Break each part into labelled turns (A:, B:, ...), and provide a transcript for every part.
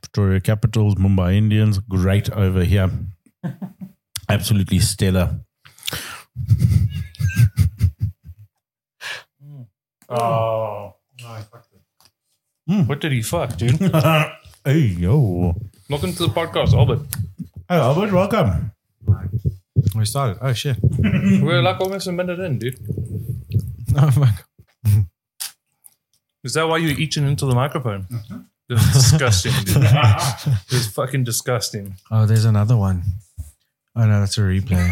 A: Victoria Capitals, Mumbai Indians. Great over here. Absolutely stellar.
B: Oh.
C: Hmm.
B: What did he fuck, dude?
A: hey, yo.
B: Welcome to the podcast, Albert.
A: Hey, Albert, welcome.
C: We started. Oh shit.
B: We're like almost a minute in, dude.
C: Oh fuck.
B: Is that why you're eating into the microphone? That's disgusting, dude. it's fucking disgusting.
C: Oh, there's another one. Oh no, that's a replay.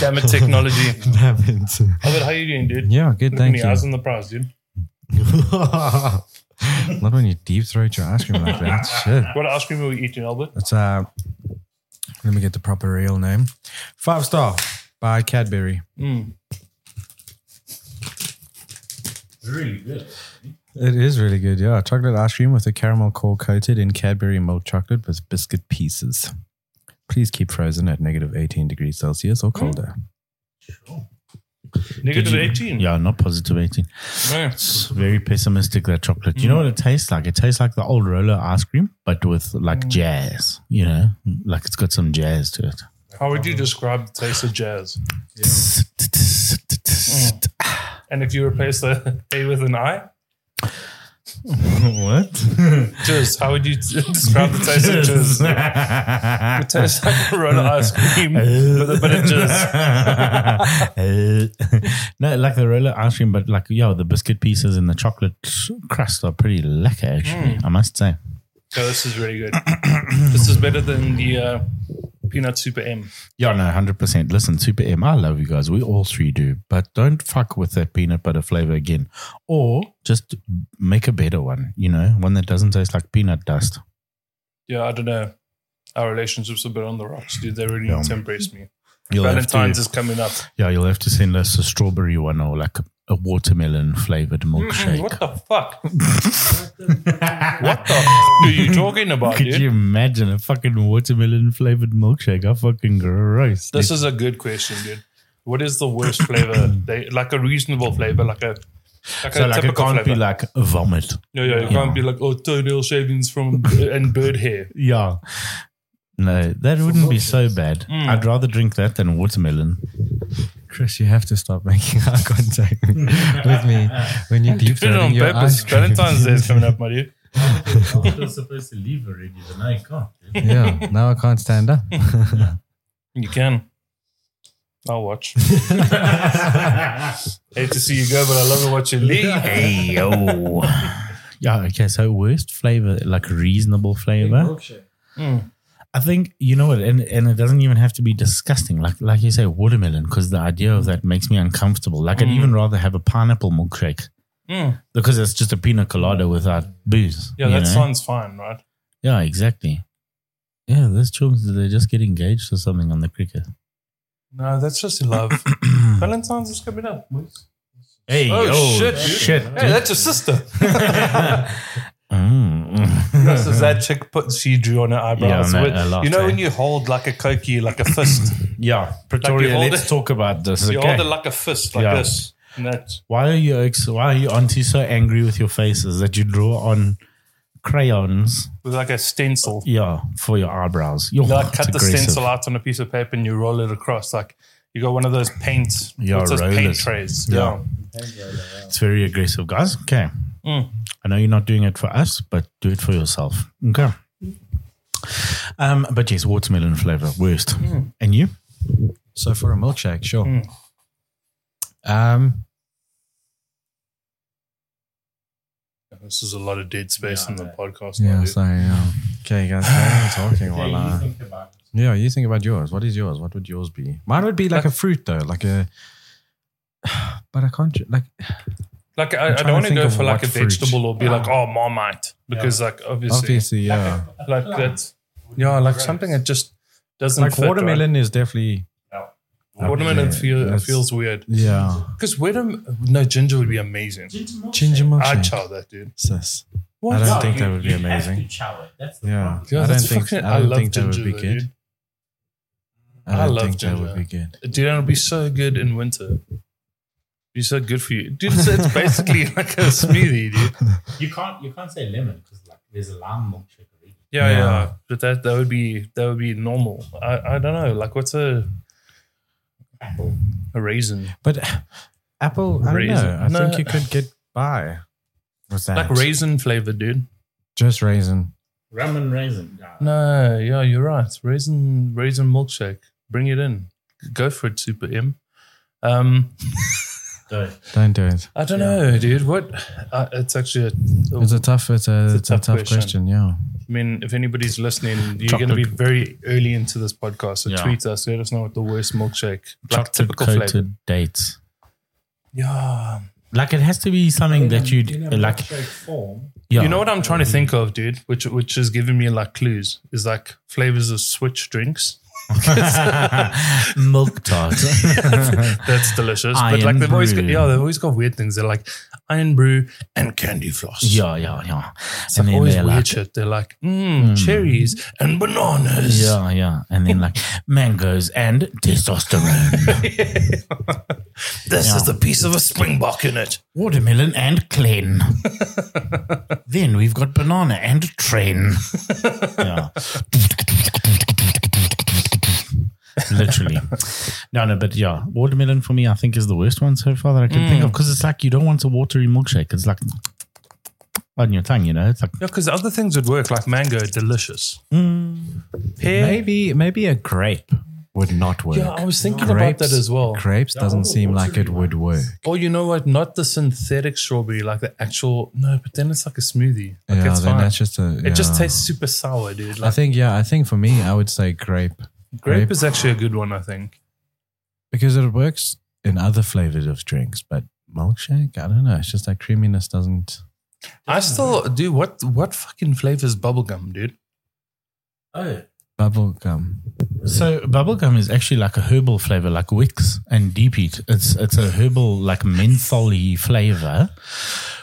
B: Damn it, technology.
C: Happens.
B: Albert, how you doing, dude?
C: Yeah, good.
B: Look
C: Thank
B: at me, eyes
C: you.
B: on the prize, dude.
C: Not when you deep throat your ice cream like that. Shit.
B: What ice cream are we eating, Albert?
C: That's uh. Let me get the proper real name. Five star by Cadbury.
B: Mm.
A: Really good.
C: It is really good. Yeah, chocolate ice cream with a caramel core coated in Cadbury milk chocolate with biscuit pieces. Please keep frozen at negative 18 degrees Celsius or colder.
B: Negative 18.
A: Yeah, not positive 18.
B: Yeah.
A: It's very pessimistic, that chocolate. You know what it tastes like? It tastes like the old roller ice cream, but with like jazz, you know, like it's got some jazz to it.
B: How would you describe the taste of jazz? And if you replace the A with an I,
A: what?
B: jizz, how would you describe the taste of jizz? It tastes like Corona ice cream with a bit of jizz.
A: no, like the roller ice cream, but like, yo, the biscuit pieces and the chocolate crust are pretty lekker, actually,
B: Hmm.
A: I must say.
B: No, this is really good. this is better than the uh, peanut super M.
A: Yeah, no, hundred percent. Listen, Super M, I love you guys. We all three do, but don't fuck with that peanut butter flavor again, or just make a better one. You know, one that doesn't taste like peanut dust.
B: Yeah, I don't know. Our relationships are a bit on the rocks, dude. They really need to embrace me.
A: You'll have
B: Valentine's
A: to,
B: is coming up.
A: yeah, you'll have to send us a strawberry one or like a watermelon flavored milkshake.
B: Mm, What the fuck? what the f- are you talking about,
A: Could
B: dude?
A: you imagine a fucking watermelon flavored milkshake? How fucking gross!
B: This is a good question, dude. What is the worst flavor? they, like a reasonable flavor, like a like
A: so
B: a
A: like it
B: typical
A: can't
B: flavor.
A: be like vomit.
B: no, yeah, you can't be like oh toenail shavings from uh, and bird hair.
A: Yeah. No, that wouldn't be so bad.
B: Mm.
A: I'd rather drink that than watermelon.
C: Chris, you have to stop making eye contact with me when you deep
B: Did it on
C: throating your
B: purpose.
C: ice cream.
B: Valentine's Day is coming up, my dude.
A: I was supposed to leave already, but now can't.
C: yeah, now I can't stand up.
B: You can. I'll watch. Hate to see you go, but I love to watch you leave.
A: hey yo. Yeah, okay, so worst flavor, like reasonable flavor. Hmm. I think you know what, and, and it doesn't even have to be disgusting. Like like you say, watermelon, because the idea of that makes me uncomfortable. Like I'd
B: Hmm.
A: even rather have a pineapple milkshake.
B: Mm.
A: Because it's just a pina colada without booze.
B: Yeah,
A: you
B: that
A: know?
B: sounds fine, right?
A: Yeah, exactly. Yeah, those children did they just get engaged or something on the cricket?
B: No, that's just love. Valentine's is coming up.
A: Hey,
B: Oh, shit, dude.
A: shit.
B: Hey, that's your sister.
A: Mm.
B: That's just that chick put she drew on her
A: Yeah,
B: eyebrows.
A: man,
B: With-
A: I laughed,
B: you know
A: eh?
B: when you hold like a cokey, like a fist.
A: Yeah, Pretoria.
B: hold
A: let's
B: it-
A: talk about this.
B: You hold
A: Okay.
B: it like a fist, like
A: Yeah.
B: this. And that's
A: why are you ex- why are you auntie so angry with your faces that you draw on crayons?
B: with like a stencil.
A: Yeah, for your eyebrows. You're
C: Oh,
B: You like cut the stencil out on a piece of paper and you roll it across. Like you got one of those paints.
A: Yeah,
B: what's those paint
A: rollers.
B: trays?
A: Yeah.
B: Yeah.
A: It's very aggressive, guys. Okay.
B: Mm.
A: I know you're not doing it for us, but do it for yourself. Okay. Um, but yes, watermelon flavor, worst. And you?
C: So for a milkshake, sure.
B: Mm.
C: Um,
B: This is a lot of dead space in the podcast. my
C: yeah,
B: dude.
C: sorry. Yeah. Okay, guys, I'm talking while I. yeah, you think about yours. What is yours? What would yours be? Mine would be like a fruit though, like a. But I can't ju- like
B: Like I, I
C: trying
B: don't
C: to
B: want to
C: think
B: go
C: of
B: for like a
C: what fruit.
B: vegetable or be like, oh marmite. Because like obviously,
C: obviously yeah
B: like that's yeah, like something that just doesn't
C: like
B: fit, right?
C: watermelon is definitely
B: Watermelon
C: Yeah,
B: feel,
C: that's-
B: feels weird.
C: yeah
B: Because watermelon no ginger would be amazing.
C: ginger
B: I
C: milkshake.
B: chow that dude.
C: Sis.
B: What?
C: I don't
B: Yeah,
C: think that would be amazing. Yeah, I don't
B: that's
C: think
B: fucking-
C: I don't
B: love
C: think that would
B: ginger,
C: be
B: though,
C: good.
B: dude.
C: I
B: I
C: don't
B: love
C: think that
B: ginger.
C: would be good.
B: Dude, it would be so good in winter. You're so good for you, dude. It's, it's basically like a smoothie, dude.
A: You can't you can't say lemon because like there's a lime milkshake already.
B: Yeah, yeah,
C: Yeah.
B: But that that would be that would be normal. I I don't know. Like, what's a
A: Apple.
B: a raisin?
C: But apple, I don't
B: Raisin.
C: know. I
B: No.
C: think you could get by with that.
B: Like raisin flavor, dude.
C: Just raisin.
A: Rum and raisin. Yeah.
B: No, yeah, you're right. Raisin raisin milkshake. Bring it in. Go for it, Super M. Um,
A: Go.
C: Don't do it.
B: I don't
A: Yeah.
B: know, dude. What? Uh, it's actually. A, oh,
C: It's a tough. It's a, it's a tough, question. Yeah.
B: I mean, if anybody's listening, you're
A: Chocolate.
B: going to be very early into this podcast. So
A: Yeah.
B: tweet us. Let us know what the worst milkshake. Like
A: Chocolate
B: typical flavor.
A: coated dates.
B: Yeah.
A: Like it has to be something that you'd like.
D: form.
A: Yeah.
B: You know what I'm trying to think of, dude, which which is giving me like clues is like flavors of switch drinks.
A: Milk tart.
B: That's delicious, but like
A: Iron
B: they've always got,
A: brew.
B: yeah, they've always got weird things. They're like iron brew and candy floss.
A: yeah, yeah, yeah.
B: Like,
A: and then
B: always
A: they're
B: weird
A: like, Hmm.
B: shit. They're like mm, cherries and bananas.
A: yeah, yeah, and then like mangoes and testosterone,
B: This
A: Yeah.
B: is the piece of a springbok in it.
A: watermelon and clen. then we've got banana and train. yeah. Literally. No, no, but yeah, watermelon for me, I think is the worst one so far that I can think of because it's like you don't want a watery milkshake. It's like on your tongue, you know? It's like,
B: Yeah, because other things would work, like mango, delicious.
A: Hmm.
B: Pear,
C: Maybe maybe a grape would not work.
B: yeah, I was thinking about
C: Grapes.
B: that as well. oh,
C: Grapes doesn't seem like it would work.
B: Or you know what? Not the synthetic strawberry, like the actual. No, but then it's like a smoothie. Like
C: yeah,
B: it's
C: then
B: fine.
C: that's just a.
B: It just
C: yeah.
B: tastes super sour, dude.
C: I
B: Like
C: think yeah. I think for me, I would say grape
B: grape,
C: grape.
B: is actually a good one. I think.
C: because it works in other flavors of drinks, but milkshake, I don't know. It's just that creaminess doesn't.
B: I still do. What what fucking flavor is bubblegum, dude?
A: oh.
C: Bubble gum.
A: So bubblegum is actually like a herbal flavor, like Wicks and Deep Heat. It's it's a herbal, like mentholy flavor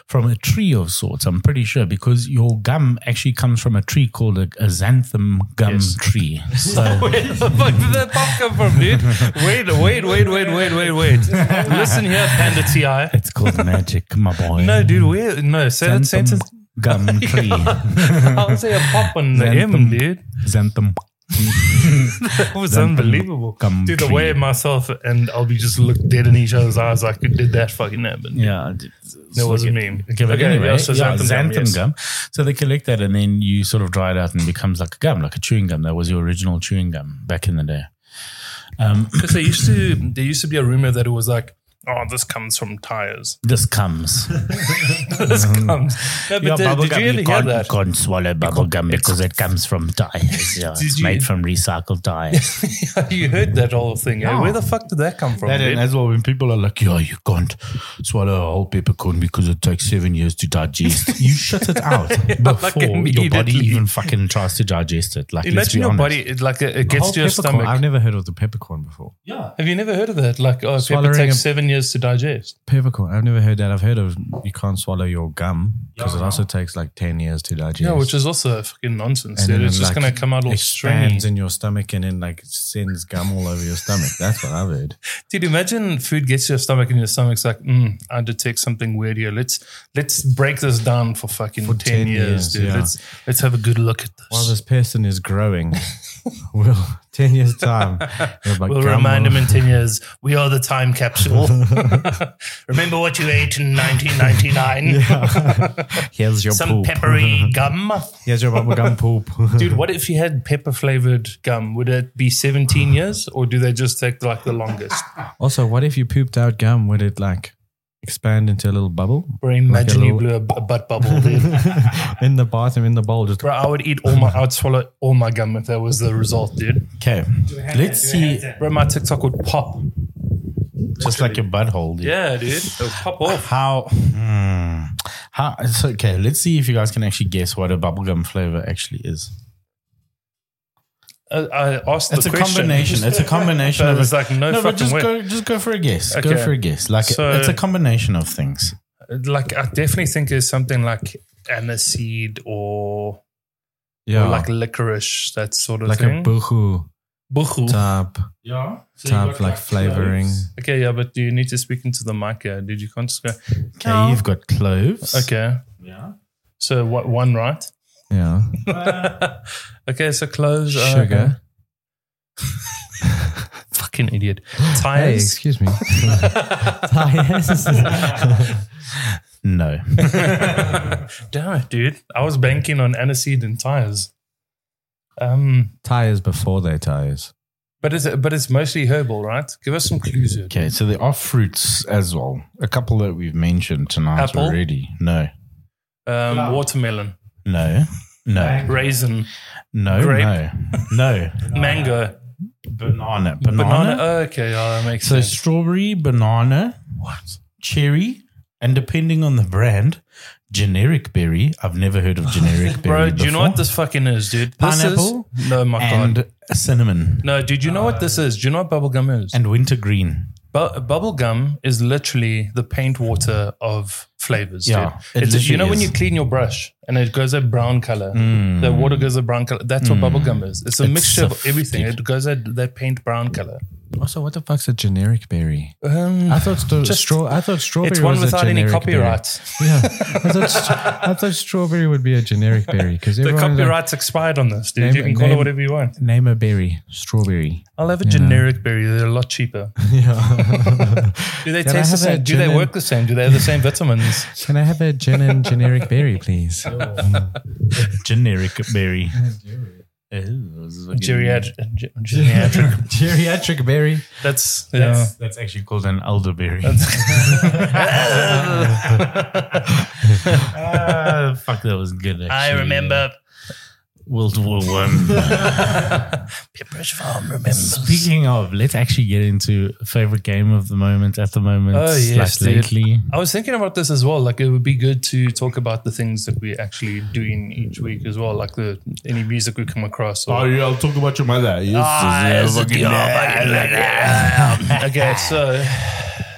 A: from a tree of sorts. I'm pretty sure because your gum actually comes from a tree called a, a xanthan gum
B: Yes.
A: tree. So
B: Where the fuck did that pop come from, dude? Wait, wait, wait, wait, wait, wait, wait. Listen here, Panda Ti.
A: it's called magic, my boy.
B: No, dude. Where? No, say that
A: xanthan
B: sentence.
A: gum tree.
B: I'll say a pop on the M,
A: Xanthan.
B: dude.
A: Xanthan.
B: That was unbelievable.
A: gum
B: Dude, the
A: tree.
B: way myself and Albie just looked dead in each other's eyes like, did that fucking happen?
A: Yeah,
B: That was a
A: not
B: meme.
A: Okay, but anyway,
B: yeah,
A: yeah,
B: so xanthan gum,
A: xanthan
B: yes.
A: gum. So they collect that and then you sort of dry it out and it becomes like a gum, like a chewing gum. That was your original chewing gum back in the day. Um,
B: Because there used to there used to be a rumor that it was like, oh, this comes from tires.
A: this comes.
B: this
C: Mm-hmm.
B: comes. No, but
A: Yeah,
B: did,
A: bubble
B: did
A: gum,
B: you
A: you
B: really hear
A: can't,
B: that?
A: you can't swallow bubble gum because it comes from tires. Yeah,
B: Did
A: it's
B: you-
A: made from recycled tires.
B: you heard that whole thing. eh?
A: No.
B: Where the fuck did that come from?
A: That-
B: dude?
A: and that's why when people are like, yeah, you can't swallow a whole peppercorn because it takes seven years to digest. you shut it out
B: like
A: before your body
B: immediately.
A: even fucking tries to digest it. Like, let's
B: Imagine
A: be
B: your
A: honest.
B: body, it, like, it, it gets
C: Whole
B: to your
C: peppercorn.
B: stomach.
C: I've never heard of the peppercorn before.
A: Yeah.
B: Have you never heard of that? Like, oh, pepper
C: Swallowing
B: takes
C: a-
B: seven years to digest.
C: Peppercorn. I've never heard that. I've heard of you can't swallow your gum because it also takes like ten years to digest.
B: Yeah, which is also fucking nonsense.
C: And
B: dude.
C: then
B: It's
C: it,
B: just
C: like,
B: going to come out all stringy.
C: expands in your stomach and then like sends gum all over your stomach. That's what I've heard.
B: Dude, imagine food gets to your stomach and your stomach's like, mm, I detect something weird here. Let's let's break this down for fucking
C: For
B: 10,
C: 10
B: years,
C: years,
B: dude.
C: yeah.
B: Let's let's have a good look at this.
C: While this person is growing, will ten years time, it'll be like,
B: we'll
C: gum
B: remind
C: all-
B: him in 10 years, we are the time capsule. Remember what you ate in 1999?
C: Here's your
B: Some
C: poop.
B: peppery gum.
C: Here's your bubblegum poop.
B: Dude, what if you had pepper flavored gum? Would it be 17 years or do they just take like the longest?
C: Also, what if you pooped out gum? Would it like expand into a little bubble
B: Or imagine you
C: little-
B: blew a, b- a butt bubble, dude.
C: in the bathroom in the bowl? Just
B: Bro, I would eat all my, I would swallow all my gum if that was the result, dude.
A: Okay. Let's see.
B: Bro, my TikTok would pop.
A: Just like your butthole. dude.
B: Yeah, dude. It would pop off.
A: How? Hmm, how? It's okay. Let's see if you guys can actually guess what a bubblegum flavor actually is.
B: I, I asked
A: It's
B: the
A: a
B: question.
A: combination. It's a combination
B: But
A: of.
B: it's like, no,
A: but
B: fucking
A: just
B: way.
A: go. Just go for a guess. Go
B: Okay.
A: for a guess. Like
B: So-
A: it's a combination of things.
B: Like, I definitely think there's something like aniseed or, or
C: yeah,
B: like licorice, that sort of
C: like
B: thing.
C: a boohoo.
B: Buchu.
C: Top,
A: Yeah. So you
C: top
A: got
C: like flavoring.
A: cloves.
B: Okay, yeah, but you need to speak into the mic here, dude. You can't just go.
A: Okay, you've got cloves.
B: Okay,
A: Yeah.
B: so what? One right.
C: Yeah.
B: okay, so uh, cloves. are-
C: Sugar.
B: Fucking idiot.
C: Hey,
B: Tires.
C: excuse me.
A: no.
B: Damn it, dude. I was banking on aniseed and tires. Um,
C: tires before they tires.
B: but it's but it's mostly herbal, right? Give us some clues. Here.
A: Okay, so there are fruits as well. A couple that we've mentioned tonight
B: Apple?
A: already. No.
B: Um,
A: Flower.
B: watermelon,
A: No. No.
B: raisin,
A: No.
B: Grape.
A: No. No.
B: mango,
A: Banana. Banana.
B: banana. Oh, okay, yeah, that makes
A: So
B: sense.
A: strawberry, banana, what? Cherry, and depending on the brand, generic berry. I've never heard of generic berry.
B: Bro, do you know what
A: before.
B: this fucking is, dude? This is-
A: Pineapple
B: no, my god.
A: and cinnamon
B: No, dude, you know what this is? Do you know what bubblegum is?
A: and wintergreen.
B: Bu- bubble gum is literally the paint water of flavors.
A: Yeah,
B: dude.
A: it
B: It's, you
A: literally
B: know when
A: is.
B: you clean your brush and it goes a brown color, the water goes a brown color. That's what bubble gum is. It's a
A: It's
B: mixture of
A: soft,
B: everything.
A: dude.
B: It goes a that paint brown color.
C: Also, what the fuck's a generic berry?
B: Um,
C: I thought st-
B: Just-
C: straw. I thought strawberry.
B: it's one
C: was
B: without
C: a
B: any
C: generic
B: copyright.
C: Berry. Yeah, I thought, st- I thought strawberry would be a generic berry because
B: The
C: everyone
B: copyright's expired on this, dude.
C: Name-
B: you can call it
C: name-
B: whatever you want.
C: name a berry strawberry.
B: I'll have a generic berry. They're a lot cheaper.
C: Yeah.
B: Do they
C: Can
B: taste
C: I
B: the
C: have a
B: same? Do they
C: gin and-
B: work the same? Do they have the same vitamins?
C: Can I have a gin and generic berry, please?
A: Generic berry. Oh, this is fucking-
B: Geriatric. ge- geriatric.
C: Geriatric berry.
B: That's yeah.
A: That's, that's actually called an elderberry. Uh, Ah, fuck, that was good. Actually.
B: I remember.
A: World War
B: um,
A: One.
B: Pepperidge Farm remembers.
A: Speaking of, let's actually get into favorite game of the moment. At the moment,
B: Oh, yes,
A: like
B: dude.
A: lately.
B: I was thinking about this as well. Like it would be good to talk about the things that we're actually doing each week as well. Like the any music we come across. Or,
A: Oh,
B: Ah,
A: yeah, I'll talk about your mother. Yes,
B: okay, so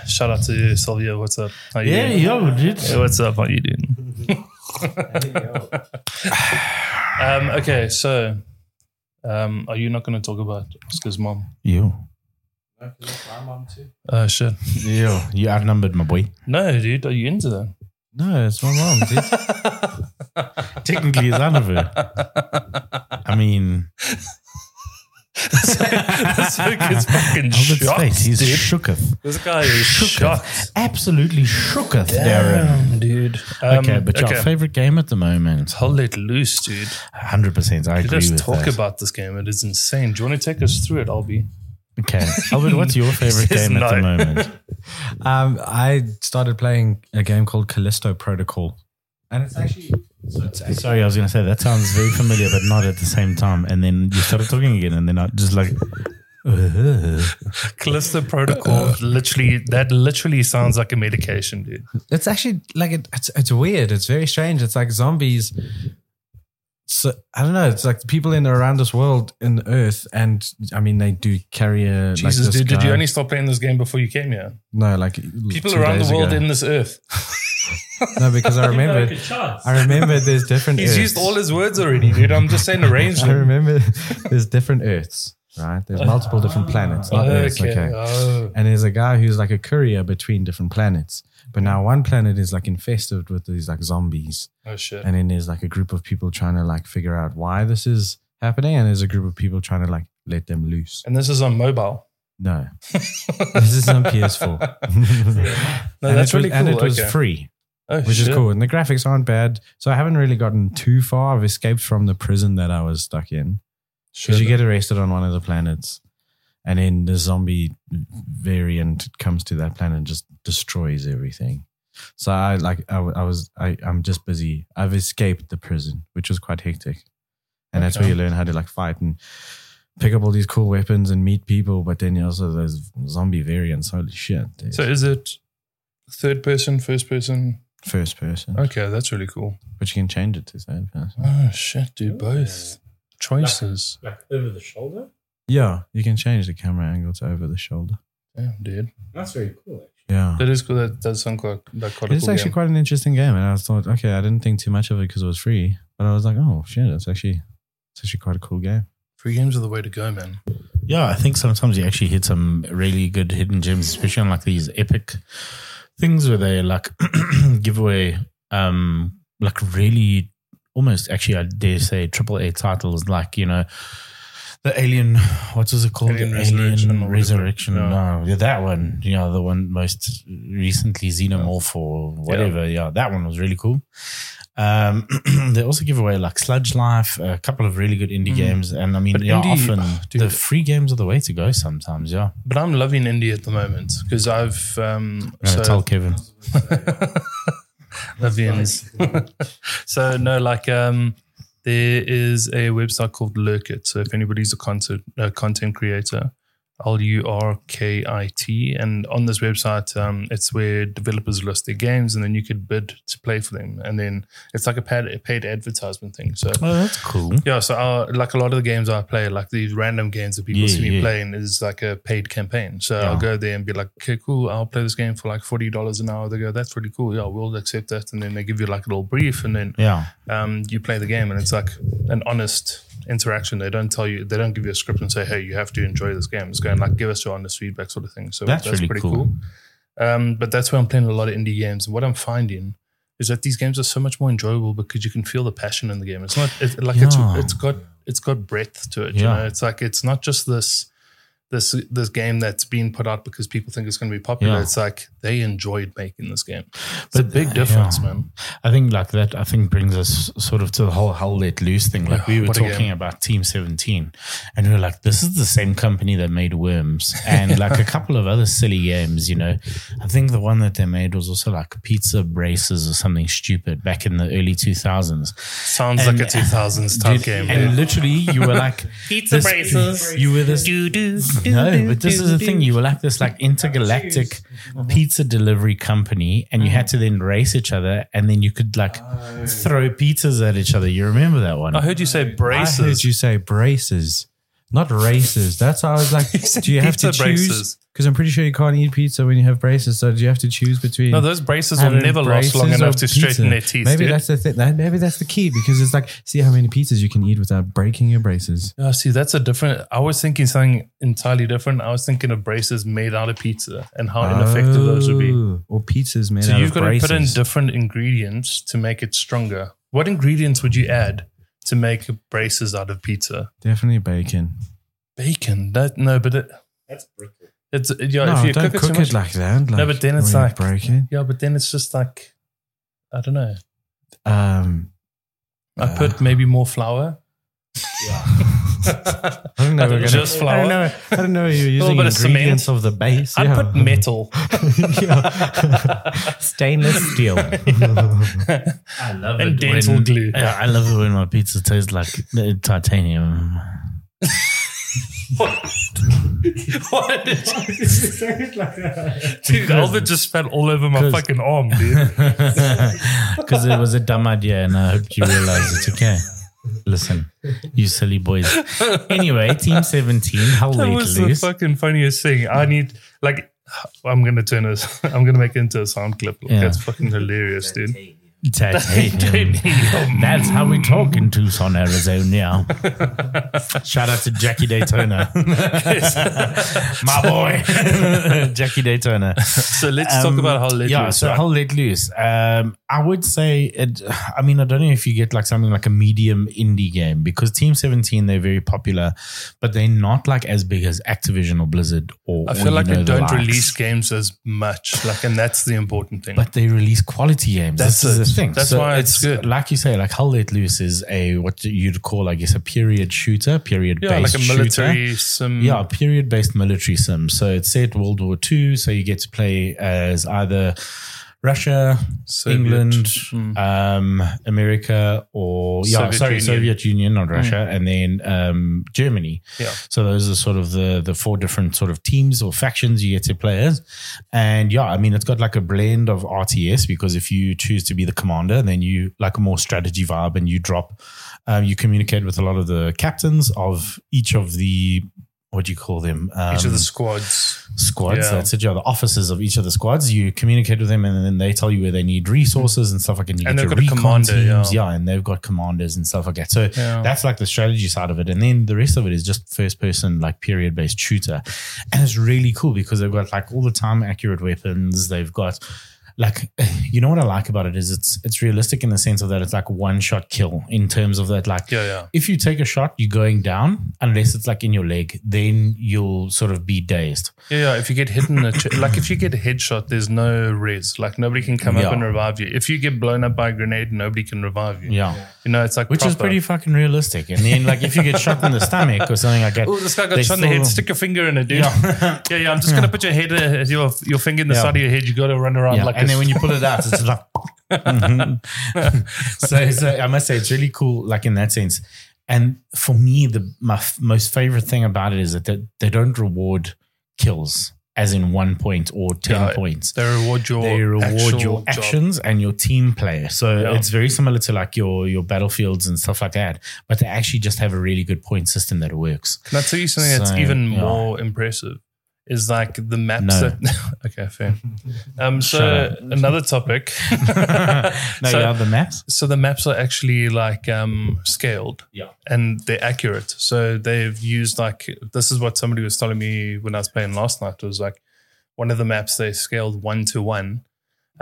B: shout out to you, Sylvia. What's up? How you
A: Yeah,
B: doing?
A: yo, dude.
B: Hey, what's up? How you doing? um, okay, so um, are you not going to talk about Oscar's mom?
A: Yo,
B: Uh, shit.
A: yo, you outnumbered my boy.
B: No, dude, are you into that?
C: No, it's my mom. Dude.
A: Technically, it's out of her. I mean,
B: That's like it's fucking
A: Albert's
B: shocked.
A: face, he's shooketh.
B: This guy is shocked.
A: Absolutely shooketh, Darren.
B: Damn, dude. Um,
A: okay, but your favorite game at the moment?
B: Hold it loose, dude.
A: Hundred percent, I agree
B: Let us
A: with
B: talk
A: that.
B: about this game. It is insane. Do you want to take us through it, Albie?
A: okay, Albert, what's your favorite
B: Says
A: game at the
B: no.
A: moment?
C: Um, I started playing a game called Callisto Protocol, and it's actually
A: Sorry, I was going to say that sounds very familiar, but not at the same time. And then you started talking again, and then I just like, uh,
B: Callisto Protocol. literally, that literally sounds like a medication, dude.
C: it's actually like it, it's it's weird. It's very strange. It's like zombies. So I don't know. It's like people in around this world in Earth, and I mean they do carry a
B: Jesus,
C: like this
B: dude, did you
C: guy-
B: only start playing this game before you came here?
C: no like
B: People
C: two
B: around
C: days
B: the world
C: ago.
B: in this earth.
C: no because I remember I remember there's different.
B: He's
C: Earths.
B: used all his words already, dude. I'm just saying arrange
C: I
B: them.
C: remember there's different Earths, right? There's multiple different planets, not Earths.
B: Okay.
C: Okay.
B: Oh.
C: and there's a guy who's like a courier between different planets. But now one planet is like infested with these like zombies,
B: oh, shit.
C: and then there's like a group of people trying to like figure out why this is happening, and there's a group of people trying to like let them loose.
B: And this is on mobile.
C: No, this is on PS4.
B: No,
C: And
B: that's
C: it was-
B: really cool.
C: And it was
B: Okay.
C: free,
B: Oh,
C: which
B: shit.
C: is cool, and the graphics aren't bad. So I haven't really gotten too far. I've escaped from the prison that I was stuck in.
B: Shit.
C: Because you get arrested on one of the planets, and then the zombie variant comes to that planet and just destroys everything. So I like I, w- I was I I'm just busy. I've escaped the prison, which was quite hectic, and that's where
B: Okay.
C: you learn how to like fight and pick up all these cool weapons and meet people. But then you also those zombie variants. Holy shit! dude.
B: So is it third person, first person?
C: First person,
B: Okay, that's really cool.
C: but you can change it to third person.
B: Oh shit, dude, both choices.
A: like over the shoulder.
C: Yeah, you can change the camera angle to over the shoulder.
B: Yeah, dude.
A: That's very cool.
C: Yeah,
B: That is cool. That does sound quite like quite a
C: It's
B: cool
C: actually
B: game.
C: quite an interesting game, and I thought, okay, I didn't think too much of it because it was free, but I was like, oh shit, that's actually, it's actually quite a cool game.
B: Free games are the way to go, man.
A: Yeah, I think sometimes you actually hit some really good hidden gems, especially on like these epic things where they like give away um like really almost actually I dare say triple A titles like, you know, the alien what was it called?
B: Alien
A: the
B: Resurrection or
A: alien
B: whatever.
A: resurrection.
B: Yeah.
A: No, yeah, that one. You know, the one most recently Xenomorph or whatever. Yeah. that one was really cool. Um, they also give away like Sludge Life, a couple of really good indie
B: Mm.
A: games, and I mean,
B: But
A: yeah,
B: indie-
A: often
B: oh, dude.
A: the free games are the way to go. Sometimes, yeah.
B: But I'm loving indie at the moment because I've um,
A: No,
B: so
A: tell Kevin.
B: love the indies. so no, like um, there is a website called Lurk It. So if anybody's a content uh, content creator, L U R K I T, and on this website, um, it's where developers list their games, and then you could bid to play for them, and then it's like a paid, a paid advertisement thing. So
A: Oh, that's cool.
B: yeah, so uh, like a lot of the games I play, like these random games that people
A: Yeah,
B: see me
A: yeah.
B: playing, is like a paid campaign. So
A: Yeah.
B: I'll go there and be like, okay, cool, I'll play this game for like forty dollars an hour. They go, that's really cool. Yeah, we'll accept that, and then they give you like a little brief, and then
A: Yeah.
B: um, you play the game, and it's like an honest interaction. They don't tell you, they don't give you a script and say, hey, you have to enjoy this game. It's going like give us your honest feedback, sort of thing. So
A: That's
B: that's,
A: really
B: pretty
A: cool.
B: cool. Um, but that's where I'm playing a lot of indie games. And what I'm finding is that these games are so much more enjoyable because you can feel the passion in the game. It's not it's like
A: Yeah.
B: it's it's got it's got breadth to it. You
A: Yeah.
B: know, it's like it's not just this this this game that's being put out because people think it's going to be popular.
A: Yeah.
B: It's like they enjoyed making this game. It's a
A: But,
B: big
A: uh,
B: difference,
A: yeah.
B: man.
A: I think like that. I think brings us sort of to the whole hell let loose thing. Like we were
B: What a
A: talking
B: game.
A: about Team Seventeen, and we were like, this is the same company that made Worms and like a couple of other silly games. You know, I think the one that they made was also like Pizza Braces or something stupid back in the early two thousands.
B: Sounds
A: And-
B: like a 2000s type
A: Dude,
B: game.
A: And literally, you were like
D: Pizza
A: this-
D: braces.
A: You were this. No, but this is the thing. You were like this, like intergalactic pizza delivery company, and you had to then race each other, and then you could like throw pizzas at each other. You remember that one?
B: I heard you say braces.
C: I heard you say braces, not races. That's how I was like, do you have to
B: pizza
C: choose?
B: braces.
C: Because I'm pretty sure you can't eat pizza when you have braces. So do you have to choose between?
B: no, those braces will
C: having
B: never last long
C: braces or
B: enough to straighten
C: pizza?
B: their teeth.
C: Maybe
B: dude.
C: that's the thing. that- Maybe that's the key because it's like, see how many pizzas you can eat without breaking your braces.
B: Yeah, Uh, see, that's a different. I was thinking something entirely different. I was thinking of braces made out of pizza and how ineffective those would be.
C: Oh, Or pizzas made
B: So
C: out
B: you've
C: of
B: got to
C: braces.
B: put in different ingredients to make it stronger. What ingredients would you add to make braces out of pizza?
C: Definitely bacon.
B: Bacon? That no, but it,
D: That's brittle.
B: it's yeah.
C: no,
B: if you
C: don't
B: cook it,
C: cook,
B: too
C: it,
B: much,
C: like that. Like,
B: No, but then it's
C: when you
B: like-
C: break it.
B: yeah, but then it's just like I don't know.
C: Um,
B: I
C: Uh.
B: put maybe more flour.
C: I don't know.
B: I don't-
C: we're gonna-
B: just flour.
C: I don't know. I don't know. You're
B: little
C: using
B: bit of cement.
C: ingredients of the base.
B: I
C: yeah.
B: put metal.
C: Yeah.
A: Stainless steel. I love
B: And dental
A: when-
B: glue.
A: Yeah, I love it when my pizza tastes like uh, titanium.
B: What did you Dude, Albert just spat all over my
A: Because-
B: fucking arm, dude.
A: Because it was a dumb idea, and I hope you realize it's okay. Listen, you silly boys. Anyway, Team 17, how
B: That
A: late
B: was the
A: loose.
B: fucking funniest thing. I need, like, I'm going to turn this, I'm going to make it into a sound clip. Like,
A: Yeah.
B: That's fucking hilarious, dude.
A: Titanium. That's how we talk in Tucson, Arizona. Shout out to Jackie Daytona. My boy, Jackie Daytona.
B: So let's
A: Um,
B: talk about how late
A: yeah,
B: you
A: so
B: were.
A: how let loose. Um, I would say, it, I mean, I don't know if you get like something like a medium indie game because Team Seventeen they're very popular, but they're not like as big as Activision or Blizzard or.
B: I
A: or,
B: feel
A: you
B: like
A: know,
B: they
A: the
B: don't
A: likes.
B: release games as much, like, and that's the important thing.
A: But they release quality games.
B: That's
A: this is the
B: it.
A: thing.
B: That's why it's good.
A: Like you say, like Hull Let Loose is a what you'd call, I guess, a period shooter, period
B: yeah, like
A: based
B: a
A: shooter.
B: military, some
A: Yeah, period based military sim. So it's set World War II. So you get to play as either Russia,
B: Soviet.
A: England,
B: Mm.
A: um, America, or yeah,
B: Soviet
A: sorry,
B: Union. Hmm.
A: Soviet Union, not Russia, and then um, Germany.
B: Yeah.
A: So those are sort of the the four different sort of teams or factions you get to play as, and yeah, I mean it's got like a blend of RTS because if you choose to be the commander, then you like a more strategy vibe, and you drop, um, you communicate with a lot of the captains of each of the what do you call them? Um,
B: Each of the squads.
A: squads.
B: Yeah.
A: That's it. Yeah, the officers of each of the squads. You communicate with them, and then they tell you where they need resources and stuff like that. you
B: And
A: get your
B: they've got a
A: recon
B: commander,
A: teams,
B: yeah.
A: yeah. and they've got commanders and stuff like that. So
B: Yeah.
A: that's like the strategy side of it, and then the rest of it is just first person, like period based shooter, and it's really cool because they've got like all the time accurate weapons. They've got like you know what I like about it is it's it's realistic in the sense of that it's like one shot kill in terms of that like
B: yeah, yeah.
A: if you take a shot you're going down unless it's like in your leg then you'll sort of be dazed
B: Yeah, yeah. If you get hit in the ch- like, if you get a headshot, there's no res. Like nobody can come
A: Yeah.
B: up and revive you. If you get blown up by a grenade, nobody can revive you.
A: yeah.
B: You know, it's like
A: which is
B: proper.
A: pretty fucking realistic. And then, like, if you get shot in the stomach or something like that,
B: Oh, this guy got
A: They
B: shot in the head.
A: still-
B: Stick your finger in it, dude.
A: Yeah.
B: Yeah, yeah. I'm just gonna put your head, uh, your your finger in the
A: Yeah.
B: side of your head. You got to run around
A: yeah.
B: like.
A: and
B: a-
A: then when you pull it out, it's like. so, so I must say, it's really cool, like in that sense. And for me, the my f- most favorite thing about it is that they, they don't reward kills, as in one point or ten
B: Yeah.
A: points.
B: they reward your
A: they
B: actual
A: reward your
B: job.
A: actions and your team play. So
B: Yeah.
A: it's very similar to like your your battlefields and stuff like that. But they actually just have a really good point system that works.
B: Can I tell you something that's
A: So,
B: even
A: yeah.
B: more impressive? Is like the maps
A: No.
B: that. okay, fair. Um, so
A: Shut
B: another topic.
A: no,
B: So-
A: you have the maps.
B: so the maps are actually like um, scaled
A: Yeah.
B: and they're accurate so they've used like this is what somebody was telling me when i was playing last night was like one of the maps they scaled one to one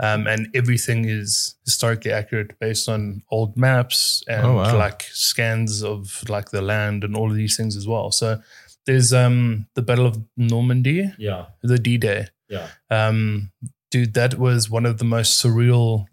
B: um, and everything is historically accurate based on old maps and
C: Oh, wow.
B: like scans of like the land and all of these things as well so there's um the battle of normandy
A: Yeah,
B: the d-day
A: yeah.
B: um, dude, that was one of the most surreal.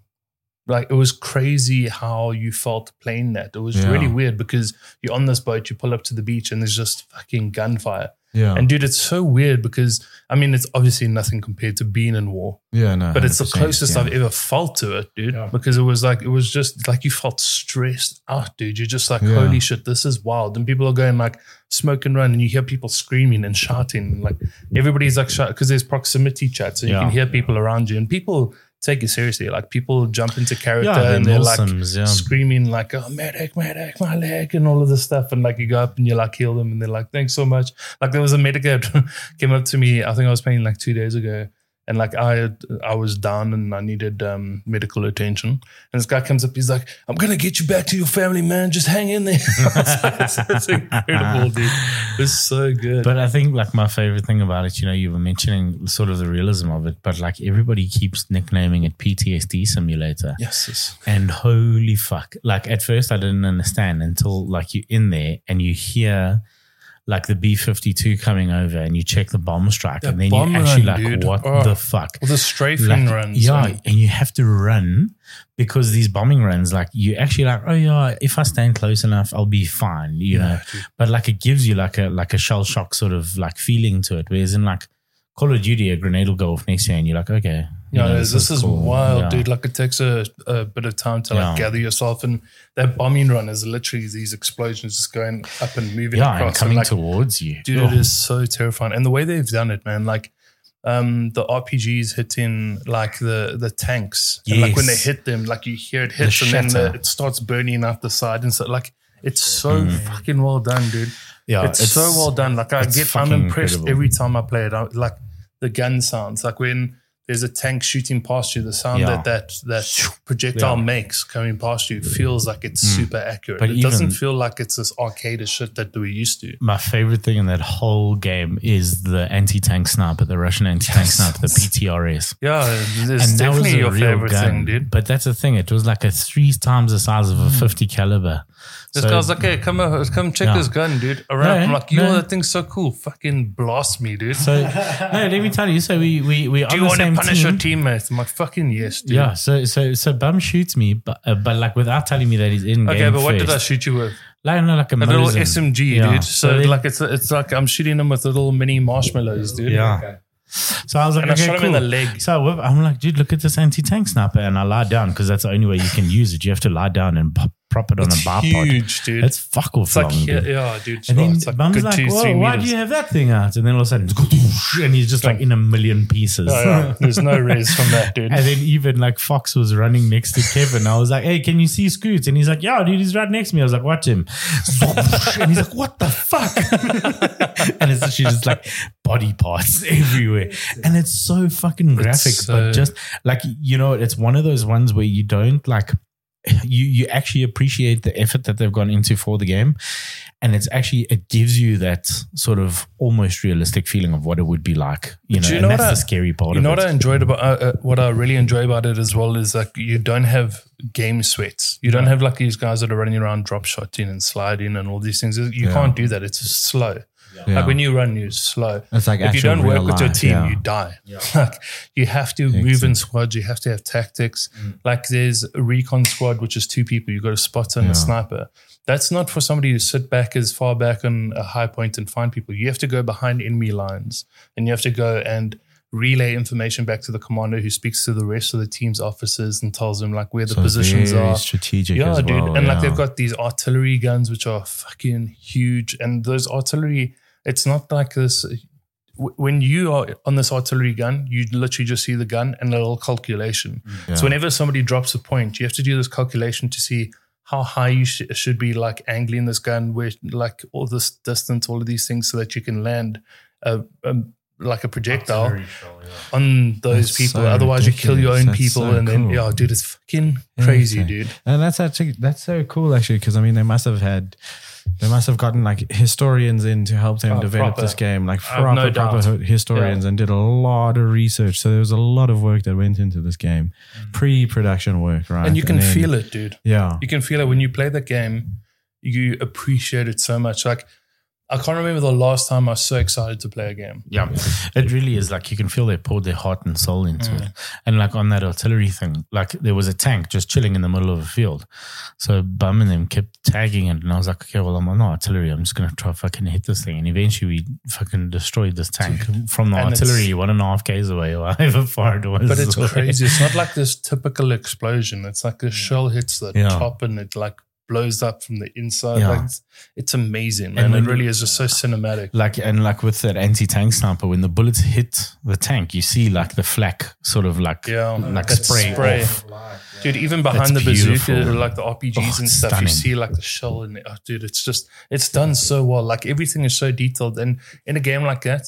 B: Like it was crazy how you felt playing that. It was
C: Yeah.
B: really weird because you're on this boat, you pull up to the beach, and there's just fucking gunfire.
C: Yeah.
B: And dude, it's so weird because I mean, it's obviously nothing compared to being in war,
C: yeah, no.
B: but it's the
C: 100%,
B: closest
C: yeah.
B: I've ever felt to it, dude.
A: Yeah.
B: Because it was like it was just like you felt stressed out, dude. You're just like,
C: Yeah.
B: holy shit, this is wild. And people are going like smoke and run, and you hear people screaming and shouting, and like everybody's like shout because there's proximity chat, so you
A: Yeah.
B: can hear people around you, and people take it seriously. Like people jump into character
A: Yeah,
B: and
A: the
B: uh, they're like.
A: Milsoms, yeah.
B: Screaming like "Oh, medic, medic, my leg," and all of this stuff, and like you go up and you like heal them, and they're like, "Thanks so much." Like there was a medic that came up to me. I think I was playing like two days ago, and like I I was down and I needed um, medical attention. And this guy comes up, he's like, "I'm gonna get you back to your family, man. Just hang in there." it's, it's incredible, dude. It's so good.
A: But I think like my favorite thing about it, you know, you were mentioning sort of the realism of it, but like everybody keeps nicknaming it PTSD simulator.
B: yes, yes.
A: And holy fuck. Like at first I didn't understand until like you're in there and you hear like the B fifty two coming over and you check the bomb strike
B: The
A: and then you
B: bomb
A: actually
B: run,
A: like
B: dude.
A: what
B: Oh.
A: the fuck?
B: Well, the strafing
A: Like,
B: runs. um,
A: Yeah,
B: and-
A: and you have to run because these bombing runs, like you actually like, oh yeah, if I stand close enough, I'll be fine, you know.
B: dude.
A: But like it gives you like a like a shell shock sort of like feeling to it. Whereas in like Call of Duty, a grenade will go off next year and you're like, okay. you
B: Yeah,
A: know,
B: this, is
A: cool.
B: wild,
A: Yeah.
B: dude. Like it takes a, a bit of time to like
A: Yeah.
B: gather yourself, and that bombing run is literally these explosions just going up and moving
A: Yeah,
B: across,
A: and coming
B: like,
A: towards you.
B: dude,
A: Oh.
B: it is so terrifying. And the way they've done it, man, like um the RPGs hitting like the the tanks. And, like when they
A: Yes.
B: hit them, like you hear it hits and then
A: shatter.
B: the, it starts burning out the side and so like it's so
A: Mm.
B: fucking well done, dude.
A: yeah,
B: it's, so well done. Like I
A: it's
B: get I'm
A: fucking
B: impressed
A: incredible.
B: every time I play it. I, like the gun sounds, like when there's a tank shooting past you, the sound
A: Yeah.
B: that that that projectile
A: Yeah.
B: makes coming past you feels like it's
A: Mm.
B: super accurate.
A: But
B: it doesn't
A: even-
B: feel like it's this arcade of shit that we're used to.
A: My favorite thing in that whole game is the anti tank sniper, the Russian anti tank
B: Yes.
A: sniper, the PTRS.
B: Yeah, it's definitely your favorite thing, dude. Hmm.
A: But that's the thing; it was like a three times the size of a fifty caliber.
B: This
A: So-
B: guy's like, hey, come over, come check
A: Yeah.
B: this gun, dude. Around,
A: No,
B: I'm like, yo,
A: no.
B: that thing's so cool. Fucking blast me, dude.
A: So no, let me tell you. So we we we
B: Do
A: on
B: you
A: the
B: want to
A: same
B: punish
A: team.
B: your teammates? I'm like, fucking yes, dude.
A: Yeah. So so so bum shoots me, but uh, but like without telling me that he's in
B: Okay,
A: game.
B: but what did I
A: first.
B: shoot you with?
A: Like, no, like a,
B: A little
A: Mosin.
B: SMG,
A: Yeah.
B: dude. So,
A: So they-
B: like, it's it's like I'm shooting them with little mini marshmallows, dude.
A: Yeah. So I was like,
B: And I
A: okay,
B: shot him
A: cool.
B: in the leg.
A: So I whip- I'm like, dude, look at this anti tank sniper, and I lie down because that's the only way you can use it. You have to lie down and pop, prop it on
B: It's
A: a bar pod.
B: huge, dude.
A: It's fuck off
B: It's like,
A: long,
B: yeah,
A: dude.
B: yeah, dude.
A: And
B: sure,
A: then
B: it's like
A: Bum's
B: good
A: like,
B: two, three
A: "Whoa, why do
B: meters.
A: you have that thing out?" And then all of a sudden, and he's just like in a million pieces.
B: Yeah, yeah. There's no res from that, dude.
A: And then even like Fox was running next to Kevin. I was like, "Hey, can you see Scoots?" And he's like, "Yeah, dude, he's right next to me." I was like, "Watch him!" and he's like, "What the fuck?" and it's literally just like body parts everywhere. And it's so fucking graphic,
B: It's
A: but
B: so-
A: just like you know, it's one of those ones where you don't like you you actually appreciate the effort that they've gone into for the game. And it's actually it gives you that sort of almost realistic feeling of what it would be like. You
B: But
A: know,
B: you
A: and
B: know
A: that's
B: what
A: the
B: I-
A: scary part
B: You
A: of
B: know
A: it.
B: what I enjoyed about uh, uh, what I really enjoy about it as well is like you don't have game sweats. You don't have like these guys that are running around drop shotting and sliding and all these things. You
C: Yeah.
B: can't do that. It's slow.
C: Yeah.
B: Like when you run, you're slow.
C: it's like
B: if you
C: actual
B: don't work
C: real
B: with your
C: life,
B: team,
C: yeah.
B: you die. Like you have to move in squads. You have to have tactics. Like there's a recon squad, which is two people. You got a spotter and
C: Yeah.
B: a sniper. That's not for somebody to sit back as far back on a high point and find people. You have to go behind enemy lines, and you have to go and relay information back to the commander, who speaks to the rest of the team's officers and tells them like where the
C: So
B: positions
C: very
B: are.
C: strategic.
B: Yeah,
C: as
B: dude.
C: well,
B: and
C: yeah.
B: like they've got these artillery guns, which are fucking huge. And those artillery, it's not like this. w- When you are on this artillery gun, you literally just see the gun and a little calculation.
C: Mm. Yeah.
B: So whenever somebody drops a point, you have to do this calculation to see how high you sh- should be, like angling this gun, where like all this distance, all of these things, so that you can land a, a like a projectile on those
C: That's
B: people.
C: so
B: Otherwise, you kill your
C: ridiculous.
B: own
C: That's
B: people,
C: so
B: and then
C: cool.
B: yeah, dude, it's fucking crazy,
C: Okay.
B: dude.
C: And that's actually that's so cool actually because I mean they must have had they must have gotten like historians in to help them
B: Oh,
C: develop
B: proper.
C: this game like
B: I have
C: proper
B: no doubt.
C: proper ho- historians and did a lot of research so there was a lot of work that went into this game pre-production work right
B: Mm. and you can
C: then-
B: feel it, dude.
C: yeah
B: You can feel it when you play the game. You appreciate it so much. Like I can't remember the last time I was so excited to play a game.
A: Yeah, it really is like you can feel they poured their heart and soul into
B: Mm.
A: it. And like on that artillery thing, like there was a tank just chilling in the middle of a field. So Bum and them kept tagging it. And I was like, okay, well, I'm on the artillery. I'm just going to try fucking hit this thing. And eventually we fucking destroyed this tank from the
B: And it's-
A: artillery one and a half Ks away or however far it was.
B: But it's
A: away.
B: crazy. It's not like this typical explosion. It's like a shell hits the
A: Yeah.
B: top and it like blows up from the inside.
A: Yeah.
B: Like it's, it's amazing, man.
A: when
B: it
A: you-
B: really is just so cinematic.
A: Like and like with that anti-tank sniper, when the bullets hit the tank, you see like the flak sort of like
B: Yeah,
A: like
B: that
A: spray,
B: spray.
A: off.
B: Dude, even behind
A: That's
B: the bazooka,
A: beautiful.
B: like the RPGs
A: Oh,
B: and
A: it's
B: stuff,
A: stunning.
B: you see like the shell and oh, dude, it's just it's done so well. Like everything is so detailed, and in a game like that,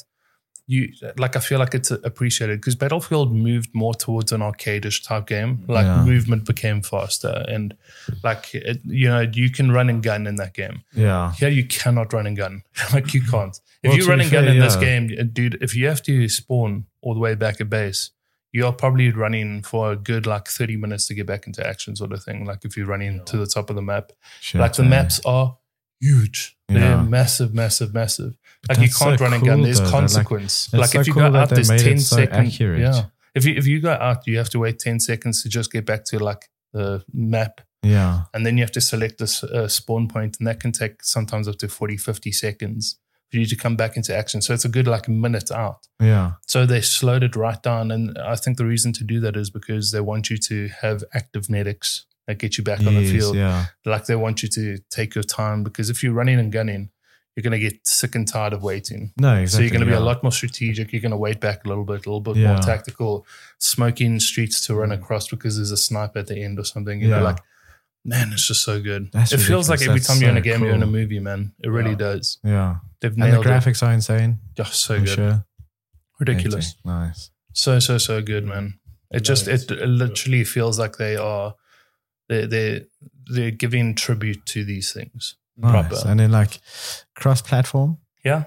B: you like I feel like it's appreciated because Battlefield moved more towards an arcade-ish type game. Like
C: Yeah.
B: movement became faster, and like it, you know you can run and gun in that game.
C: yeah
B: Here you cannot run and gun. like you can't. If
C: Well,
B: you
C: to
B: run
C: be
B: and gun
C: fair,
B: in this
C: yeah.
B: game, uh, dude, if you have to spawn all the way back at base, you're probably running for a good like 30 minutes to get back into action, sort of thing. Like if you're running to the top of the map,
C: Shit,
B: like the
C: eh?
B: maps are huge. They're
C: Yeah.
B: massive, massive, massive.
C: But
B: like you
C: that's
B: can't
C: so
B: run and
C: cool,
B: gun. There's
C: though, that, like,
B: consequence.
C: that's
B: Like,
C: so
B: if you
C: cool
B: go
C: that
B: out,
C: they
B: there's
C: made it
B: 10
C: so
B: seconds.
C: accurate.
B: Yeah. If you if you go out, you have to wait 10 seconds to just get back to like the map
C: yeah
B: and then you have to select this uh, spawn point and that can take sometimes up to 40 50 seconds for you to come back into action so it's a good like minute out
C: yeah
B: so they slowed it right down and i think the reason to do that is because they want you to have active medics that get you back on the
C: Yes,
B: field
C: yeah
B: like they want you to take your time because if you're running and gunning you're going to get sick and tired of waiting
C: no
B: so
C: exactly
B: you're going to be
C: yeah.
B: a lot more strategic. You're going to wait back a little bit, a little bit
C: Yeah. Mm.
B: more tactical, smoking streets to run across because there's a sniper at the end or something. You
C: Yeah.
B: know, like man, it's just so good.
C: That's
B: it feels
C: ridiculous.
B: like every
C: That's
B: time you're in
C: so
B: a game, you're in a
C: cool.
B: movie, man. It really does.
C: yeah
B: They've
C: and the
B: nailed it.
C: graphics are insane
B: Oh, so
C: I'm
B: good,
C: sure
B: ridiculous,
C: Amazing. nice
B: so so so good, man. It just it, it literally feels like they are they they they're giving tribute to these things.
C: nice
B: Proper.
C: and then like cross platform
B: Yeah,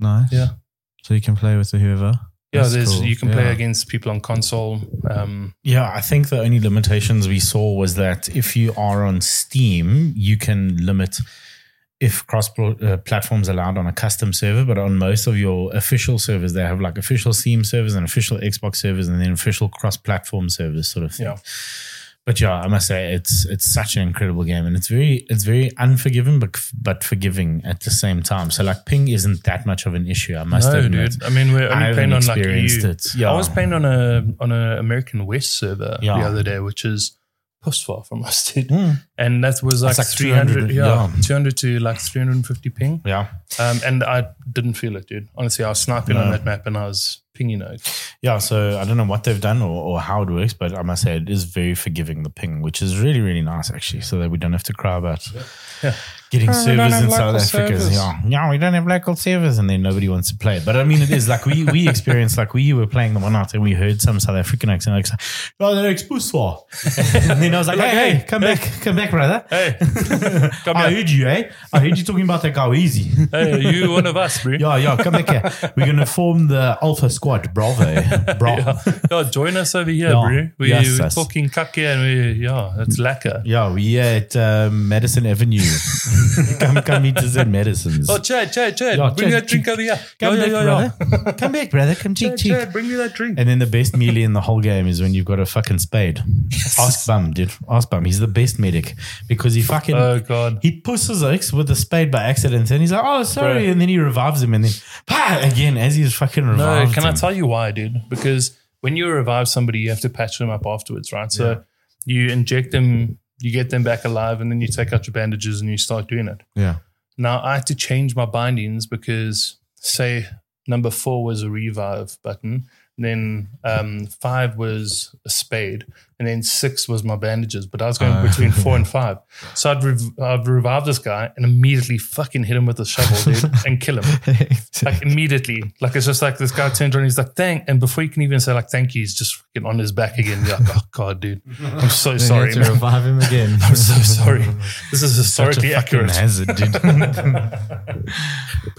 C: nice
B: Yeah.
C: so you can play with whoever
B: yeah.
C: That's
B: there's
C: cool.
B: you can play
C: Yeah.
B: against people on console. Um,
A: Yeah, I think the only limitations we saw was that if you are on Steam, you can limit if cross pl- uh, platforms allowed on a custom server, but on most of your official servers, they have like official Steam servers and official Xbox servers and then official cross platform servers sort of thing.
B: Yeah.
A: But yeah, I must say it's it's such an incredible game, and it's very it's very unforgiving but but forgiving at the same time. So like ping isn't that much of an issue. I must
B: no,
A: admit.
B: dude. I mean, we're
A: I
B: only
A: haven't
B: playing on like
A: experienced
B: EU.
A: it. Yeah.
B: I was playing on a on an American West server
A: Yeah.
B: the other day, which is puss far from us, dude.
A: Mm.
B: And that was like,
A: That's like
B: 300,
A: 200,
B: yeah,
A: yeah.
B: 200 to like 350 ping.
A: Yeah.
B: Um, and I didn't feel it, dude. Honestly, I was sniping on
A: No.
B: that map and I was pinging it.
A: Yeah, so I don't know what they've done or, or how it works, but I must say it is very forgiving the ping, which is really really nice actually. So that we don't have to cry about
B: Yeah.
A: Getting
B: Oh, we don't
A: servers
B: have
A: in South
B: local
A: Africa is
B: servers.
A: yeah. Yeah, we don't have local servers, and then nobody wants to play it. But I mean, it is like we we experienced like we were playing the one out, and we heard some South African accent. Like, oh, they're expulsed. And then I was like,
B: Like,
A: hey,
B: hey,
A: hey, come
B: hey.
A: back, come back, brother.
B: Hey, come
A: I
B: here.
A: heard you, eh? I heard you talking about that guy easy.
B: Hey, you one of us, bro.
A: yeah, yeah, come back here. We're gonna form the Alpha Squad, bravo, bro.
B: Yeah. Yeah, join us over here,
A: Yeah.
B: bro. We,
A: Yes, yes.
B: we're
A: Mm.
B: talking kake and we, yeah, it's lacquer.
A: Yeah, we at um, Madison Avenue. come, come meet us at Madison's.
B: Oh, Chad, Chad, Chad,
A: Yeah,
B: bring
A: Chad,
B: that drink
A: drink-
B: over here.
A: come
B: yeah,
A: back,
B: yeah, yeah,
A: brother. come back, brother. Come
B: yeah.
A: cheek
B: Chad,
A: cheek.
B: Chad, bring me that drink.
A: And then the best melee in the whole game is when you've got a fucking spade. Ask Bum, dude. Ask Bum. He's the best medic because he fucking
B: Oh, God.
A: he pushes Oaks with the spade by accident, and he's like, "Oh, sorry,"
B: Bro.
A: and then he revives him, and then pa again as he's fucking
B: No,
A: revived.
B: can I
A: him.
B: tell you why, dude? Because when you revive somebody, you have to patch them up afterwards, right? So you inject them, you get them back alive, and then you take out your bandages and you start doing it.
C: Yeah.
B: Now I had to change my bindings because, say, number four was a revive button, then um, five was a spade, and then six was my bandages. But I was going
C: Ah.
B: between four and five, so I'd, rev- I'd revive this guy and immediately fucking hit him with a shovel, dude, and kill him like immediately. Like it's just like this guy turns around, he's like, thank. And before you can even say like thank you, he's just fucking on his back again. You're like, oh god, dude. I'm so
C: Then
B: sorry.
C: you have
B: man.
C: to revive him again.
B: I'm so sorry. This is
A: Such a
B: historically
A: fucking
B: accurate.
A: hazard, dude.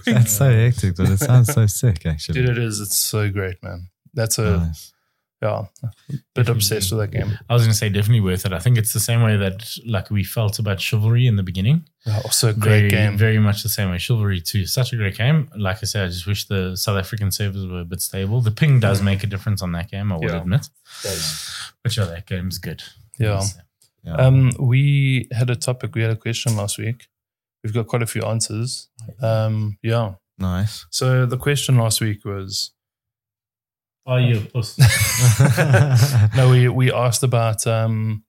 C: That's so hectic, but it sounds so sick, actually.
B: Dude, uh, it is. It's so great, man. That's a
C: Nice.
B: yeah. Bit obsessed with that game.
A: I was gonna say definitely worth it. I think it's the same way that like we felt about chivalry in the beginning.
B: Yeah, also a great
A: very,
B: game.
A: Very much the same way. Chivalry too. Such a great game. Like I said, I just wish the South African servers were a bit stable. The ping does make a difference on that game, I will
B: Mm. Yeah.
A: admit. But yeah, that game's good.
B: Yeah.
A: So,
C: Yeah.
B: Um, we had a topic. We had a question last week. We've got quite a few answers. Um, yeah.
C: nice.
B: So the question last week was
A: Are Oh, you a puss?
B: no, we we asked about um,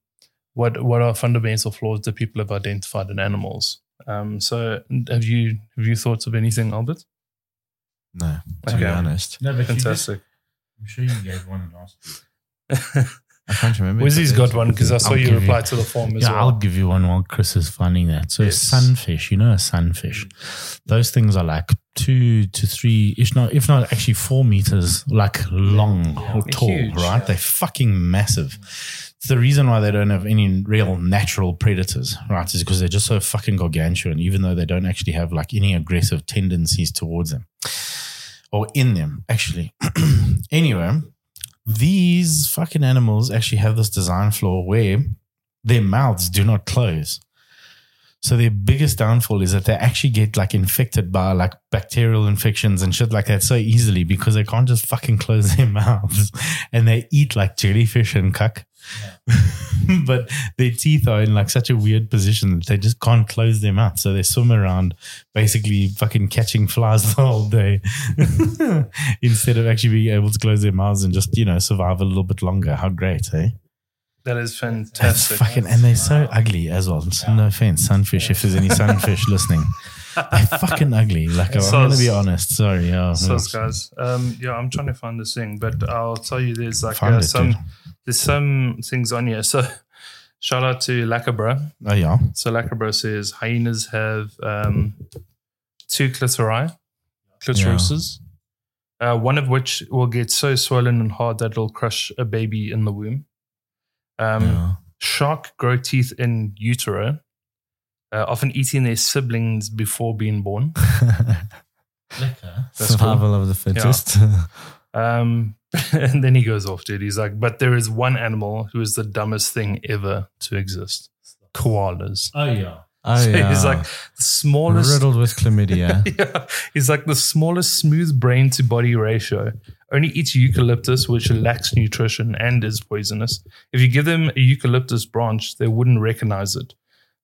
B: what what are fundamental flaws that people have identified in animals. Um, so have you have you thoughts of anything, Albert?
C: No, to
B: Okay.
C: be honest,
A: no, but you just-
B: Fantastic.
A: I'm sure you gave one last week.
C: I can't remember. if I
B: Wizzy's
C: did.
B: got one because I saw
A: I'll
B: you
A: give
B: reply
A: you-
B: to the form as
A: Yeah, I'll
B: well.
A: give you one while Chris is finding that. So
B: Yes.
A: sunfish, you know a sunfish. Those things are like two to three, if not if not actually four meters like long or
B: They're
A: tall,
B: huge,
A: right? They're fucking massive. It's the reason why they don't have any real natural predators, right? Is because they're just so fucking gargantuan, even though they don't actually have like any aggressive tendencies towards them. Or in them, actually. anyway, these fucking animals actually have this design flaw where their mouths do not close. So their biggest downfall is that they actually get like infected by like bacterial infections and shit like that so easily because they can't just fucking close their mouths and they eat like jellyfish and cuck. but their teeth are in like such a weird position that they just can't close their mouth. So they swim around basically fucking catching flies the whole day instead of actually being able to close their mouths and just, you know, survive a little bit longer. How great, eh?
B: That is
A: That's
B: fantastic.
A: fucking, and they're so ugly as well. It's No offense, sunfish. If there's any sunfish listening, they're fucking ugly. Like I'm
B: So-
A: gonna be honest. Sorry, yeah.
B: So guys, um, yeah, I'm trying to find this thing, but I'll tell you, there's like
A: Find
B: uh,
A: it,
B: some
A: dude.
B: there's some things on here. So shout out to Lacabra.
A: Oh yeah.
B: So Lacabra says hyenas have um, two clitori, clitorises, uh, one of which will get so swollen and hard that it'll crush a baby in the womb. Um,
C: Yeah.
B: Shark grow teeth in utero, uh, often eating their siblings before being born. That's cool.
C: Survival of the fittest.
B: Um, and then he goes off, dude. He's like, but there is one animal who is the dumbest thing ever to exist koalas.
A: Oh yeah.
C: oh
B: So
C: yeah.
B: He's like, the smallest.
C: riddled with chlamydia.
B: yeah, he's like the smallest smooth brain to body ratio. Only eats eucalyptus, which lacks nutrition and is poisonous. If you give them a eucalyptus branch, they wouldn't recognize it.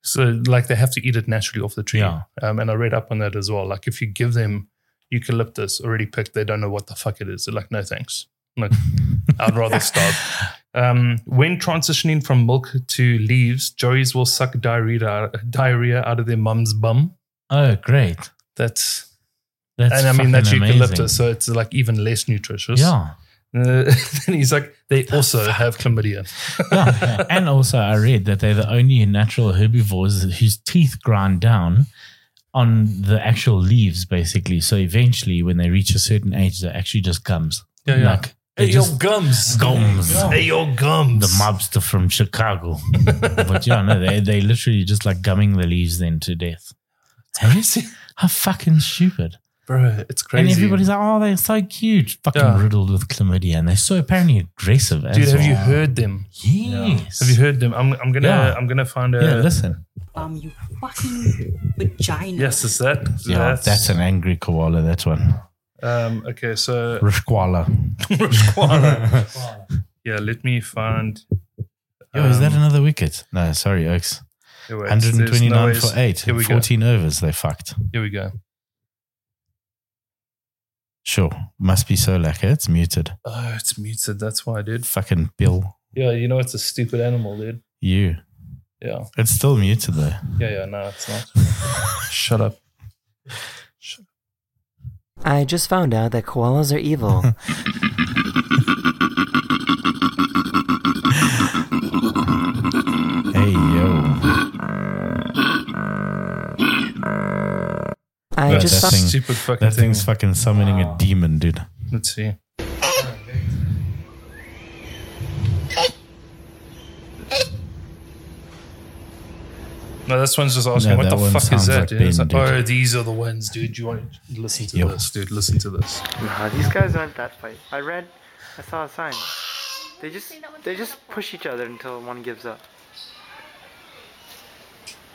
B: So, like, they have to eat it naturally off the tree.
A: Yeah.
B: Um, and I read up on that as well. Like, if you give them eucalyptus already picked, they don't know what the fuck it is. They're like, no thanks. I'm Like, I'd rather starve. Um, when transitioning from milk to leaves, joeys will suck diarrhea, diarrhea out of their mum's bum.
A: Oh great.
B: That's
A: That's
B: and I mean that's
A: fucking
B: eucalyptus,
A: amazing.
B: so it's like even less nutritious.
A: Yeah.
B: Uh, then he's like, they also have chlamydia.
A: Yeah. and also, I read that they're the only natural herbivores whose teeth grind down on the actual leaves, basically. So eventually, when they reach a certain age, they actually just gums.
B: Yeah, yeah.
A: Like, they
B: Hey, your
A: just
B: gums.
A: gums.
B: Hey, your gums.
A: The mobster from Chicago. but yeah, no, they, they literally just like gumming the leaves then to death. Hey,
B: Crazy.
A: how fucking stupid.
B: Bro, it's crazy.
A: And everybody's like, oh, they're so cute. Fucking
B: Yeah.
A: riddled with chlamydia. And they're so apparently aggressive as
B: Dude, have
A: well.
B: you heard them?
A: Yes.
B: Have you heard them? I'm, I'm gonna
A: Yeah.
B: I'm gonna find a
A: Yeah, listen.
D: Um, you fucking vagina.
B: yes. Is that
A: Yeah, that's, an angry koala, that one.
B: um okay? So
A: Rishkoala.
B: yeah, let me find.
A: Yo, is that
B: um,
A: another wicket? No, sorry, Oaks.
B: here, wait, there's no
A: 129
B: ways-
A: for 8.
B: Here we
A: 14 overs, they fucked.
B: go. Here we go.
A: Sure. Must be so lacquer. It's muted.
B: Oh, it's muted. That's why, dude.
A: Fucking Bill.
B: Yeah, you know it's a stupid animal, dude.
A: You.
B: Yeah,
A: It's still muted, though.
B: yeah, yeah. No, it's not. Shut up.
E: I just found out that koalas are evil.
A: Hey, yo.
E: I
A: Yeah,
E: just
A: that
E: found
A: thing-
B: stupid fucking
A: That
B: thing.
A: thing's fucking summoning a demon, dude.
B: Let's see. No, this one's just asking,
A: No,
B: what
A: that
B: the
A: one
B: fuck is
A: sounds
B: that,
A: like
B: dude? It's
A: Ben,
B: like,
A: dude.
B: oh, these are the ones, dude. You want to listen to
A: Yo.
B: this, dude? Listen to this.
F: Nah, Uh, these guys aren't that fight. I read, I saw a sign. They just, they just push each other until one gives up.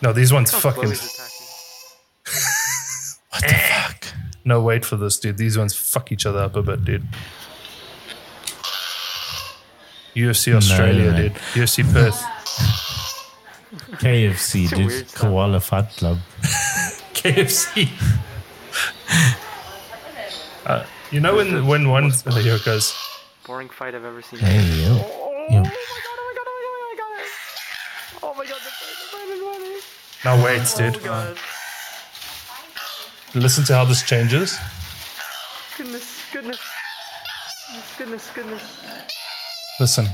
B: No, these ones fucking.
F: Chloe's attacking.
A: What the fuck?
B: No, wait for this, dude. These ones fuck each other up a bit, dude. UFC Australia,
A: no.
B: dude. UFC Perth.
A: KFC, dude.
F: weird sound.
A: Koala Fight Club.
B: KFC. Uh, you know when when one oh, here it goes.
F: Boring fight I've ever seen.
A: Hey, yo.
F: Oh,
A: Yeah.
F: my god! Oh my god! Oh my god! Oh my god! I got it! Oh my god! The fight, the fight is
B: Now wait, dude.
F: winning! Oh god!
B: Listen to how this changes.
F: Goodness! Goodness! Goodness! Goodness!
B: Listen.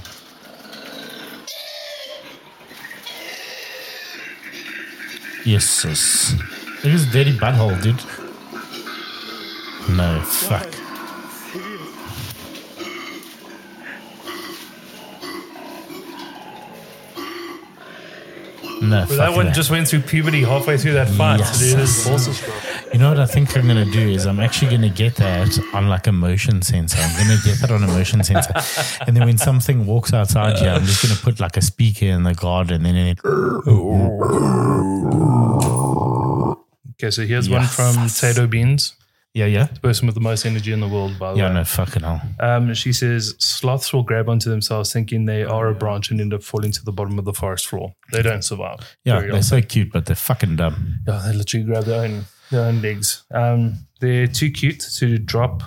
A: Yes, yes. Look at his dirty butthole, dude. No, fuck. No,
B: But
A: fuck
B: that one
A: that.
B: just went through puberty halfway through that fight.
A: Yes.
B: Dude, this is awesome.
A: You know what I think I'm gonna do is I'm actually gonna get that on like a motion sensor. I'm gonna get that on a motion sensor, and then when something walks outside here, I'm just gonna put like a speaker in the garden, and then it.
B: Okay, so here's one from Tato Beans,
A: Yeah, yeah,
B: the person with the most energy in the world, by the
A: yeah.
B: way.
A: No, fucking hell.
B: Um, she says sloths will grab onto themselves thinking they are a branch and end up falling to the bottom of the forest floor. They don't survive.
A: Yeah,
B: Very
A: they're so cute, but they're fucking dumb.
B: Yeah, they literally grab their own their own legs. Um, they're too cute to drop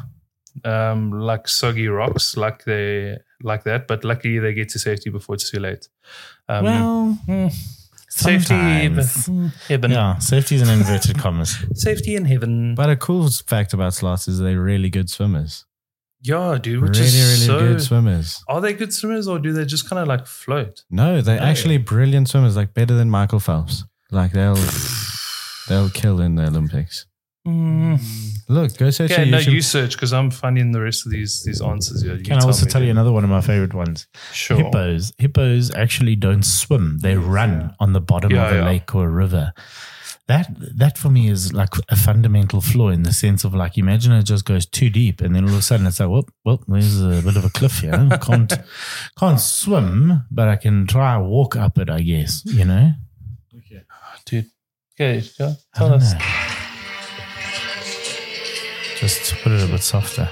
B: um, like soggy rocks, like they like that. But luckily, they get to safety before it's too late. Um,
A: Well,
B: safety,
A: sometimes.
B: but- heaven,
A: yeah, safety is an inverted commas.
B: safety in heaven.
C: But a cool fact about sloths is they're really good swimmers.
B: yeah, dude, which
C: really,
B: is
C: really good
B: so.
C: swimmers.
B: are they good swimmers or do they just kind of like float?
C: No, they're actually brilliant swimmers, like better than Michael Phelps. Like they'll they'll kill in the Olympics. Look, go search
B: Okay,
C: your
B: Mm. no,
C: YouTube.
B: you search because I'm finding the rest of these these answers here. You
A: Can I also
B: me,
A: tell you
B: dude.
A: another one of my favorite ones?
B: Sure.
A: Hippos. Hippos actually don't swim; they run on the bottom
B: Yeah,
A: of a
B: yeah.
A: lake or a river. That that for me is like a fundamental flaw in the sense of like imagine it just goes too deep and then all of a sudden it's like well well there's a bit of a cliff here can't can't swim but I can try walk up it I guess you know
B: dude. Okay, yeah,
A: I
B: tell
A: don't
B: us.
A: know. just put it a bit softer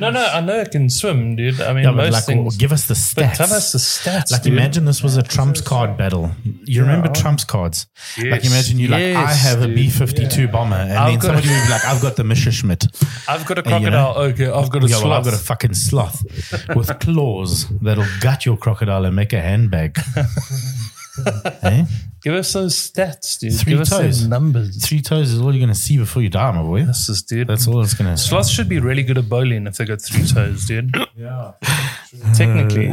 B: No, no, I know I can swim, dude. I mean,
A: yeah, but
B: most
A: like
B: things.
A: give us the stats
B: But tell us the stats.
A: Like
B: dude.
A: imagine this was a Trump's card battle. You remember Trump's cards? Like
B: Yes.
A: imagine you like I
B: Yes,
A: have a
B: dude.
A: B fifty two bomber, and
B: I've
A: then
B: got-
A: somebody would be like, "I've got the Messerschmitt.
B: I've got a
A: you know,
B: crocodile. okay, I've got a
A: Yeah, well, I've
B: sloth.
A: got a fucking sloth with claws that'll gut your crocodile and make a handbag." Eh?
B: Give us those stats, dude.
A: Three
B: Give us
A: toes.
B: those numbers.
A: Three toes is all you're going to see before you die, my boy. That's,
B: This is, dude.
A: all it's going to.
B: Slots should be really good at bowling if they got three toes, dude.
C: Yeah.
B: Technically.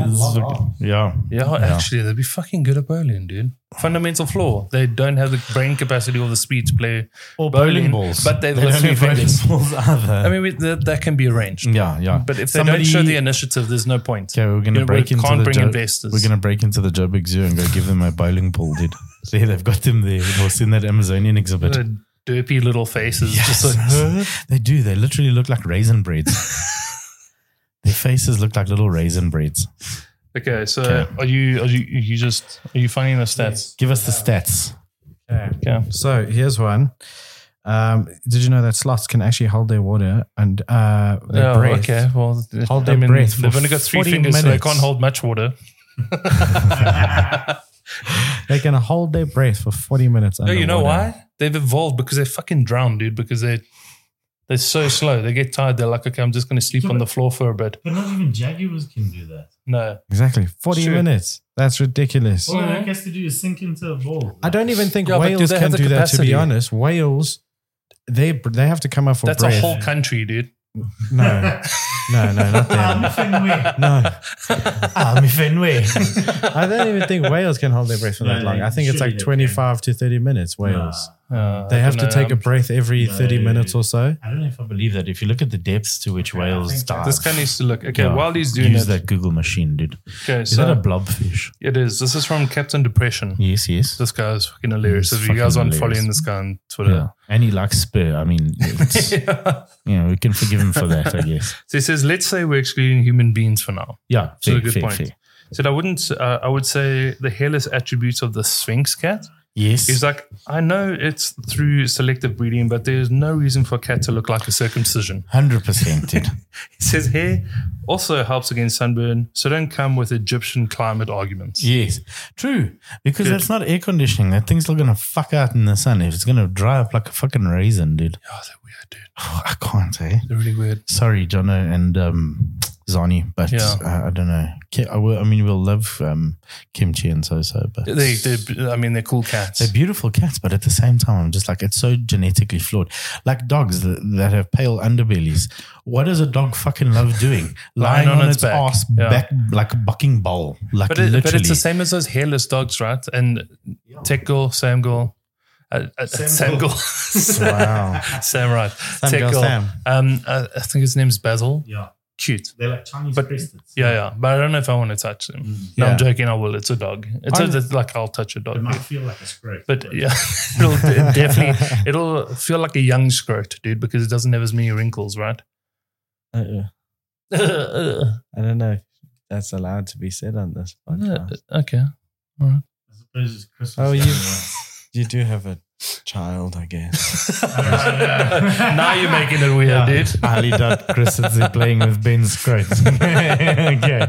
A: Yeah.
B: Yeah, actually, they'd be fucking good at bowling, dude. Fundamental flaw. They don't have the brain capacity or the speed to play
A: Or
B: bowling,
A: bowling balls.
B: But they've
A: They
B: got
A: don't
B: three
A: have bowling
B: fingers.
A: balls either.
B: I mean, we, that, that can be arranged.
A: yeah, yeah.
B: But if they don't show the initiative, there's no point.
A: Okay, we're
B: You
A: gonna
B: know,
A: break
B: we
A: into
B: can't
A: the
B: bring
A: Jo-
B: investors.
A: We're gonna break into the Joburg Zoo and go give them a bowling ball, dude. There, they've got them there. It was in that Amazonian exhibit.
B: The derpy little faces.
A: Yes.
B: Just like,
A: they do. They literally look like raisin breads. Their faces look like little raisin breads.
B: okay, so
A: Okay.
B: are you? Are you? are you just? Are you finding the stats?
A: Give us the stats.
B: Okay.
C: So here's one. Um, did you know that sloths can actually hold their water and uh, their
B: Oh,
C: breath?
B: okay. Well,
A: Hold
B: I
A: their
B: mean,
A: breath for
B: They've only got three
A: 40
B: fingers, so they
A: minutes.
B: can't hold much water.
C: They can hold their breath for 40 minutes.
B: No, you know
C: underwater.
B: why? They've evolved because they fucking drown, dude. Because they they're so slow. They get tired. They're like, okay, I'm just gonna sleep on the floor for a bit.
A: But not even jaguars can do that.
B: No,
C: Exactly. 40
B: Sure.
C: minutes. That's ridiculous.
B: All they
A: has to do is sink into a ball.
C: I don't even think
B: Yeah, but do
C: whales
B: they
C: can
B: have the
C: do that, to
B: capacity?
C: be honest. Whales, they they have to come up for
B: that's
C: breath.
B: a whole country, dude.
C: no, no, no, not them.
A: Fenway.
C: No,
A: I'm Fenway.
C: I don't even think whales can hold their breath for
A: No,
C: that long.
A: they-
C: I think it's
A: surely
C: like
A: they
C: 25 to 30 minutes, whales.
B: Uh,
C: They
B: I
C: have
B: don't
C: to
B: know.
C: take a breath every 30
A: No.
C: minutes or so.
A: I don't know if I believe that. If you look at the depths to which whales dive,
B: This guy needs to look. Okay,
A: Yeah.
B: while he's doing
A: use
B: it,
A: that Google machine, dude.
B: okay,
A: Is that
B: so
A: a blobfish?
B: it is. This is from Captain Depression.
A: Yes, yes.
B: This guy is fucking hilarious.
A: He's
B: if you guys
A: fucking
B: aren't following
A: hilarious.
B: this guy on
A: Yeah.
B: Twitter,
A: And he likes spur. I mean, it's, you know, we can forgive him for that, I guess.
B: so he says, let's say we're excluding human beings for now.
A: Yeah,
B: So
A: fair,
B: a good
A: fair,
B: point.
A: fair.
B: He Said I wouldn't. Uh, I would say the hairless attributes of the Sphinx cat.
A: Yes.
B: He's like, I know it's through selective breeding, but there's no reason for a cat to look like a circumcision.
A: 100% dude.
B: He says hair also helps against sunburn, so don't come with Egyptian climate arguments.
A: yes. True. Because
B: Good.
A: that's not air conditioning. That thing's still going to fuck out in the sun. If it's going to dry up like a fucking raisin, dude.
B: Oh, they're weird, dude.
A: I can't, eh?
B: They're really weird.
A: Sorry, Jono and um, Zani, but
B: Yeah.
A: uh, I don't know. Ki- I, will, I mean, we'll love um, kimchi and so so, but.
B: They, they, I mean, they're cool cats.
A: They're beautiful cats, but at the same time, I'm just like, it's so genetically flawed. Like dogs that, that have pale underbellies. What does a dog fucking love doing? Lying on, its,
B: back.
A: ass,
B: Yeah.
A: back like a bucking bowl. Like
B: but, it,
A: literally.
B: but it's the same as those hairless dogs, right? And Tech Girl, Sam Girl. Uh, uh, Sam Girl.
C: Wow.
B: Sam, right. Tech
C: Girl
B: Girl.
C: Sam.
B: Um, I, I think his name's Basil.
A: Yeah.
B: Cute.
A: They're like Chinese
B: But-
A: crested.
B: Yeah, yeah. But I don't know if I want to touch them.
A: Mm.
B: No,
C: Yeah.
B: I'm joking. I will. It's a dog. It's, a, it's like I'll touch a dog.
A: feel like a scrope.
B: But yeah, it'll it definitely it'll feel like a young scrote, dude, because it doesn't have as many wrinkles, right?
C: Uh-uh.
B: okay,
C: I don't know if that's allowed to be said on this podcast.
A: I suppose it's Christmas.
C: Oh, you you do have a child, I guess.
B: now you're making it weird, dude.
A: Ali Dot Chris is playing with Ben Scrope. okay.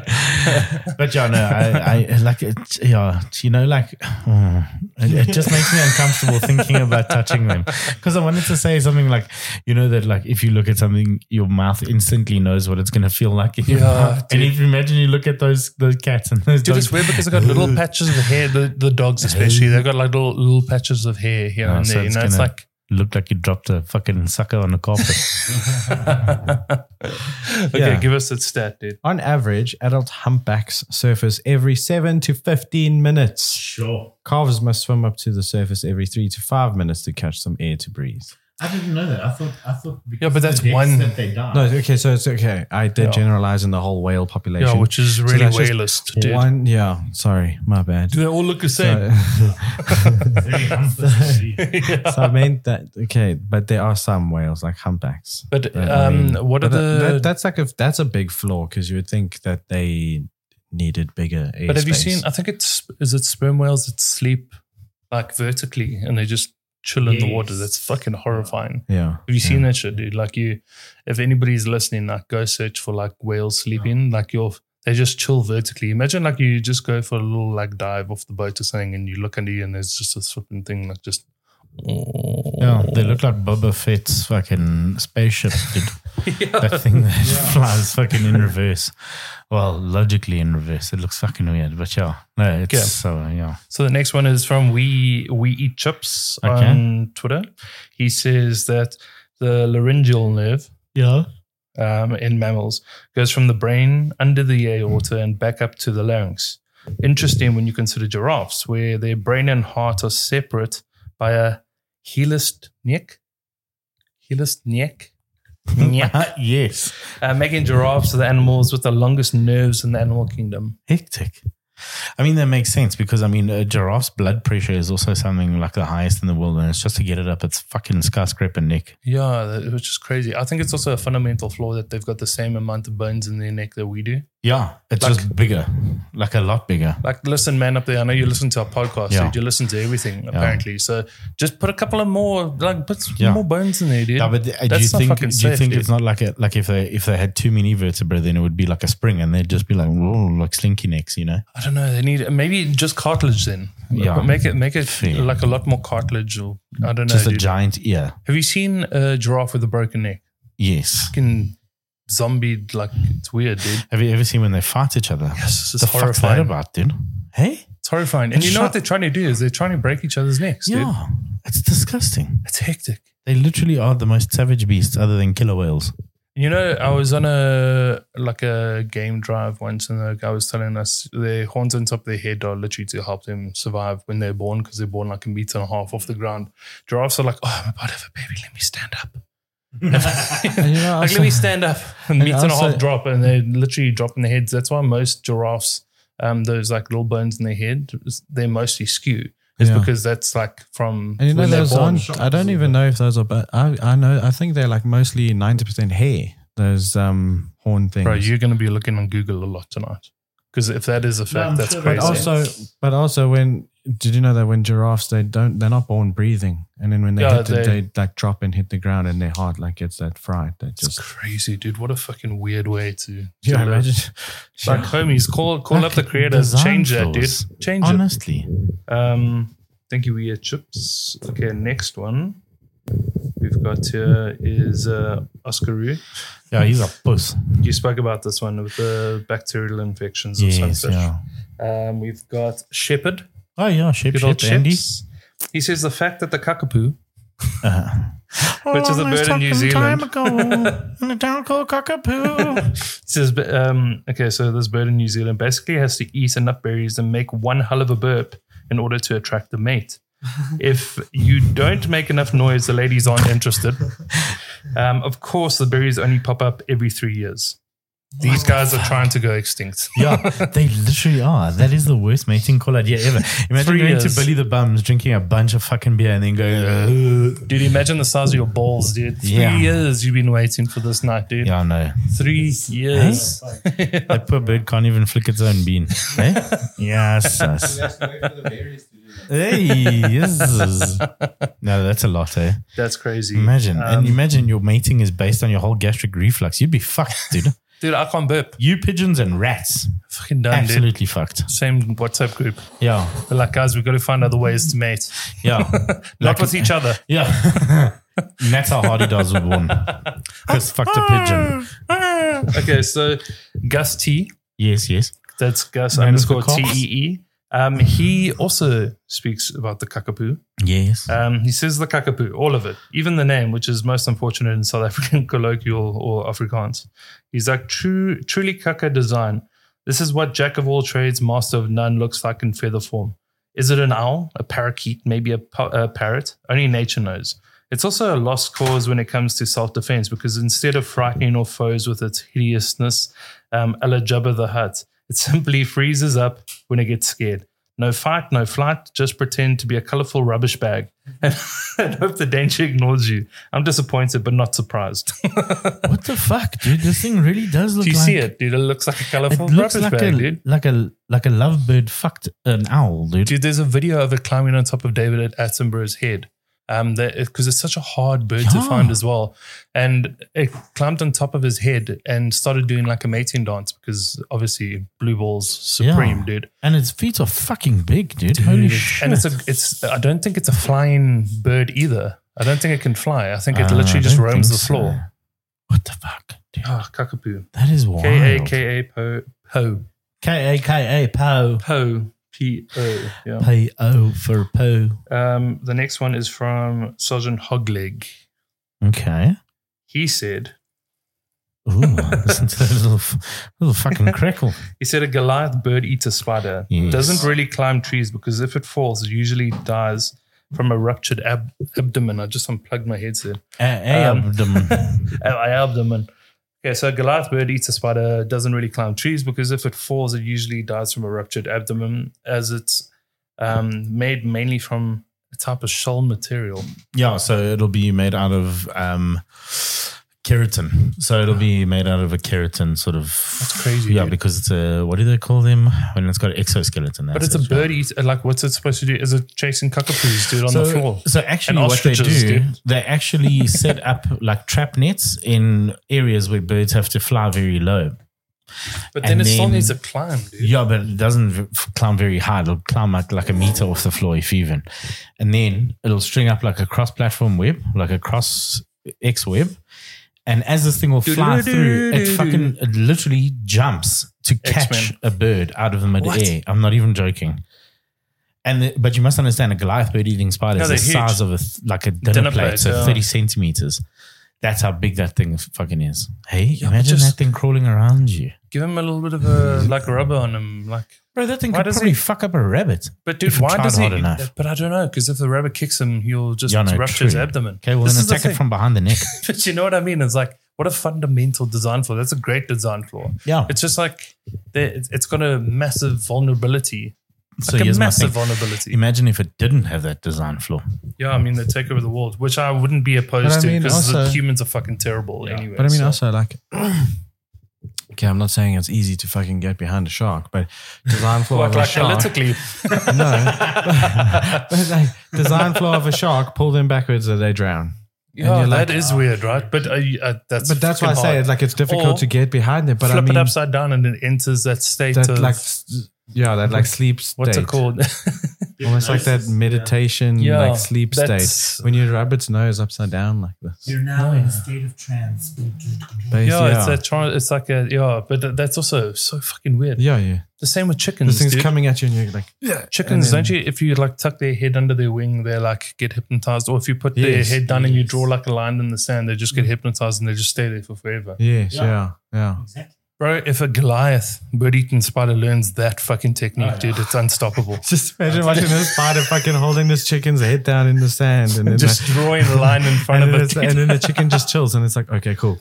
A: But yeah, no, I, I like it. Yeah, you know, like mm, it, it just makes me uncomfortable thinking about touching them because I wanted to say something like, you know, that like if you look at something, your mouth instantly knows what it's going to feel like. In your
B: Yeah,
A: mouth. And
B: dude.
A: if you imagine you look at those those cats and those
B: Dude,
A: dogs,
B: it's weird because they've got little patches of hair. The, the dogs, especially, they've got like little little patches of hair here
A: Oh,
B: and
A: so
B: there. You
A: it's
B: know, it's
A: gonna-
B: like
A: looked like you dropped a fucking sucker on a carpet.
B: okay.
C: Yeah.
B: Give us that stat, dude.
C: on average, adult humpbacks surface every seven to fifteen minutes.
A: sure.
C: Calves must swim up to the surface every three to five minutes to catch some air to breathe.
A: I didn't know that. I thought I thought
B: Yeah, but that's the depths one- that
A: they die.
C: No, okay, so it's okay. I did
B: Yeah.
C: generalize in the whole whale population.
B: Yeah, which is really
C: that's just
B: whalist, dude.
C: one. Yeah, sorry, my bad.
B: Do they all look the same? Yeah.
C: so I meant that. Okay, but there are some whales like humpbacks.
B: But
C: But, I
B: um,
C: mean,
B: what are
C: but
B: the?
C: that- that's like a that's a big flaw because you would think that they needed bigger air.
B: but have you
C: space.
B: seen? I think it's is it sperm whales that sleep like vertically and they just chill in the water.
A: Yes.
B: That's fucking horrifying.
C: Yeah.
B: Have you
C: yeah.
B: seen that shit, dude? Like you, if anybody's listening, like go search for like whales sleeping. Like you're, they just chill vertically. Imagine like you just go for a little like dive off the boat or something, and you look under you, and there's just this flipping thing like just.
A: Oh. Yeah, they look like Boba Fett's fucking spaceship. Dude. that thing that flies fucking in reverse. Well, logically in reverse. It looks fucking weird, but yeah. No, it's
B: Okay.
A: so, yeah.
B: So the next one is from We We Eat Chips
A: Okay.
B: on Twitter. He says that the laryngeal nerve
A: Yeah.
B: um, in mammals goes from the brain under the aorta and back up to the larynx. Interesting when you consider giraffes, where their brain and heart are separate by a helist neck. Helist neck. neck.
A: yes.
B: Uh, making giraffes the animals with the longest nerves in the animal kingdom.
A: Hectic. I mean, that makes sense because, I mean, a giraffe's blood pressure is also something like the highest in the world. And it's just to get it up, it's fucking skyscraper neck.
B: Yeah, that- which is crazy. I think it's also a fundamental flaw that they've got the same amount of bones in their neck that we do.
A: Yeah. It's
B: Like-
A: just bigger, like a lot bigger.
B: Like, listen, man, up there. I know you listen to our podcast,
A: Yeah.
B: dude. You listen to everything, apparently. So just put a couple of more, like, put some
A: Yeah.
B: more bones in there, dude.
A: Yeah, but uh, do
B: That's
A: you
B: not
A: think do
B: fucking
A: you
B: safe,
A: think
B: dude.
A: it's not like a like if they if they had too many vertebrae, then it would be like a spring, and they'd just be like "Whoa," like slinky necks, you know?
B: I don't know. They need maybe just cartilage then.
A: Yeah.
B: But make it make it
A: Fair.
B: like a lot more cartilage, or I don't know.
A: just a
B: dude.
A: giant ear.
B: Have you seen a giraffe with a broken neck?
A: Yes.
B: Fucking zombie, like it's weird, dude.
A: Have you ever seen when they fight each other?
B: Yes, it's
A: the fuck's that
B: horrifying.
A: about, dude? Hey,
B: It's horrifying. And
A: It's
B: you know
A: shot-
B: what they're trying to do is they're trying to break each other's necks, dude.
A: yeah, it's disgusting.
B: It's hectic.
A: They literally are the most savage beasts, other than killer whales.
B: You know, I was on a like a game drive once, and the guy was telling us their horns on top of their head are literally to help them survive when they're born because they're born like a meter and a half off the ground. Giraffes are like, "Oh, I'm about to have a baby. Let me stand up." like, let me stand up. A meter and, a
A: also-
B: half drop, and they're literally dropping their heads. That's why most giraffes, um, those like little bones in their head, they're mostly skew. It's
C: Yeah.
B: because that's like from
C: And you know
B: when they're
C: those
B: born.
C: aren't. I don't even know if those are. But I, I know. I think they're like mostly ninety percent hair. Those um horn things.
B: Bro, you're going to be looking on Google a lot tonight. Because if that is a fact, that's
C: but
B: crazy.
C: also, but also, when did you know that when giraffes they don't they're not born breathing, and then when they
B: Yeah,
C: hit the,
B: they-
C: they like drop and hit the ground, and their heart like gets that fried. That
B: it's
C: just
B: crazy, dude. What a fucking weird way to. to
C: yeah,
B: live.
C: imagine.
B: Like, homies, call call
A: Like
B: up the creators,
A: design
B: change that, dude.
A: flaws.
B: Change
A: Honestly,
B: it. Um, thank you, we are chips. Okay, next one we've got here is uh, Oscaroo.
A: yeah, he's a puss.
B: You spoke about this one with the bacterial infections or
A: Yes,
B: something.
A: yeah.
B: Um, we've got Shepherd.
A: Oh yeah, shape
B: Good old
A: shift, Andy.
B: Chips. He says the fact that the cockapoo
A: Which
B: is a bird in New
A: Time
B: Zealand.
A: ago, in a town called Cockapoo.
B: It says, but, um, okay, so this bird in New Zealand basically has to eat enough berries and make one hell of a burp in order to attract the mate. if you don't make enough noise, the ladies aren't interested. Um, of course, the berries only pop up every three years. These guys are trying to go extinct.
A: Yeah, they literally are. That is the worst mating call idea ever. Imagine
B: Three
A: going to
B: years.
A: Billy the Bums, drinking a bunch of fucking beer, and then going, "Ugh."
B: Dude, imagine the size of your balls, dude. Three
A: Yeah.
B: years you've been waiting for this night, dude.
A: yeah, no.
B: Three years.
A: That poor bird can't even flick its own bean. Eh? yes. yes. Hey, yes. No, that's a lot, eh?
B: That's crazy.
A: Imagine. and
B: Um,
A: imagine your mating is based on your whole gastric reflux. You'd be fucked, dude.
B: Dude, I can't burp.
A: You pigeons and rats.
B: Fucking done, dude.
A: Absolutely fucked.
B: Same WhatsApp group.
A: Yeah.
B: We're like, guys, we've got to find other ways to mate.
A: Yeah.
B: Not with each other.
A: Yeah. And that's how hard he does with one. Chris fucked a pigeon.
B: Okay, so Gus T,
A: Yes, yes.
B: that's Gus
A: Man of the
B: underscore T
A: cops.
B: E E. Um, he also speaks about the cockapoo.
A: Yes.
B: Um, he says the cockapoo, all of it, even the name, which is most unfortunate in South African colloquial or Afrikaans. He's like true, truly kaka design. This is what jack of all trades, master of none looks like in feather form. Is it an owl, a parakeet, maybe a, pa- a parrot? Only nature knows. It's also a lost cause when it comes to self defense because instead of frightening off foes with its hideousness, um, a la Jabba the Hutt, it simply freezes up when it gets scared. No fight, no flight, just pretend to be a colorful rubbish bag and, and hope the danger ignores you. I'm disappointed, but not surprised.
A: what the fuck, dude? This thing really does look
B: Do you
A: like
B: see it, dude? It looks like a
A: It
B: colorful
A: looks
B: rubbish
A: like
B: bag,
A: a
B: dude.
A: like a like a lovebird fucked an owl, dude.
B: Dude, there's a video of it climbing on top of David Attenborough's head. Um, because it's such a hard bird to
A: Yeah.
B: find as well, and it climbed on top of his head and started doing like a mating dance because obviously blue balls supreme,
A: Yeah.
B: dude.
A: And its feet are fucking big, dude. Holy shit!
B: And it's a, it's. I don't think it's a flying bird either. I don't think it can fly. I think it
A: Uh, I
B: literally just
A: don't
B: roams the
A: think so.
B: floor.
A: What the fuck? Dude,
B: Ah, Kakapoo.
A: that is wild.
B: K A K A Po Po
A: K A K A Po.
B: Po P O. Yeah.
A: P O for Po.
B: Um, the next one is from Sergeant Hogleg.
A: Okay.
B: He said,
A: Ooh, listen to that little, f- little fucking crackle.
B: he said a Goliath bird eater spider
A: Yes.
B: doesn't really climb trees because if it falls, it usually dies from a ruptured ab- abdomen. I just unplugged my headset.
A: A- a-
B: Um,
A: abdomen.
B: Uh, I abdomen. Okay, so a Goliath bird eater spider doesn't really climb trees because if it falls, it usually dies from a ruptured abdomen, as it's um, made mainly from a type of shell material.
A: Yeah, so it'll be made out of um, keratin. So it'll be made out of a keratin sort of. That's
B: crazy,
A: Yeah,
B: dude.
A: because it's a what do they call them when it's got an exoskeleton?
B: But
A: that's
B: it's a
A: it,
B: bird
A: yeah.
B: eater. Like, what's it supposed to do? Is it chasing cockapoos, dude, on
A: So,
B: the floor?
A: so actually,
B: And
A: what they do,
B: ostriches, dude.
A: they actually set up like trap nets in areas where birds have to fly very low.
B: But then
A: and
B: it still
A: then-
B: needs to climb, dude.
A: Yeah, but it doesn't v- climb very high. It'll climb like, like a meter off the floor, if even. And then it'll string up like a cross platform web, like a cross X web. And as this thing will fly through, it fucking it literally jumps to catch
B: X-Men.
A: a bird out of the midair. I'm not even joking. And the, but you must understand, a Goliath bird eating spider
B: No,
A: is the
B: they're huge.
A: size of a th- like a dinner,
B: Dinner
A: plate,
B: plate,
A: so
B: yeah.
A: 30 centimeters. That's how big that thing fucking is. Hey,
B: but
A: imagine
B: just-
A: that thing crawling around you.
B: Give him a little bit of a
A: Mm-hmm.
B: like rubber on him, like.
A: Bro, that thing
B: Why
A: could
B: does
A: probably
B: he-
A: fuck up a rabbit.
B: But dude,
A: If you
B: why
A: tried
B: does he?
A: hard enough.
B: But I don't know because if the rabbit kicks him, he'll just
A: Yeah, no,
B: rupture his
A: true.
B: abdomen.
A: Okay, well
B: This
A: then
B: is the
A: attack it
B: thing.
A: from behind the neck.
B: But you know what I mean? It's like what a fundamental design flaw. That's a great design flaw.
A: Yeah.
B: It's just like there- it's it's got a massive vulnerability,
A: so
B: like a
A: here's my
B: massive
A: thing.
B: vulnerability.
A: Imagine if it didn't have that design flaw.
B: Yeah, I mean they take over the world, which I wouldn't be opposed
C: But I
B: to
C: mean,
B: because the
C: also-
B: humans are fucking terrible anyway.
C: But I mean,
B: so-
C: also like, okay, I'm not saying it's easy to fucking get behind a shark, but design flaw
B: like,
C: of a
B: like
C: shark.
B: politically,
C: no, but like design flaw of a shark. Pull them backwards, or they drown.
B: yeah,
C: you're
B: that
C: like, "Oh."
B: is weird, right? But uh, uh, that's
C: But that's why I
B: fucking
C: say
B: hard.
C: it's like it's difficult
B: Or
C: to get behind it. But
B: flip
C: I mean,
B: it upside down and it enters that state
C: that
B: of
C: like s- yeah, that like sleep state.
B: what's it called?
C: Almost like that meditation,
B: Yeah.
C: like sleep
B: That's-
C: state. When your rabbit's nose upside down like this.
G: You're now in a state of trance.
C: Base-
B: yeah,
C: yeah.
B: it's a tran- it's like a yeah, but th- that's also so fucking weird.
C: yeah, yeah.
B: The same with chickens.
C: This thing's
B: dude.
C: coming at you, and you're like,
B: Chickens,
C: and then-
B: don't you? If you like tuck their head under their wing, they like get hypnotized. Or if you put
C: Yes,
B: their head down and you
G: yes.
B: draw like a line in the sand, they just get hypnotized and they just stay there for forever.
C: yes,
G: Yeah.
C: yeah, yeah.
G: Exactly.
B: Bro, if a Goliath bird-eating spider learns that fucking technique,
G: Oh, yeah.
B: dude, it's unstoppable.
C: Just imagine watching this spider fucking holding this chicken's head down in the sand, and then
B: just
C: like-
B: drawing a line in front
C: and
B: of
C: then
B: it.
C: it's- and then the chicken just chills, and it's like, okay, cool.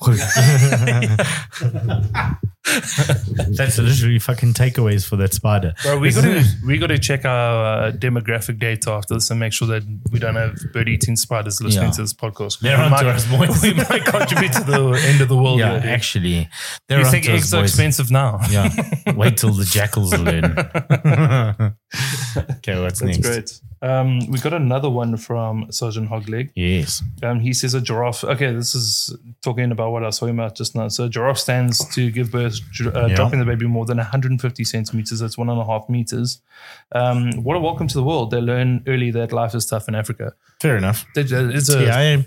A: That's literally fucking takeaways for that spider.
B: Bro, we gotta we gotta check our uh, demographic data after this and make sure that we don't have bird eating spiders listening
A: Yeah.
B: to this podcast.
A: They're
B: we,
A: onto
B: might,
A: us, boys.
B: we might contribute to the end of the world.
A: yeah,
B: here, dude.
A: actually, they're
B: you
A: onto us,
B: think eggs are
A: boys.
B: expensive now?
A: Yeah, wait till the jackals learn. okay, what's
B: That's
A: next?
B: great. Um, we got another one from Sergeant Hogleg.
A: Yes,
B: Um, he says a giraffe. Okay, this is talking about what I was talking about just now. So, a giraffe stands to give birth, dr- uh,
A: Yeah.
B: dropping the baby more than 150 centimeters. That's one and a half meters. Um, what a welcome to the world. They learn early that life is tough in Africa.
A: fair enough.
B: They- It's a,
A: Yeah, I am.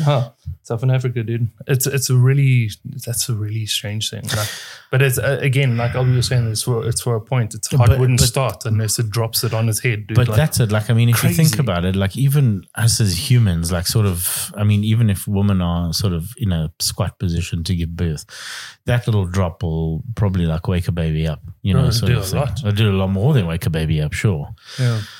B: Huh. South in Africa, dude. It's it's a really that's a really strange thing. Like, but it's uh, again like Albie was saying, it's for it's for a point. It's heart
A: But-
B: wouldn't
A: but-
B: start unless it drops it on his head, dude.
A: But
B: like,
A: that's it. Like, I mean, if you
B: crazy.
A: think about it, like even us as humans, like sort of, I mean, even if women are sort of in a squat position to give birth, that little drop will probably like wake a baby up. You
B: No,
A: know,
B: Oh, it'll
A: sort
B: do
A: of
B: a
A: thing.
B: lot.
A: It'll do a lot more than wake a baby up, sure.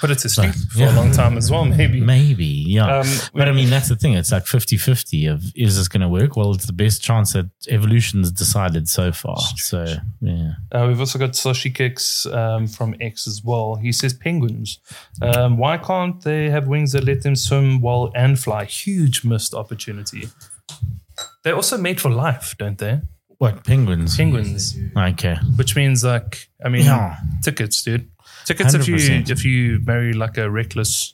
B: put it to sleep
A: But-
B: for a
A: yeah.
B: long time as well, maybe.
A: Maybe, yeah.
B: Um,
A: but I mean, that's the thing. It's like 50 50 of is this going to work? Well, it's the best chance that evolution's decided so far. So, yeah.
B: Uh, we've also got Sashi Kicks um, from X as well. He says penguins. Um, why can't they have wings that let them swim while and fly? Huge missed opportunity. They're also made for life, don't they?
A: What, penguins?
B: Penguins,
A: Okay.
B: which means like I mean,
A: Yeah.
B: tickets, dude. Tickets if you
A: 100%.
B: if you marry like a reckless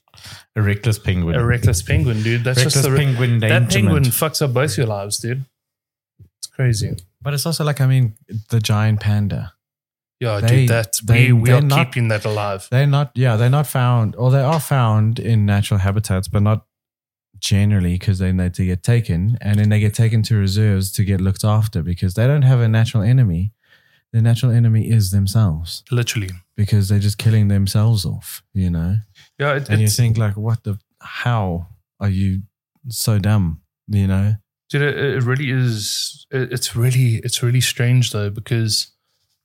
A: A reckless penguin.
B: a reckless penguin, dude. That's just
A: Reckless
B: the,
A: penguin
B: that penguin
A: endangerment.
B: fucks up both your lives, dude. It's crazy.
C: but it's also like, I mean, the giant panda.
B: Yeah,
C: They-
B: dude. That
C: they-
B: we we
C: they're
B: are
C: not-
B: keeping that alive.
C: They're not, yeah, they're not found, or they are found in natural habitats, but not generally because they need to get taken and then they get taken to reserves to get looked after because they don't have a natural enemy. Their natural enemy is themselves
B: Literally.
C: because they're just killing themselves off, you know?
B: Yeah, it,
C: And you
B: it's,
C: think, like, what the, how are you so dumb, you know?
B: dude, it, it really is. It, it's really, it's really strange though because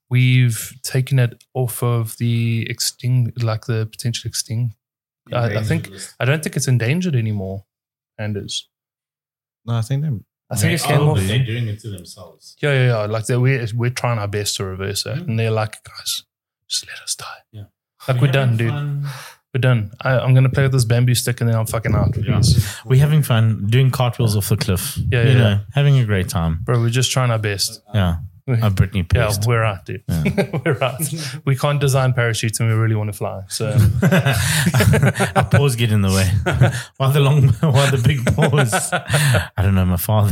B: we've taken it off of the extinct, like the potential extinct. I, I think I don't think it's endangered anymore. Anders,
C: No, I think they
B: I think it came off.
A: Probably.
B: Yeah,
A: They're doing it to themselves.
B: yeah, yeah. Like that, we're we're trying our best to reverse that,
A: Mhm.
B: and they're like, guys, just let us die.
A: Yeah.
B: Like we're done, dude. We're done. I, I'm gonna play with this bamboo stick and then I'm fucking out.
A: Yeah. We're having fun doing cartwheels off the cliff.
B: Yeah,
A: you
B: yeah,
A: know,
B: yeah.
A: having a great time.
B: Bro, we're just trying our best.
A: Yeah, a Britney
B: Yeah,
A: Pierce.
B: we're out, dude. we're out. We can't design parachutes and we really want to fly. So
A: Our paws get in the way. why the long? Why the big paws? I don't know. My father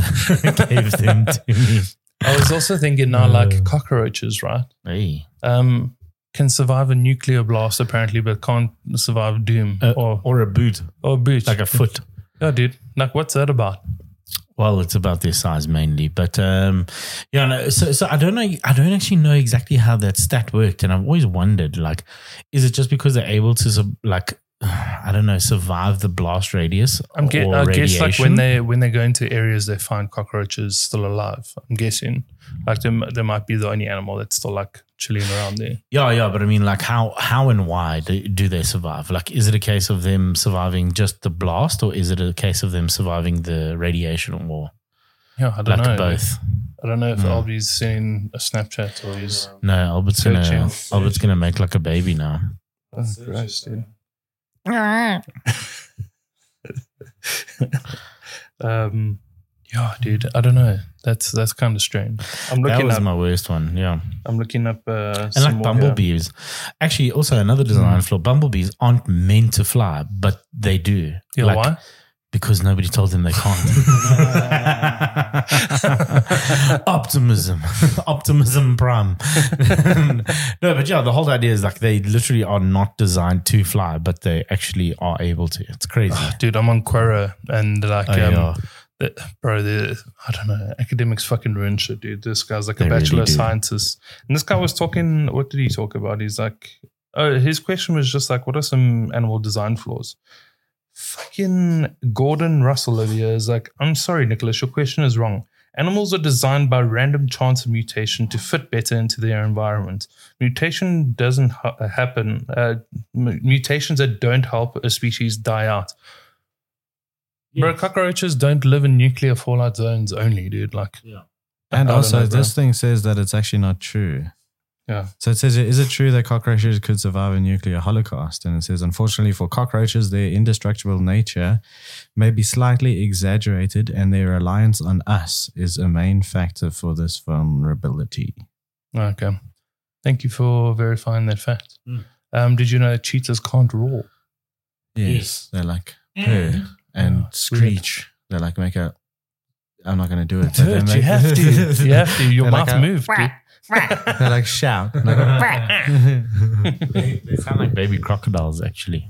A: gave them to me.
B: I was also thinking now, like cockroaches, right?
A: Hey.
B: Um, can survive a nuclear blast apparently, but can't survive doom
A: Uh,
B: or
A: or a boot,
B: or boots.
A: like a foot.
B: yeah, dude. Like, what's that about?
A: Well, it's about their size mainly, but um, yeah. No, so, so I don't know. I don't actually know exactly how that stat worked, and I've always wondered, like, is it just because they're able to, sub- like, I don't know, survive the blast radius?
B: I'm ge-
A: or
B: I guess like when
A: radiation?
B: they when they go into areas, they find cockroaches still alive. I'm guessing, like they, m- they might be the only animal that's still like chilling around there.
A: Yeah, yeah, but I mean, like, how how and why do, do they survive? Like, is it a case of them surviving just the blast, or is it a case of them surviving the radiation war?
B: Yeah, I don't
A: Like
B: know.
A: both.
B: I don't know if
A: Mm.
B: Albie's seen a Snapchat or he's.
A: No, Albert's
B: So
A: gonna
B: chance.
A: Albert's gonna make like a baby now.
B: Oh, gross, dude. um, yeah, dude. I don't know. That's that's kind of strange. I'm
A: That
B: looking
A: was
B: up.
A: my worst one. Yeah,
B: I'm looking up. Uh,
A: and
B: some
A: like
B: more Hmm. here.
A: bumblebees. Actually, also another design flaw: bumblebees aren't meant to fly, but they do.
B: Yeah,
A: Like,
B: why?
A: Because nobody told them they can't. Optimism. Optimism prime. no, but yeah, the whole idea is like they literally are not designed to fly, but they actually are able to. It's crazy.
B: Dude, I'm on Quora and like,
A: Oh,
B: um,
A: yeah.
B: the- bro, the, I don't know. Academics fucking ruin shit, dude. This guy's like
A: They
B: a
A: really
B: bachelor of
A: do.
B: sciences. And this guy was talking, what did he talk about? He's like, oh, his question was just like, what are some animal design flaws? Fucking Gordon Russell over here is like, I'm sorry, Nicholas, your question is wrong. Animals are designed by random chance of mutation to fit better into their environment. Mutation doesn't ha- happen. Uh, m- mutations that don't help a species die out. Bro, cockroaches don't live in nuclear fallout zones only, dude. Like, I
C: And
B: don't
C: also,
B: know, bro.
C: this thing says that it's actually not true.
B: Yeah.
C: So it says, is it true that cockroaches could survive a nuclear holocaust? And it says, unfortunately for cockroaches, their indestructible nature may be slightly exaggerated, and their reliance on us is a main factor for this vulnerability.
B: okay. Thank you for verifying that fact.
A: Mm.
B: Um, did you know that cheetahs can't roar?
A: Yes.
C: They're like purr and screech. They like make a. I'm not going to do it. but they
B: Dude, you
C: make-
B: have to. You have to. Your
C: They're like
B: mouth
C: a-
B: moves, dude.
C: They like shout. Like-
A: They, they sound like baby crocodiles, actually.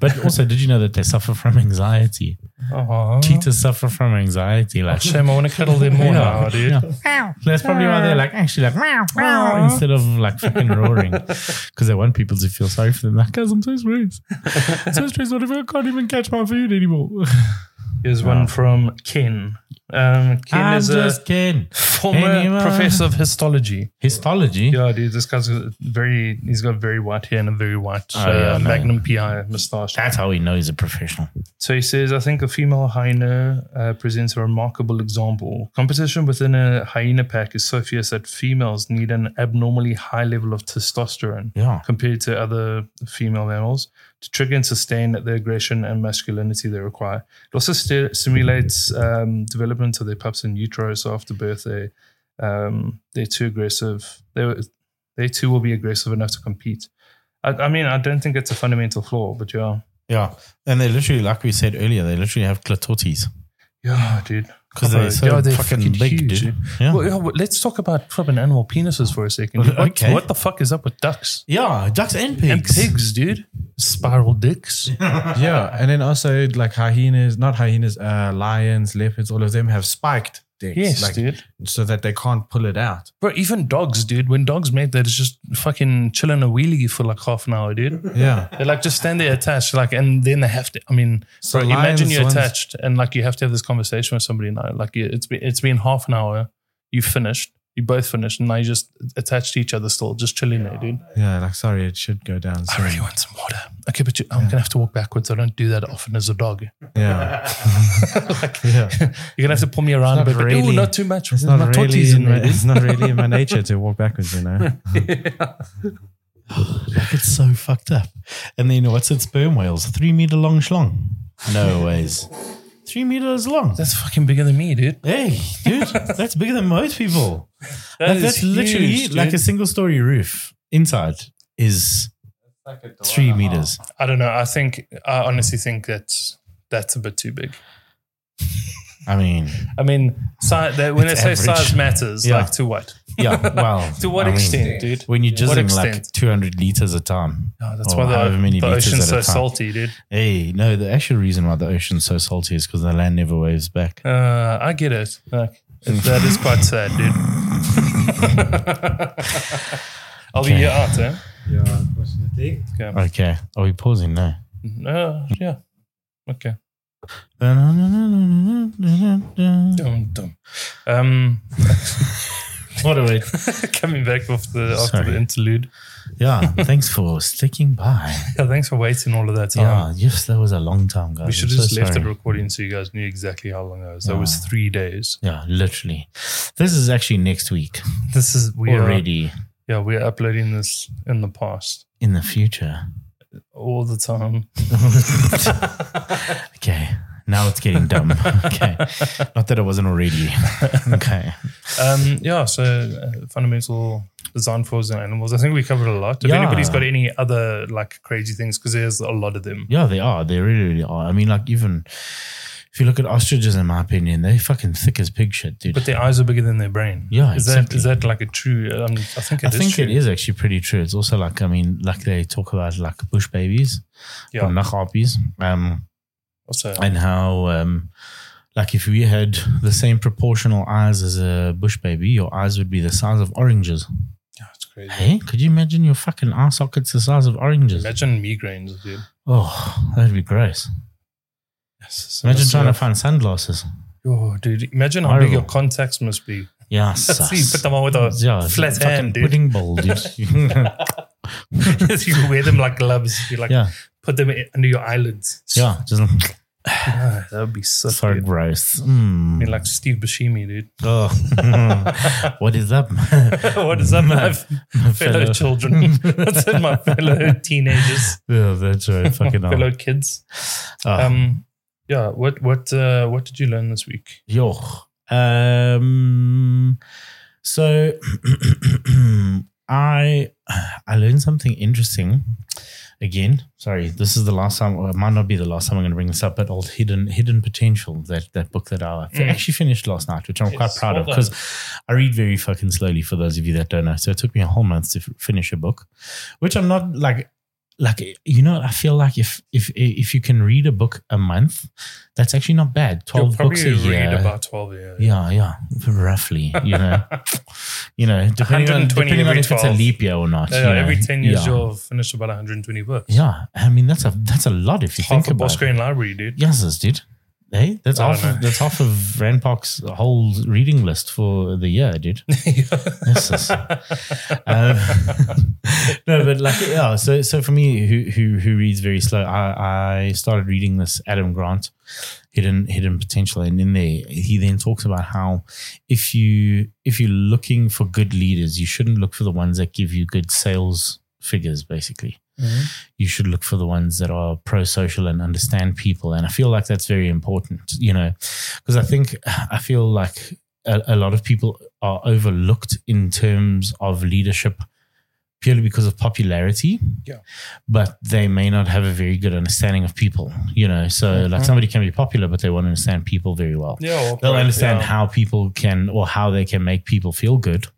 A: But also, did you know that they suffer from anxiety?
B: Aw.
A: Cheetahs suffer from anxiety. Like,
B: Shame, I want to cuddle them more
A: Uh-huh. Yeah.
B: now, dude.
A: Yeah. That's probably why they're like actually like meow, meow, instead of like fucking roaring because they want people to feel sorry for them. Like, guys, I'm so stressed. I'm so stressed. What if I can't even catch my food anymore?
B: Here's one from Ken. Um, Ken
A: I'm
B: is a
A: just kidding.
B: former
A: Anyone?
B: professor of histology.
A: Histology.
B: Yeah, dude, this guy's got very, he's got very white hair and a very white
A: Oh,
B: uh,
A: yeah, no.
B: Magnum PI mustache.
A: That's how we know he's a professional.
B: So he says, I think a female hyena uh, presents a remarkable example. Competition within a hyena pack is so fierce that females need an abnormally high level of testosterone
A: Yeah.
B: compared to other female mammals to trigger and sustain the aggression and masculinity they require. It also sti- simulates um, development of their pups in utero. So after birth, they um, they're too aggressive. They they too will be aggressive enough to compete. I, I mean, I don't think it's a fundamental flaw, but yeah,
A: Yeah. And they literally, like we said earlier, they literally have clitorides.
B: yeah, dude.
A: because they're so
B: yeah, they're
A: fucking,
B: fucking
A: big,
B: huge, eh?
A: dude. Yeah.
B: Well, yeah, well, let's talk about fucking animal penises for a second. What,
A: Okay.
B: what the fuck is up with ducks
A: yeah, ducks and pigs.
B: and pigs, dude? Spiral dicks.
C: yeah, and then also like hyenas, not hyenas, uh, lions, leopards, all of them have spiked dicks,
B: yes,
C: like,
B: dude.
C: so that they can't pull it out.
B: Bro, even dogs, dude. When dogs mate, they're just fucking chilling a wheelie for like half an hour, dude.
C: Yeah,
B: They like just stand there attached, like, and then they have to. I mean,
C: So
B: bro, imagine
C: lions
B: you're
C: ones-
B: attached and like you have to have this conversation with somebody now. Like you, it's been it's been half an hour. You finished. You both finished, and now you just attached to each other still, just chilling there, dude.
C: yeah. Like sorry, it should go down.
B: I really want some water. Okay, but you, I'm gonna have to walk backwards. I don't do that often as a dog.
C: Yeah,
B: like,
C: yeah.
B: You're gonna have to pull me around,
C: not
B: but, but ooh,
C: really-
B: not too much.
C: It's
B: my
C: not really.
B: totties in
C: In my,
B: there, dude.
C: it's not really in my nature to walk backwards, you know.
A: Like it's so fucked up. And then what's it? Sperm whales, three meter long schlong. No ways. Three meters long.
B: That's fucking bigger than me, dude.
A: Hey, dude, that's bigger than most people. Like,
B: is
A: that's literally
B: huge,
A: like a
B: dude.
A: single story roof inside is three meters.
B: I don't know. I think I honestly think that's that's a bit too big.
A: I mean,
B: I mean, size, that, when they
A: It's
B: say
A: average.
B: size matters,
A: Yeah.
B: like to what?
A: yeah, well.
B: To what
A: I mean,
B: extent, dude?
A: when you're
B: To what
A: jizzing like
B: extent?
A: 200 liters a time.
B: Oh, that's
A: or
B: why
A: however
B: the,
A: many
B: the
A: liters
B: ocean's
A: at
B: so
A: a time.
B: salty, dude.
A: Hey, no, the actual reason why the ocean's so salty is because the land never waves back.
B: Uh, I get it. Like, that is quite sad, dude. I'll be
A: Okay.
B: here out, eh?
G: Yeah, unfortunately.
A: Okay. Are we pausing now?
B: No, Uh, yeah. Okay.
A: What
B: Dum, dum. Um,
A: a way.
B: coming back off the after
A: Sorry.
B: the interlude.
A: Yeah, thanks for sticking by.
B: Yeah, thanks for waiting all of that time.
A: Yeah, yes, that was a long time, guys.
B: We should
A: I'm
B: have
A: so
B: just left
A: sorry.
B: it recording so you guys knew exactly how long that was. That was three days.
A: Yeah, literally. This is actually next week
B: This is we Are,
A: already
B: yeah, we're uploading this in the past
A: in the future.
B: all the time.
A: Okay, now it's getting dumb. okay, not that it wasn't already. okay,
B: Um, yeah, so uh, fundamental design flaws in animals. I think we covered a lot. If
A: Yeah.
B: anybody's got any other like crazy things, because there's a lot of them.
A: yeah, they are. They really, really are. I mean, like even if you look at ostriches, in my opinion, they're fucking thick as pig shit, dude.
B: But their eyes are bigger than their brain.
A: Yeah,
B: is that
A: exactly.
B: is that like a true? Um, I think it
A: I
B: is
A: think
B: true.
A: it is actually pretty true. It's also like I mean, like they talk about like bush babies,
B: Yeah.
A: or nachapies, um,
B: Also,
A: and how um like if we had the same proportional eyes as a bush baby, your eyes would be the size of oranges.
B: yeah, Ah, it's crazy.
A: Hey, could you imagine your fucking eye sockets the size of oranges?
B: Imagine migraines, dude.
A: Oh, that'd be gross.
B: Yes,
A: Imagine trying to
B: to
A: find sunglasses.
B: Oh, dude! Imagine how big
A: Horrible.
B: your contacts must be.
A: Yeah,
B: See, you put
A: sus.
B: them on with a
A: yeah,
B: flat
A: fucking
B: hand, dude.
A: pudding bowl, dude.
B: you wear them like gloves. You like
A: yeah,
B: put them in- under your eyelids.
A: yeah, just
B: Ah, that would be such.
A: so
B: weird.
A: gross.
B: I mean,
A: Mm.
B: like Steve Buscemi, dude.
A: Oh. what is up,
B: what is that, my fellow,
A: fellow-
B: children? What's that, my fellow teenagers?
A: Yeah, that's right.
B: My
A: Fucking
B: fellow
A: hell.
B: kids.
A: Ah.
B: Um, yeah. What what uh, what did you learn this week?
A: Yo. Um, so I I learned something interesting. Again, sorry, this is the last time, or it might not be the last time I'm going to bring this up, but old hidden hidden potential that that book that I
B: Mm.
A: actually finished last night, which I'm quite
B: Yes,
A: proud
B: well
A: of because I read very fucking slowly. For those of you that don't know, so it took me a whole month to f- finish a book, which I'm not like like you know. I feel like if if if you can read a book a month, that's actually not bad.
B: You'll
A: Twelve books
B: probably
A: a year.
B: read about twelve years.
A: Yeah, yeah, roughly. You know, you know, depending on
B: 120
A: depending on
B: every
A: if it's a
B: 12.
A: leap year or not.
B: Yeah,
A: you know.
B: every ten years
A: yeah.
B: you'll finish about 120 books.
A: Yeah, I mean that's a that's a lot if you
B: Half
A: think
B: a
A: about. it.
B: Boscreen library, dude.
A: Yes, yes, dude. Hey, that's
B: I
A: half
B: don't
A: of, that's half of Randpark's whole reading list for the year, dude. Yes, yes. Um, no, but like yeah. So so for me, who who who reads very slow, I I started reading this Adam Grant, hidden hidden potential, and in there he then talks about how if you if you're looking for good leaders, you shouldn't look for the ones that give you good sales figures, basically you should look for the ones that are pro social and understand people. And I feel like that's very important, you know, because I think I feel like a, a lot of people are overlooked in terms of leadership purely because of popularity.
H: Yeah.
A: But they may not have a very good understanding of people, you know. So like somebody can be popular, but they won't understand people very well.
B: Mm-hmm. Yeah, well,
A: They'll
B: right,
A: understand
B: yeah.
A: how people can or how they can make people feel good.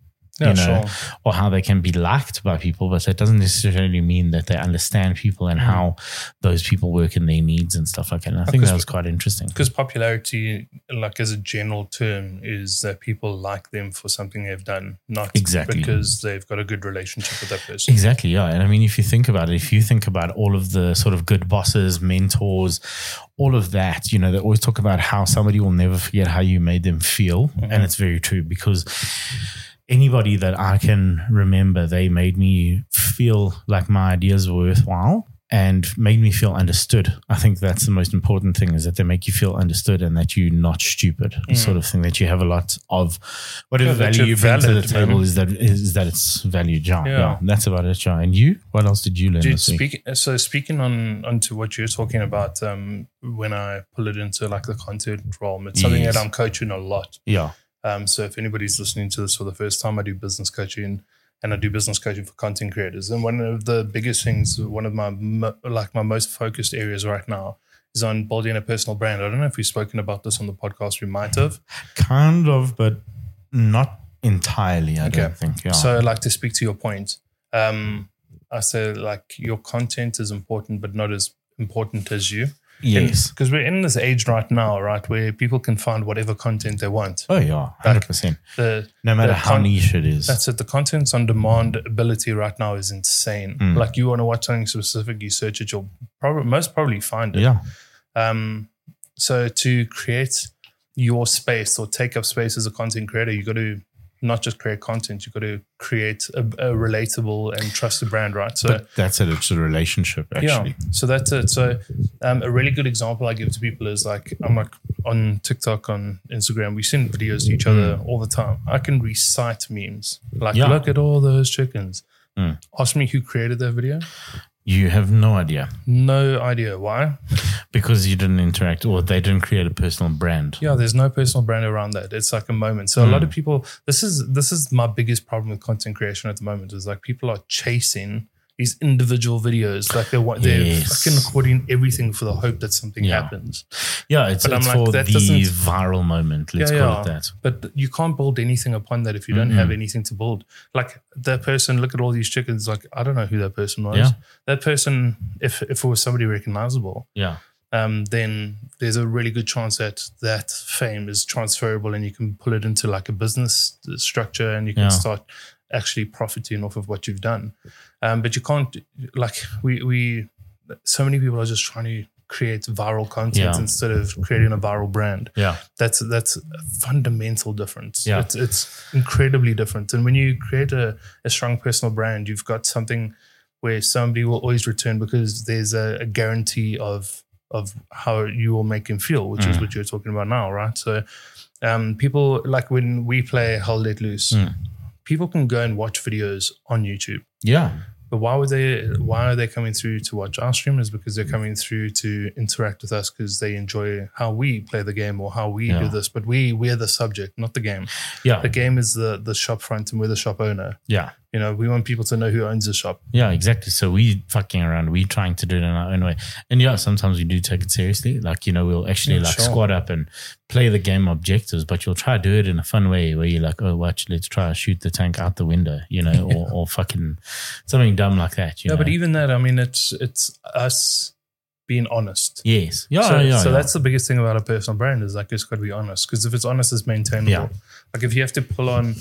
B: Yeah,
A: you know,
B: sure.
A: or how they can be liked by people, but that doesn't necessarily mean that they understand people
B: Mm.
A: and how those people work and their needs and stuff like that. And I think
B: Because-
A: that was quite interesting.
B: Because popularity, like as a general term, is that people like them for something they've done, not
A: Exactly.
B: because they've got a good relationship with that person.
A: Exactly, yeah. And I mean, if you think about it, if you think about all of the sort of good bosses, mentors, all of that, you know, they always talk about how somebody will never forget how you made them feel.
B: Mm-hmm.
A: And it's very true because anybody that I can remember, they made me feel like my ideas were worthwhile and made me feel understood. I think that's the most important thing is that they make you feel understood and that you're not stupid, sort of thing, that you have a lot of whatever
B: Mm. Yeah, that
A: value you
B: you're
A: bring to the
B: valid, man.
A: table is that is that it's valued, yeah.
B: Yeah.
A: yeah. That's about it, John. And you? What else did you learn
B: Dude,
A: this week?
B: speak, so speaking on onto what you're talking about, um, when I pull it into like the content realm, it's something
A: Yes.
B: that I'm coaching a lot.
A: Yeah.
B: Um, so if anybody's listening to this for the first time, I do business coaching and I do business coaching for content creators. And one of the biggest things, one of my mo- like my most focused areas right now is on building a personal brand. I don't know if we've spoken about this on the podcast. We might have.
A: Kind of, but not entirely, I
B: Okay.
A: don't think. Yeah.
B: So like to speak to your point. Um, I say like your content is important, but not as important as you.
A: yes.
B: Because we're in this age right now, right, where people can find whatever content they want.
A: Oh yeah, hundred percent.
B: The
A: No matter
B: the
A: how
B: con-
A: niche it is.
B: That's it. The content's on demand ability right now is insane.
A: Mm.
B: Like you want to watch something specific, you search it, you'll probably most probably find it.
A: yeah.
B: Um, so to create your space or take up space as a content creator, you got to not just create content, you got to create a, a relatable and trusted brand, right? So
A: but that's it. It's a relationship, actually.
B: yeah. So that's it. So um, a really good example I give to people is like I'm like on TikTok, on Instagram, we send videos to each other all the time. I can recite memes. Like,
A: Hmm. Yeah.
B: look at all those chickens.
A: Mm.
B: Ask me who created that video.
A: You have no idea
B: No idea why.
A: because you didn't interact or they didn't create a personal brand.
B: Yeah, there's no personal brand around that. It's like a moment. So a
A: Hmm.
B: lot of people this is this is my biggest problem with content creation at the moment is like people are chasing these individual videos. Like they want they're
A: Yes.
B: fucking recording everything for the hope that something
A: Yeah.
B: happens.
A: Yeah, it's,
B: But I'm
A: it's
B: like,
A: for
B: that doesn't-
A: the viral moment. Let's
B: Yeah,
A: call
B: yeah.
A: it that.
B: But you can't build anything upon that if you don't have anything to build. Like that person, look at all these chickens. Like I don't know who that person was.
A: Yeah.
B: That person, if if it was somebody recognizable,
A: Yeah.
B: um, then there's a really good chance that that fame is transferable, and you can pull it into like a business structure, and you can
A: Yeah.
B: start actually profiting off of what you've done. Um, but you can't like we we so many people are just trying to create viral content
A: Yeah.
B: instead of creating a viral brand
A: Yeah.
B: that's that's a fundamental difference.
A: Yeah.
B: It's, it's incredibly different. And when you create a, a strong personal brand, you've got something where somebody will always return because there's a, a guarantee of of how you will make them feel, which is
A: Mm.
B: what you're talking about now, right? So um, people like when we play Hell Let Loose,
A: Mm.
B: people can go and watch videos on YouTube.
A: Yeah.
B: But why would they? Why are they coming through to watch our stream? Is because they're coming through to interact with us because they enjoy how we play the game or how we
A: Yeah.
B: do this. But we we're the subject, not the game.
A: Yeah.
B: The game is the the shop front, and we're the shop owner.
A: Yeah.
B: You know, we want people to know who owns the shop.
A: Yeah, exactly. So we fucking around, we trying to do it in our own way. And yeah, sometimes we do take it seriously. Like, you know, we'll actually
B: Yeah,
A: like
B: sure.
A: squad up and play the game objectives, but you'll try to do it in a fun way where you're like, oh, watch, let's try to shoot the tank out the window, you know, or, or fucking something dumb like that. You
B: no,
A: know?
B: but even that, I mean, it's it's us being honest.
A: Yes. Yeah,
B: so,
A: Oh, yeah.
B: so
A: yeah.
B: that's the biggest thing about a personal brand is like it's got to be honest because if it's honest, it's maintainable.
A: Yeah.
B: Like if you have to pull on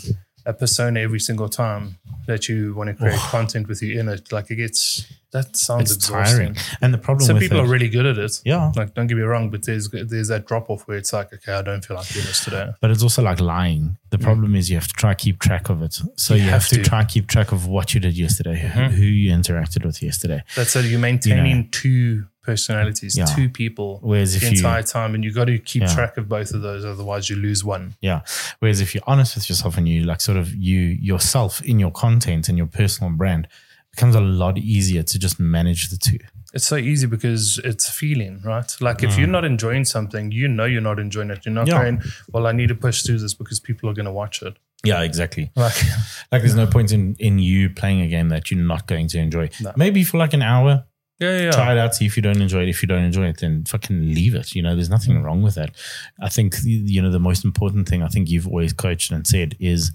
B: a persona every single time that you want to create content with you in it, like it gets that sounds
A: it's
B: exhausting.
A: tiring. And the problem
B: Some
A: with
B: people
A: it-
B: are really good at it.
A: yeah.
B: Like don't get me wrong, but there's there's that drop off where it's like okay, I don't feel like doing this today.
A: but it's also like lying. The problem is you have to try keep track of it. So you, have,
B: Mm. have
A: to,
B: to. Mm-hmm.
A: try keep track of what you did yesterday, who you interacted with yesterday.
B: That's it. You're maintaining two personalities,
A: Yeah.
B: two people,
A: Whereas
B: the
A: if you-
B: entire time, and you got to keep
A: Yeah.
B: track of both of those, otherwise you lose one.
A: Yeah. Whereas if you're honest with yourself and you like sort of you yourself in your content and your personal brand, it becomes a lot easier to just manage the two.
B: It's so easy because it's feeling, right? Like if you're not enjoying something, you know you're not enjoying it. You're not
A: Yeah.
B: going, well, I need to push through this because people are going to watch it.
A: Yeah, exactly.
B: Like,
A: Like, there's no point in in you playing a game that you're not going to enjoy.
B: No.
A: Maybe for like an hour,
B: yeah, yeah.
A: try it out, see if you don't enjoy it. If you don't enjoy it, then fucking leave it. You know, there's nothing
B: Mm.
A: wrong with that. I think the- you know the most important thing I think you've always coached and said is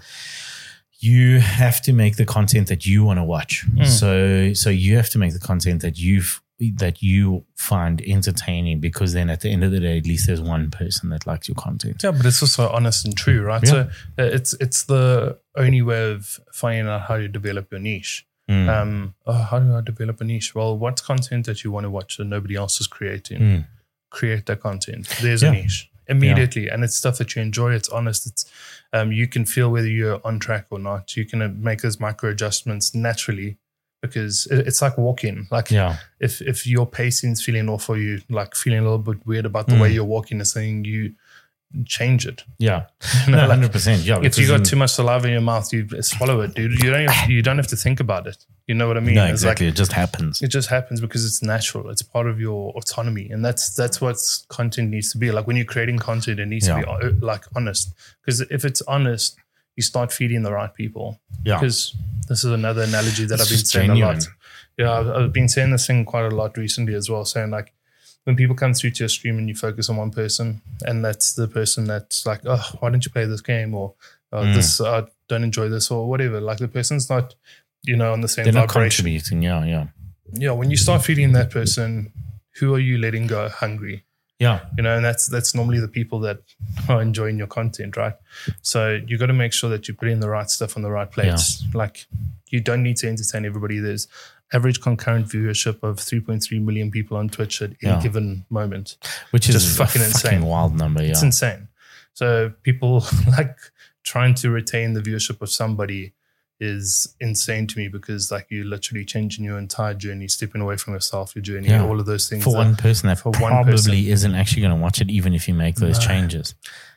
A: you have to make the content that you want to watch.
B: Mm.
A: So so you have to make the content that you've that you find entertaining because then at the end of the day, at least there's one person that likes your content.
B: Yeah, but it's also honest and true, right?
A: Yeah.
B: So uh, it's it's the only way of finding out how to develop your niche.
A: Mm.
B: Um, oh, how do I develop a niche? Well, what's content that you want to watch that nobody else is creating?
A: Mm.
B: Create that content. There's
A: Yeah.
B: a niche immediately, and it's stuff that you enjoy. It's honest. It's um, you can feel whether you're on track or not. You can uh, make those micro adjustments naturally because it- it's like walking. Like
A: Yeah.
B: if if your pacing's feeling off or you like feeling a little bit weird about the
A: Mm.
B: way you're walking is saying you change it.
A: Yeah.
B: You
A: No,
B: know, like,
A: hundred percent. Yeah.
B: if you
A: because
B: got
A: in-
B: too much saliva in your mouth, you swallow it, dude. You don't even, you don't have to think about it. You know what I mean?
A: no,
B: It's like-
A: exactly. it just happens.
B: it just happens because it's natural. It's part of your autonomy, and that's that's what content needs to be. Like when you're creating content, it needs
A: Yeah.
B: to be uh, like honest. Because if it's honest, you start feeding the right people.
A: Yeah.
B: Because this is another analogy that
A: It's
B: I've been
A: just
B: saying a
A: genuine.
B: lot. Yeah, I've, I've been saying this thing quite a lot recently as well. Saying like, when people come through to your stream and you focus on one person, and that's the person that's like, oh, why don't you play this game or oh,
A: Mm.
B: this I don't enjoy this or whatever. Like the person's not, you know, on the same
A: They're not
B: vibration
A: contributing. Yeah. Yeah.
B: yeah, when you start feeding that person, who are you letting go hungry?
A: Yeah.
B: You know, and that's that's normally the people that are enjoying your content, right? So you got to make sure that you put in the right stuff on the right plates. Like you don't need to entertain everybody. There's average concurrent viewership of 3.3 million people on Twitch at any
A: Yeah.
B: given moment.
A: Which is
B: Just
A: a
B: fucking insane.
A: wild number. Yeah.
B: It's insane. So people like trying to retain the viewership of somebody is insane to me because like you're literally changing your entire journey, stepping away from yourself, your journey,
A: Yeah.
B: all of those things.
A: for
B: that-
A: one person that
B: for one
A: probably
B: person.
A: isn't actually going to watch it, even if you make those
B: No.
A: changes.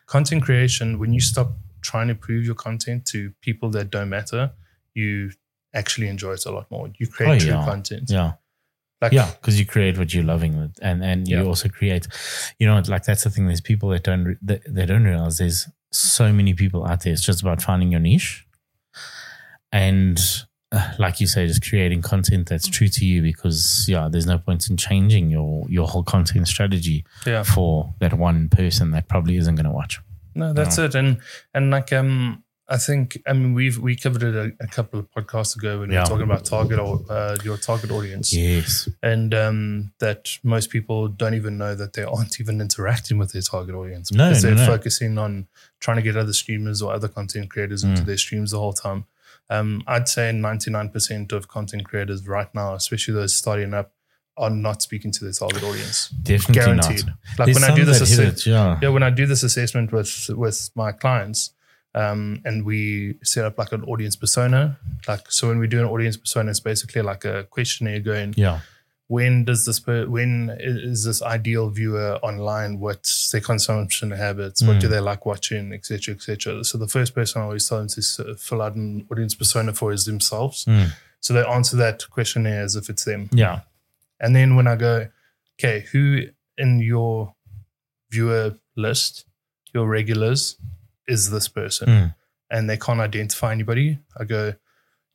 B: content creation, when you stop trying to prove your content to people that don't matter, you actually enjoy it a lot more. You create
A: Oh,
B: true
A: yeah.
B: content.
A: Yeah,
B: Like
A: yeah, because you create what you're loving, and and you
B: Yeah.
A: also create. You know, like that's the thing. There's people that don't re- that, they don't realize there's so many people out there. It's just about finding your niche, and uh, like you say, just creating content that's true to you. Because yeah, there's no point in changing your your whole content strategy
B: yeah.
A: for that one person that probably isn't going to watch.
B: No, that's it. And and like um I think I mean we've we covered it a, a couple of podcasts ago when we
A: Yeah.
B: were talking about target or uh, your target audience.
A: Yes.
B: And um that most people don't even know that they aren't even interacting with their target audience
A: No,
B: because
A: no,
B: they're
A: no.
B: focusing on trying to get other streamers or other content creators into
A: Mm.
B: their streams the whole time. Um, I'd say 99% of content creators right now, especially those starting up, are not speaking to their target audience.
A: Definitely
B: Guaranteed.
A: not.
B: Like
A: There's
B: when I do
A: some
B: this,
A: that
B: assi-
A: hit it, yeah.
B: yeah when i do this assessment with with my clients um, and we set up like an audience persona like so when we do an audience persona it's basically like a questionnaire going
A: Yeah.
B: when does this per- when i- is this ideal viewer online what's their consumption habits what
A: Mm.
B: do they like watching etc cetera, etc cetera. so the first person i always tell them to s- fill out an audience persona for is themselves
A: Mm.
B: so they answer that questionnaire as if it's them
A: Yeah.
B: and then when I go, okay, who in your viewer list, your regulars, is this person?
A: Mm.
B: And they can't identify anybody. I go,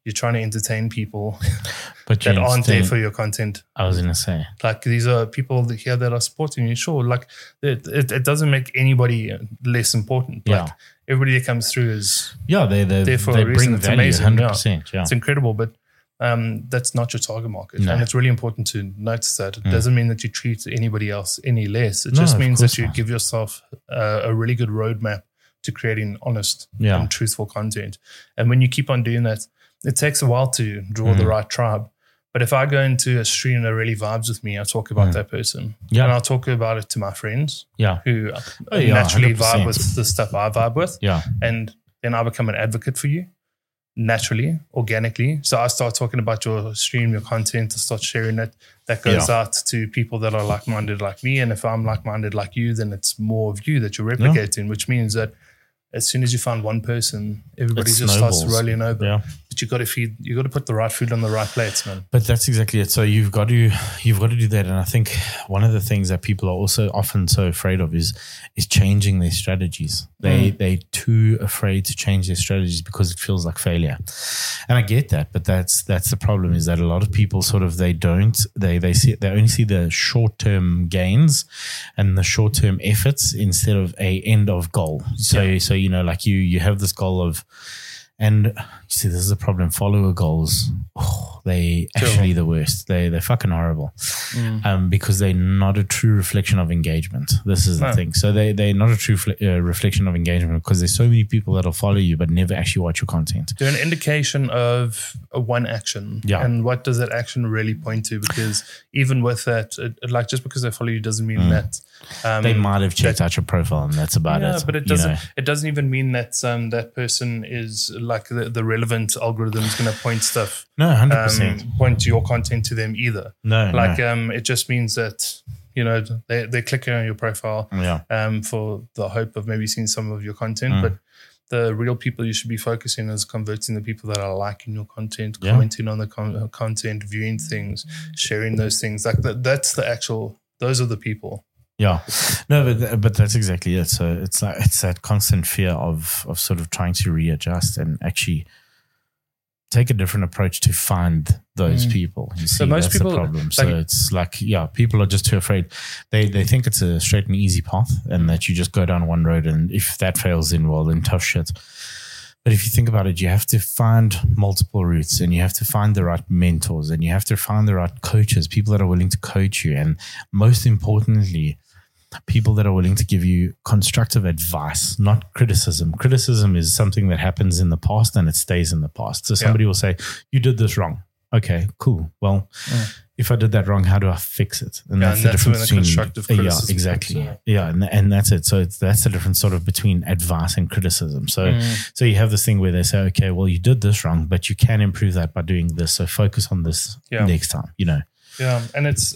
B: you're trying to entertain people
A: But
B: that
A: you
B: aren't there
A: understand-
B: for your content.
A: I was gonna say.
B: Like these are people that here that are supporting you. Sure, like it, it, it doesn't make anybody less important. Like
A: Yeah.
B: everybody that comes through is
A: Yeah, they they,
B: There for
A: they
B: a reason.
A: bring
B: It's
A: value,
B: amazing,
A: hundred percent. Yeah,
B: it's incredible, but um, that's not your target market.
A: No.
B: And it's really important to notice that. It
A: Mm.
B: doesn't mean that you treat anybody else any less. It
A: No,
B: just
A: of
B: means
A: course
B: that you
A: not.
B: give yourself uh, a really good roadmap to creating honest
A: Yeah.
B: and truthful content. And when you keep on doing that, it takes a while to draw
A: Mm.
B: the right tribe. But if I go into a stream that really vibes with me, I talk about
A: Mm.
B: that person.
A: Yeah.
B: And I'll talk about it to my friends
A: yeah,
B: who
A: Oh, yeah,
B: naturally vibe
A: 100%.
B: with the stuff I vibe with
A: yeah,
B: and then I become an advocate for you naturally, organically. So I start talking about your stream, your content, I start sharing it. That goes out to people that are like minded like me. And if I'm like minded like you, then it's more of you that you're replicating, which means that as soon as you find one person, everybody
A: It
B: just starts
A: snowballs.
B: rolling over.
A: yeah.
B: But But you got to feed. You got to put the right food on the right plates, man.
A: But that's exactly it. So you've got to you've got to do that. And I think one of the things that people are also often so afraid of is is changing their strategies. They they too afraid to change their strategies because it feels like failure. And I get that, but that's that's the problem is that a lot of people sort of they don't they they see they only see the short term gains and the short term efforts instead of a end of goal. So so you know like you you have this goal of and uh, you see, this is a problem. Follower goals, oh, they actually the worst. They they're fucking horrible,
B: Mm.
A: um, because they're not a true reflection of engagement. This is the
B: No.
A: thing. So they they're not a true fle- uh, reflection of engagement because there's so many people that'll follow you but never actually watch your content.
B: They're an indication of a one action.
A: Yeah.
B: And what does that action really point to? Because even with that, it, it, like just because they follow you doesn't mean that. Um,
A: Mm. They might have checked out your profile and that's about
B: yeah,
A: it.
B: but it
A: you know.
B: doesn't. It doesn't even mean that um, that person is like the, the relevant algorithm is going to point stuff,
A: No, hundred
B: um,
A: percent.
B: point your content to them either.
A: No,
B: like
A: no.
B: um, it just means that you know they they're clicking on your profile
A: yeah.
B: um, for the hope of maybe seeing some of your content.
A: Mm.
B: But the real people you should be focusing is converting the people that are liking your content,
A: Yeah.
B: commenting on the con- content, viewing things, sharing those things. Like that, that's the actual. Those are the people.
A: Yeah, no, but th- but that's exactly it. So it's like it's that constant fear of of sort of trying to readjust and actually take a different approach to find those people. You see,
B: Mm. most
A: that's
B: people-
A: the problem. so
B: like-
A: it's like yeah, people are just too afraid. They they think it's a straight and easy path, and that you just go down one road, and if that fails, then well, then tough shit. But if you think about it, you have to find multiple routes and you have to find the right mentors and you have to find the right coaches, people that are willing to coach you. And most importantly, people that are willing to give you constructive advice, not criticism. Criticism is something that happens in the past and it stays in the past. So somebody will say, You did this wrong. Okay, cool. Well, if I did that wrong, how do I fix it? And
B: Yeah,
A: that's
B: and
A: the
B: that's
A: difference
B: when the
A: between
B: constructive
A: yeah,
B: criticism
A: exactly,
B: comes
A: yeah, and and that's it. So it's, that's the difference sort of between advice and criticism. So
B: Mm.
A: so you have this thing where they say, okay, well you did this wrong, but you can improve that by doing this. So focus on this
B: Yeah.
A: next time. You know,
B: Yeah, and it's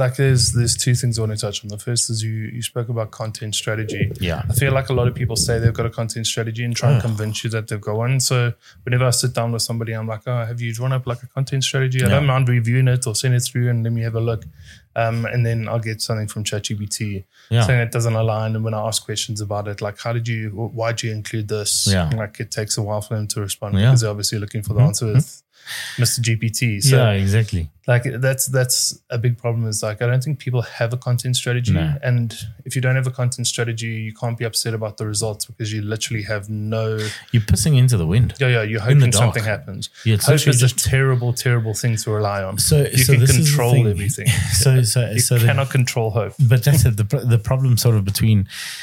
B: like there's there's two things I want to touch on. The first is you you spoke about content strategy.
A: yeah,
B: I feel like a lot of people say they've got a content strategy and try and
A: Hmm.
B: convince you that they've got one. So whenever I sit down with somebody, I'm like, oh, have you drawn up like a content strategy? I
A: Yeah.
B: don't mind reviewing it or send it through and let me have a look. Um, and then I'll get something from ChatGPT
A: Yeah.
B: saying it doesn't align. And when I ask questions about it, like, how did you, why did you include this?
A: Yeah.
B: Like it takes a while for them to respond
A: Yeah. Hmm.
B: because they're obviously looking for the answer with Mr. GPT. So
A: yeah, exactly.
B: like that's that's a big problem is like i don't think people have a content strategy
A: No.
B: and if you don't have a content strategy you can't be upset about the results because you literally have no
A: You're pissing into the wind.
B: yeah yeah you're
A: In the
B: hoping
A: dark.
B: something happens
A: Yeah, it's
B: hope
A: literally
B: is a
A: just-
B: terrible terrible thing to rely on
A: So
B: you
A: so
B: can
A: this is the
B: control
A: thing.
B: everything
A: So so
B: you
A: so the-
B: cannot control hope
A: but that's it. The, pro- the problem sort of between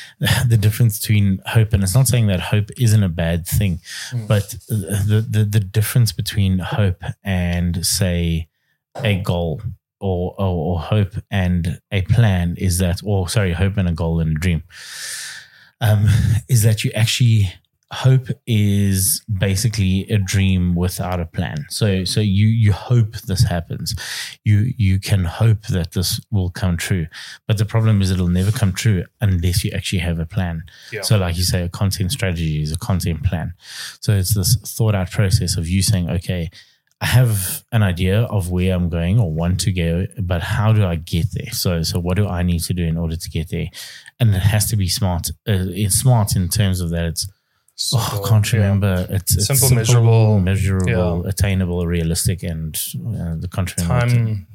A: the difference between hope and it's not saying that hope isn't a bad thing, but the, the the difference between hope and say a goal or, or or hope and a plan is that or sorry hope and a goal and a dream um, is that you actually hope is basically a dream without a plan. So so you you hope this happens. You you can hope that this will come true. But the problem is it'll never come true unless you actually have a plan.
B: Yeah.
A: So like you say a content strategy is a content plan. So it's this thought out process of you saying, okay, I have an idea of where I'm going or want to go, but how do I get there? So, so what do I need to do in order to get there? And it has to be smart. Uh, it's smart in terms of that it's oh, I can't
B: Yeah.
A: remember. It's, it's
B: Simple, measurable,
A: measurable, attainable, realistic, and uh, the contrary.
B: time like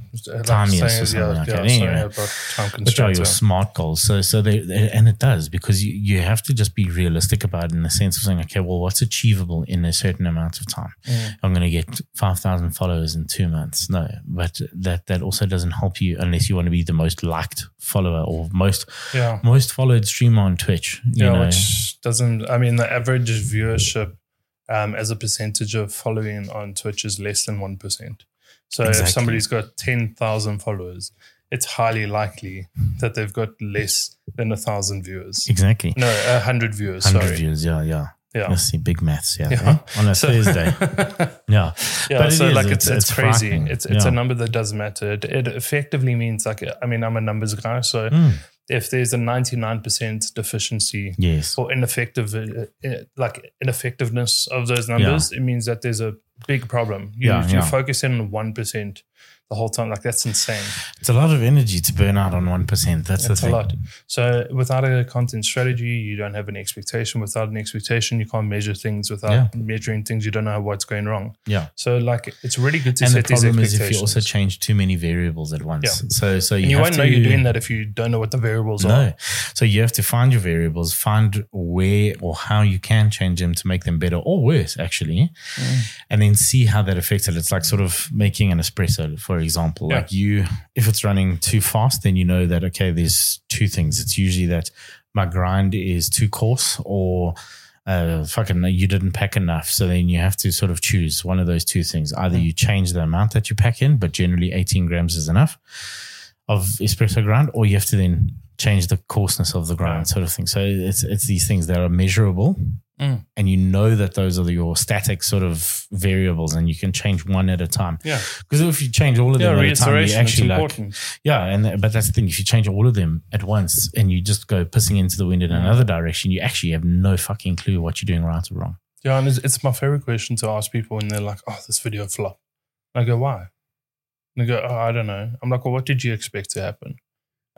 A: Time, yes,
B: saying
A: or
B: is-
A: something like that.
B: yeah, sorry
A: Anyway.
B: about time
A: Which are
B: constraints
A: your
B: yeah.
A: smart goals? So, so they, they- and it does because you, you have to just be realistic about it in the sense of saying, okay, well, what's achievable in a certain amount of time?
B: Mm.
A: I'm going to get 5,000 followers in two months. No, but that, that also doesn't help you unless you want to be the most liked follower or most,
B: yeah
A: most followed streamer on Twitch. You
B: yeah,
A: know?
B: which doesn't. I mean, the average viewership um, as a percentage of following on Twitch is less than one percent. So
A: Exactly.
B: if somebody's got ten thousand followers, it's highly likely that they've got less than a thousand viewers.
A: exactly.
B: No, a hundred viewers.
A: 100
B: Sorry.
A: views. Yeah. Yeah.
B: Yeah.
A: Let's see big maths. Yeah. eh?
B: Yeah.
A: On a
B: So-
A: Thursday. Yeah.
B: Yeah,
A: But it
B: so
A: is,
B: like it's, it's, crazy.
A: frightening.
B: It's it's
A: Yeah. Mm.
B: a number that does matter. It, it effectively means like I mean I'm a numbers guy, so if there's a 99% deficiency
A: Yes.
B: or ineffective, uh, uh, like ineffectiveness of those numbers, it means that there's a big problem. You,
A: Yeah,
B: if you
A: yeah.
B: focus in on 1% the whole time, like that's insane.
A: It's a lot of energy to burn out on 1%. That's the
B: That's a
A: thing.
B: lot. So without a content strategy, you don't have an expectation. Without an expectation, you can't measure things. Without
A: Yeah.
B: measuring things, you don't know what's going wrong.
A: Yeah.
B: So like, it's really good to
A: and the
B: set these
A: problem is
B: expectations.
A: if you also change too many variables at once.
B: Yeah.
A: So, so you,
B: and you
A: have
B: won't
A: to,
B: know you're doing that if you don't know what the variables
A: No.
B: are.
A: So you have to find your variables, find where or how you can change them to make them better or worse, actually,
B: Mm.
A: and then see how that affects it. It's like sort of making an espresso, for example.
B: Yeah.
A: Like you, if it's running too fast, then you know that, okay, there's two things. It's usually that my grind is too coarse or uh, fucking you didn't pack enough. So then you have to sort of choose one of those two things. Either
B: Hmm.
A: you change the amount that you pack in, but generally 18 grams is enough of espresso grind, or you have to then change the coarseness of the grind, sort of thing. So it's it's these things that are measurable,
B: Mm.
A: and you know that those are your static sort of variables, and you can change one at a time.
B: Yeah.
A: Because if you change all of
B: Yeah,
A: them at a time, you
B: reiteration is
A: actually like
B: important.
A: yeah, and that- but that's the thing. If you change all of them at once and you just go pissing into the wind in another direction, you actually have no fucking clue what you're doing right or wrong.
B: yeah, and it's, it's my favorite question to ask people when they're like, "Oh, this video flopped." And I go, "Why?" And they go, "Oh, I don't know." I'm like, "Well, what did you expect to happen?"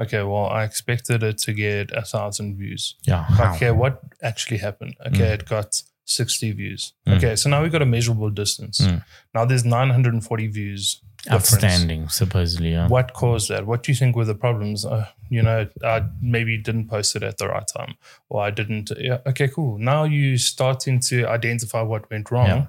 B: Okay, well, I expected it to get a thousand views.
A: Yeah,
B: Like,
A: how?
B: okay, what actually happened? Okay, it got 60 views.
A: Mm.
B: Okay, so now we got a measurable distance.
A: Mm.
B: Now there's 940 views. difference.
A: outstanding supposedly. Yeah.
B: What caused that? What do you think were the problems? Uh, you know, I maybe didn't post it at the right time, or I didn't. Yeah, okay, cool. Now you're starting to identify what went wrong.
A: Yeah.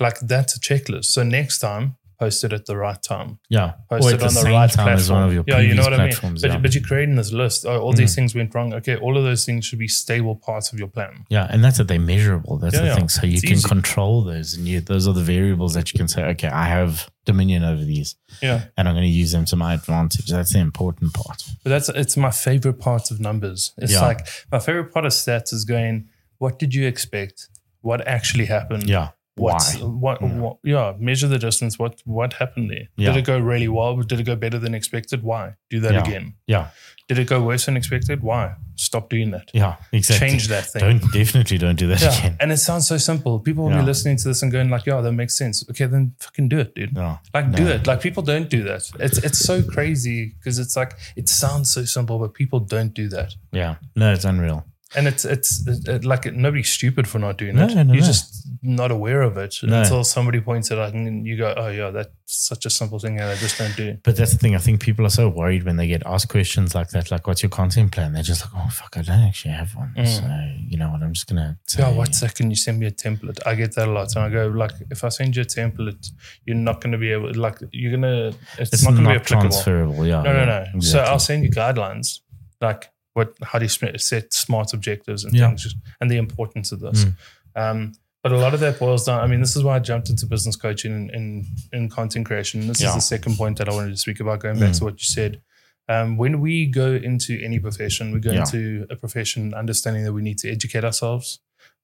B: Like that's a checklist. So next time, post it at the right time.
A: Yeah,
B: Post
A: or
B: it
A: at the,
B: on the,
A: same
B: right
A: time
B: platform.
A: as one of your
B: yeah,
A: previous
B: you know what I mean.
A: platforms.
B: But,
A: yeah. Mm.
B: but you're creating this list. Oh, all these things went wrong. Okay, all of those things should be stable parts of your plan.
A: Yeah, and that's that they're measurable. That's
B: Yeah,
A: the
B: yeah.
A: thing. So you
B: It's
A: can
B: easy.
A: control those, and you, those are the variables that you can say, okay, I have dominion over these,
B: Yeah.
A: and I'm going to use them to my advantage. That's the important part.
B: But that's it's my favorite part of numbers. It's
A: Yeah.
B: like my favorite part of stats is going, what did you expect? What actually happened?
A: Yeah.
B: What's,
A: Why?
B: What,
A: Yeah.
B: what? Yeah. Measure the distance. What What happened there?
A: Yeah.
B: Did it go really well? Did it go better than expected? Why? Do that
A: Yeah.
B: again.
A: Yeah.
B: Did it go worse than expected? Why? Stop doing that.
A: Yeah. Exactly.
B: Change that thing.
A: Don't definitely don't do that
B: yeah.
A: again.
B: And it sounds so simple. People will
A: Yeah.
B: be listening to this and going like, "Yeah, that makes sense." Okay, then fucking do it, dude.
A: No.
B: Like
A: No.
B: do it. Like people don't do that. It's it's so crazy because it's like it sounds so simple, but people don't do that.
A: Yeah. No, it's unreal.
B: And it's it's it, it- like nobody's stupid for not doing
A: No,
B: it.
A: no, no.
B: You're just not aware of it
A: No.
B: until somebody points it out, and then you go, "Oh yeah, that's such a simple thing that I just don't do."
A: But that's the thing. I think people are so worried when they get asked questions like that, like "What's your content plan?" They're just like, "Oh fuck, I don't actually have one."
B: Mm.
A: So you know what? I'm just gonna.
B: Yeah,
A: say-
B: what's that? Can "Oh, you send me a template? I get that a lot, and I go like, "If I send you a template, you're not going to be able like you're gonna it's,
A: It's
B: not
A: not,
B: going to be applicable."
A: transferable. Yeah.
B: No,
A: yeah,
B: no, no. So
A: exactly.
B: I'll send you guidelines, like what, how do you sm- set smart objectives and
A: Yeah. Mm.
B: things, just- and the importance of this. Um, but a lot of that boils down. I mean, this is why I jumped into business coaching and in, in content creation. This is
A: Yeah. Mm.
B: the second point that I wanted to speak about. Going back to what you said, um, when we go into any profession, we go
A: Yeah.
B: into a profession understanding that we need to educate ourselves,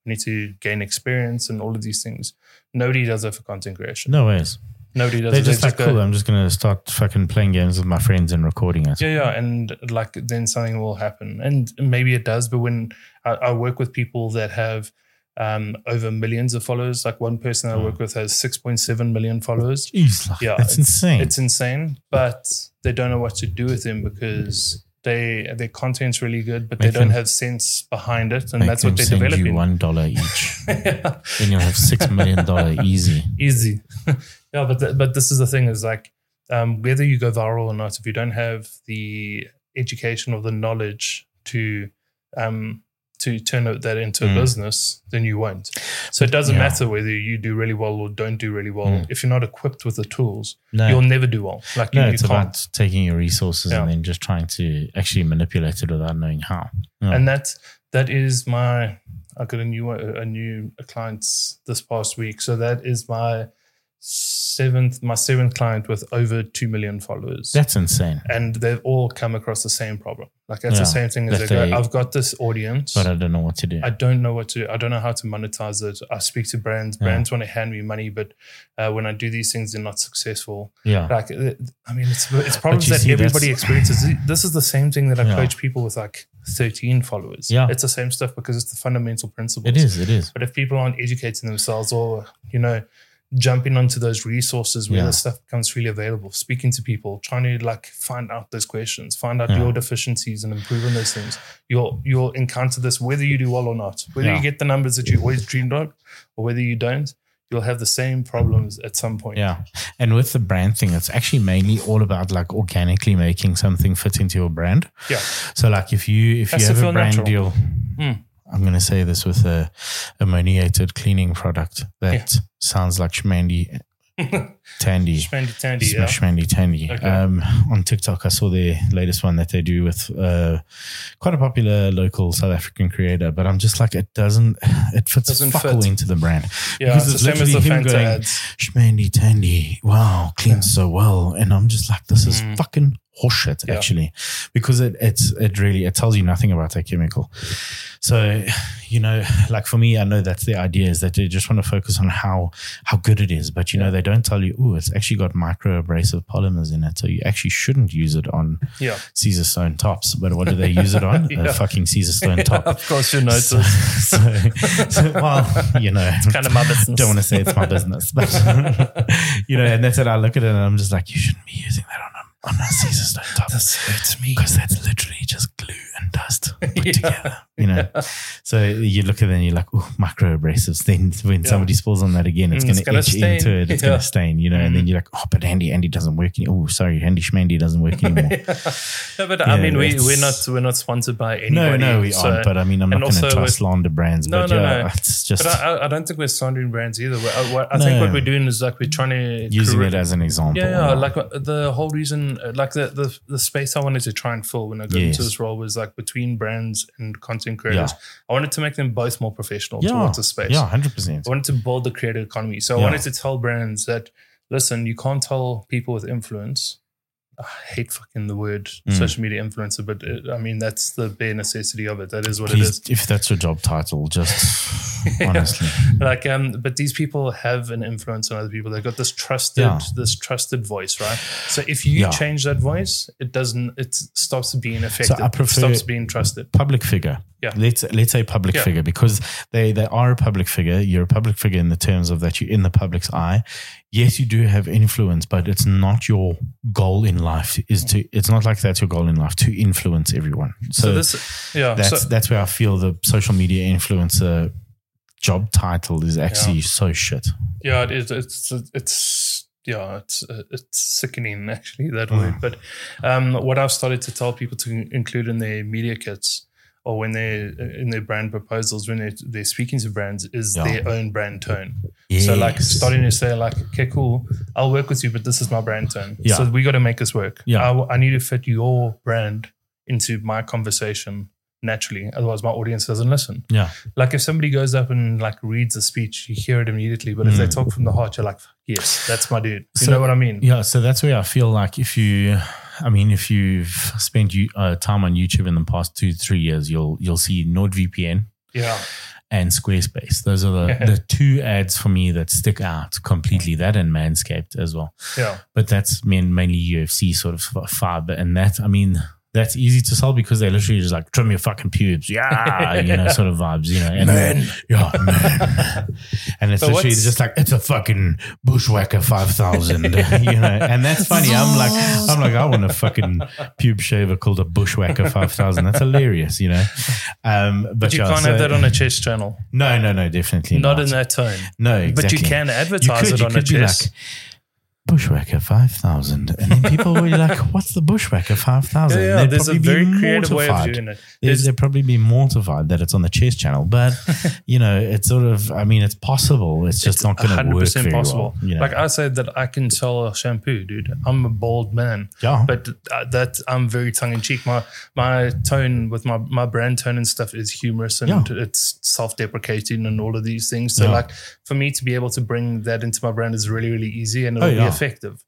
B: we need to gain experience, and all of these things. Nobody does that for content creation.
A: No ways.
B: Nobody does.
A: They're
B: it. They
A: just like,
B: go-
A: cool, I'm just going to start fucking playing games with my friends and recording it.
B: Yeah, yeah, and like then something will happen, and maybe it does. But when I, I work with people that have um, over millions of followers, like one person I
A: Hmm.
B: work with has six point seven million followers.
A: Jeez, like,
B: Yeah,
A: that's insane.
B: It's insane, but they don't know what to do with them because they their content's really good, but
A: Make
B: they don't
A: them-
B: have sense behind it, and
A: Make
B: that's what
A: them
B: they're
A: send
B: developing.
A: you one dollar each, then you'll have six million dollar easy.
B: easy. yeah, but th- but this is the thing is like um, whether you go viral or not, if you don't have the education or the knowledge to um, to turn it- that into
A: Mm.
B: a business, then you won't. So it doesn't
A: Yeah.
B: matter whether you do really well or don't do really well.
A: Mm.
B: If you're not equipped with the tools,
A: No,
B: you'll never do well. Like
A: no,
B: you, you
A: it's
B: can't.
A: about taking your resources and
B: Yeah.
A: then just trying to actually manipulate it without knowing how. Yeah.
B: and that that is my i got a new a new client this past week so that is my seventh, my seventh client with over two million followers.
A: That's insane.
B: and they've all come across the same problem. Like that's
A: Yeah,
B: the same thing as
A: that
B: they go,
A: they-
B: I've got this audience.
A: But I don't know what to do.
B: I don't know what to do. I don't know how to monetize it. I speak to brands.
A: Yeah.
B: Brands want to hand me money, but uh, when I do these things, they're not successful.
A: yeah.
B: Like, uh, I mean, it's, it's problems
A: you
B: that
A: see,
B: everybody
A: that's-
B: experiences. This is the same thing that I
A: Yeah.
B: coach people with like 13 followers.
A: Yeah.
B: It's the same stuff because it's the fundamental principles.
A: It is. It is.
B: But if people aren't educating themselves or, you know, jumping onto those resources where
A: Yeah.
B: the stuff becomes freely available, speaking to people, trying to like find out those questions, find out
A: Yeah.
B: your deficiencies and improve on those things, you'll you'll encounter this whether you do well or not. Whether
A: Yeah.
B: you get the numbers that you always dreamed of or whether you don't, you'll have the same problems at some point.
A: Yeah. And with the brand thing, it's actually mainly all about like organically making something fit into your brand.
B: Yeah.
A: So like if you if
B: Has
A: you
B: to
A: have
B: feel
A: a brand
B: natural.
A: deal,
B: Mm.
A: I'm gonna say this with a ammoniated cleaning product that sounds like shmandy tandy.
B: Schmandy tandy, yeah.
A: Smash Mandy Tandy.
B: Okay.
A: Um, on TikTok, I saw their latest one that they do with uh, quite a popular local South African creator, but I'm just like, it doesn't, it fits
B: Doesn't
A: fuck all
B: fit.
A: into the brand.
B: Yeah,
A: Because
B: it's the
A: it's
B: same as the
A: literally him
B: Fanta
A: going-
B: ads.
A: Shmandy Tandy, wow, cleans so well. And I'm just like, this is
B: Mm.
A: fucking horseshit,
B: Yeah.
A: actually, because it, it's, it really, it tells you nothing about that chemical. So, you know, like for me, I know that's the idea is that they just want to focus on how, how good it is, but you know, they don't tell you, oh, it's actually got micro abrasive polymers in it. So you actually shouldn't use it on
B: Yeah.
A: Caesar stone tops. But what do they use it on?
B: Yeah.
A: A fucking Caesar stone top.
B: Of course you notice.
A: So, so- so, well, you know, it's
B: kind of my business.
A: Don't want to say it's my business, but you know, and that's it. I look at it and I'm just like, you shouldn't be using that on a, on a Caesar stone top. That hurts me because that's literally just glue and dust put
B: Yeah.
A: together. You know, so you look at it and you're like, oh, macro abrasives. Then when
B: Yeah.
A: somebody spills on that again, it's
B: Mm, it's
A: going
B: gonna
A: to itch
B: stain.
A: into it. It's
B: Yeah. Mm.
A: going to stain. You know, and then you're like, oh, but Andy, Andy doesn't work. Any- oh, sorry, Andy Schmandy doesn't work anymore.
B: No, but I
A: Yeah,
B: mean, we,
A: that's-
B: we're not we're not sponsored by
A: No,
B: anybody.
A: no, we
B: so-
A: aren't. But I mean, I'm
B: and
A: not going
B: also
A: to try
B: with-
A: slander brands.
B: No,
A: but
B: no,
A: yeah,
B: no.
A: it's just
B: But I, I- I don't think we're slandering brands either. What- I, what- I think
A: No.
B: what we're doing is like we're trying to
A: using
B: correct-
A: it as an example.
B: yeah, yeah, like uh, the whole reason, uh, like the, the the space I wanted to try and fill when I got
A: Yes.
B: into this role was like between brands and content creators.
A: Yeah.
B: I wanted to make them both more professional
A: yeah,
B: towards the space.
A: Yeah, hundred percent.
B: I wanted to build the creative economy. So I
A: Yeah.
B: wanted to tell brands that listen, you can't tell people with influence. I hate fucking the word
A: Mm.
B: social media influencer, but uh I mean that's the bare necessity of it. That is what it is.
A: Please, if that's your job title, just honestly,
B: like um but these people have an influence on other people they've got this trusted
A: Yeah.
B: this trusted voice right so if you
A: Yeah.
B: change that voice it doesn't it stops being effective
A: I prefer-
B: it stops being trusted
A: public figure.
B: Yeah.
A: Let's let's say public
B: Yeah.
A: figure because they they are a public figure. You're a public figure in the terms of that you're in the public's eye. Yes, you do have influence, but it's not your goal in life. Is to it's not like that's your goal in life to influence everyone.
B: so,
A: So,
B: this yeah
A: that's
B: so,
A: that's where I feel the social media influencer job title is actually so shit.
B: yeah it is it's it's yeah it's uh, it's sickening actually that word
A: Mm.
B: but um what i've started to tell people to include in their media kits or when they're in their brand proposals when they're, they're speaking to brands is
A: Yeah.
B: their own brand tone So like
A: Yes.
B: starting to say like, okay, cool, I'll work with you, but this is my brand term.
A: Yeah.
B: So we got to make this work.
A: Yeah.
B: I, I need to fit your brand into my conversation naturally. Otherwise my audience doesn't listen.
A: Yeah.
B: Like if somebody goes up and like reads a speech, you hear it immediately. But if they
A: Mm.
B: talk from the heart, you're like, yes, that's my dude. You
A: So-
B: know what I mean?
A: Yeah, so that's where I feel like if you, I mean, if you've spent you- uh, time on YouTube in the past two three years, you'll you'll see NordVPN
B: Yeah.
A: and Squarespace. Those are the, the two ads for me that stick out completely. That and Manscaped as well.
B: Yeah.
A: But that's mean mainly UFC sort of f- fiber, and that I mean. That's easy to sell because they literally just like trim your fucking pubes, yeah, you know, sort of vibes, you know, and
B: Man.
A: yeah, man. and it's
B: But
A: literally
B: what's-
A: just like it's a fucking bushwhacker five thousand, you know. And that's funny. I'm like, I'm like, I want a fucking pube shaver called a bushwhacker five thousand. That's hilarious, you know. Um, but,
B: But you
A: yeah,
B: can't
A: so-
B: have that on a chess channel.
A: No, no, no, definitely
B: Not
A: not.
B: in that tone.
A: No, exactly.
B: But you can advertise it on a
A: be
B: chess.
A: like, Bushwhacker 5000. And then people were like, what's the Bushwhacker 5000?
B: Yeah, yeah,
A: They'd
B: there's a
A: probably be
B: very creative way of
A: mortified.
B: doing it.
A: They'd,
B: There's-
A: they'd probably be mortified that it's on the chess channel, but you know, it's sort of, I mean, it's possible. It's just not going to work. Very
B: possible.
A: Well, you know?
B: Like I said that I can sell a shampoo, dude. I'm a bold man.
A: Yeah.
B: But uh, that I'm very tongue in cheek. My my tone with my my brand tone and stuff is humorous and
A: Yeah.
B: it's self deprecating and all of these things. So
A: Yeah.
B: like for me to be able to bring that into my brand is really really easy and it'll
A: Oh, yeah.
B: be effective.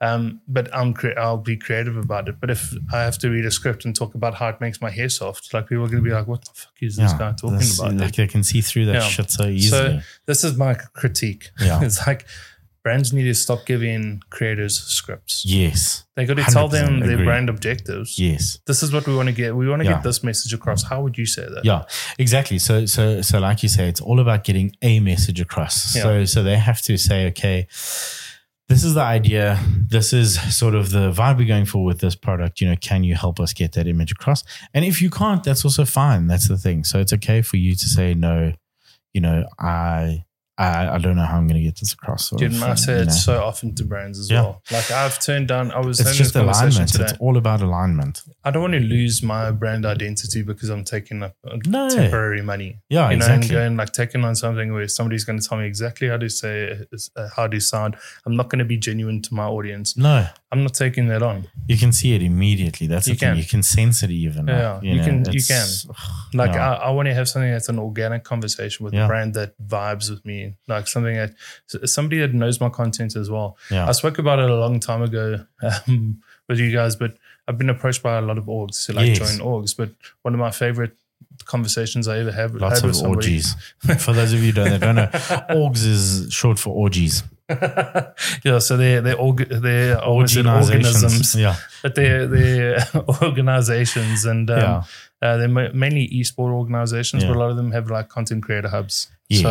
B: Um, but I'm cre- I'll be creative about it. But if I have to read a script and talk about how it makes my hair soft, like people are gonna be like, "What the fuck is this
A: Yeah,
B: guy talking
A: that's-
B: about?"
A: Like they can see through that
B: Yeah.
A: shit so easily.
B: this is my critique.
A: Yeah.
B: it's like brands need to stop giving creators scripts.
A: yes.
B: They got to tell
A: 100%
B: them their
A: agree.
B: brand objectives.
A: Yes.
B: This is what we want to get. We want to
A: Yeah.
B: get this message across. How would you say that?
A: Yeah, exactly. So, so, so, like you say, it's all about getting a message across.
B: Yeah.
A: So, so they have to say, okay, this is the idea. This is sort of the vibe we're going for with this product. You know, can you help us get that image across? And if you can't, that's also fine. That's the thing. So it's okay for you to say no. You know, I, I, I don't know how I'm going to get this across. sort
B: Dude,
A: of
B: and I
A: thing,
B: say
A: you
B: it
A: know.
B: so often to brands as
A: Yeah.
B: well. Like I've turned down. I was
A: It's
B: having this
A: just
B: conversation
A: alignment.
B: today.
A: It's all about alignment.
B: I don't want to lose my brand identity because I'm taking up uh,
A: No.
B: temporary money.
A: Yeah,
B: you know,
A: exactly.
B: and going like taking on something where somebody's going to tell me exactly how to say, it, uh, how to sound. I'm not going to be genuine to my audience.
A: no,
B: I'm not taking that on.
A: you can see it immediately. That's
B: You
A: the thing.
B: can.
A: You can sense it even. like,
B: Yeah, you
A: know,
B: can- you
A: it's-
B: Like
A: Yeah.
B: I, I want to have something that's an organic conversation with
A: Yeah.
B: a brand that vibes with me, like something that s- somebody that knows my content as well.
A: Yeah.
B: I spoke about it a long time ago um, with you guys, but I've been approached by a lot of orgs to like
A: Yes.
B: join orgs. But one of my favorite conversations I ever have
A: Lots
B: had
A: of
B: with somebody-
A: orgies. for those of you that don't, know, orgs is short for orgies.
B: yeah, so they're they're org- they're I always said organisms,
A: Organizations. Yeah.
B: but they're they're organizations and um,
A: Yeah.
B: uh, they're ma- mainly esport organizations,
A: Yeah.
B: but a lot of them have like content creator hubs.
A: Yes.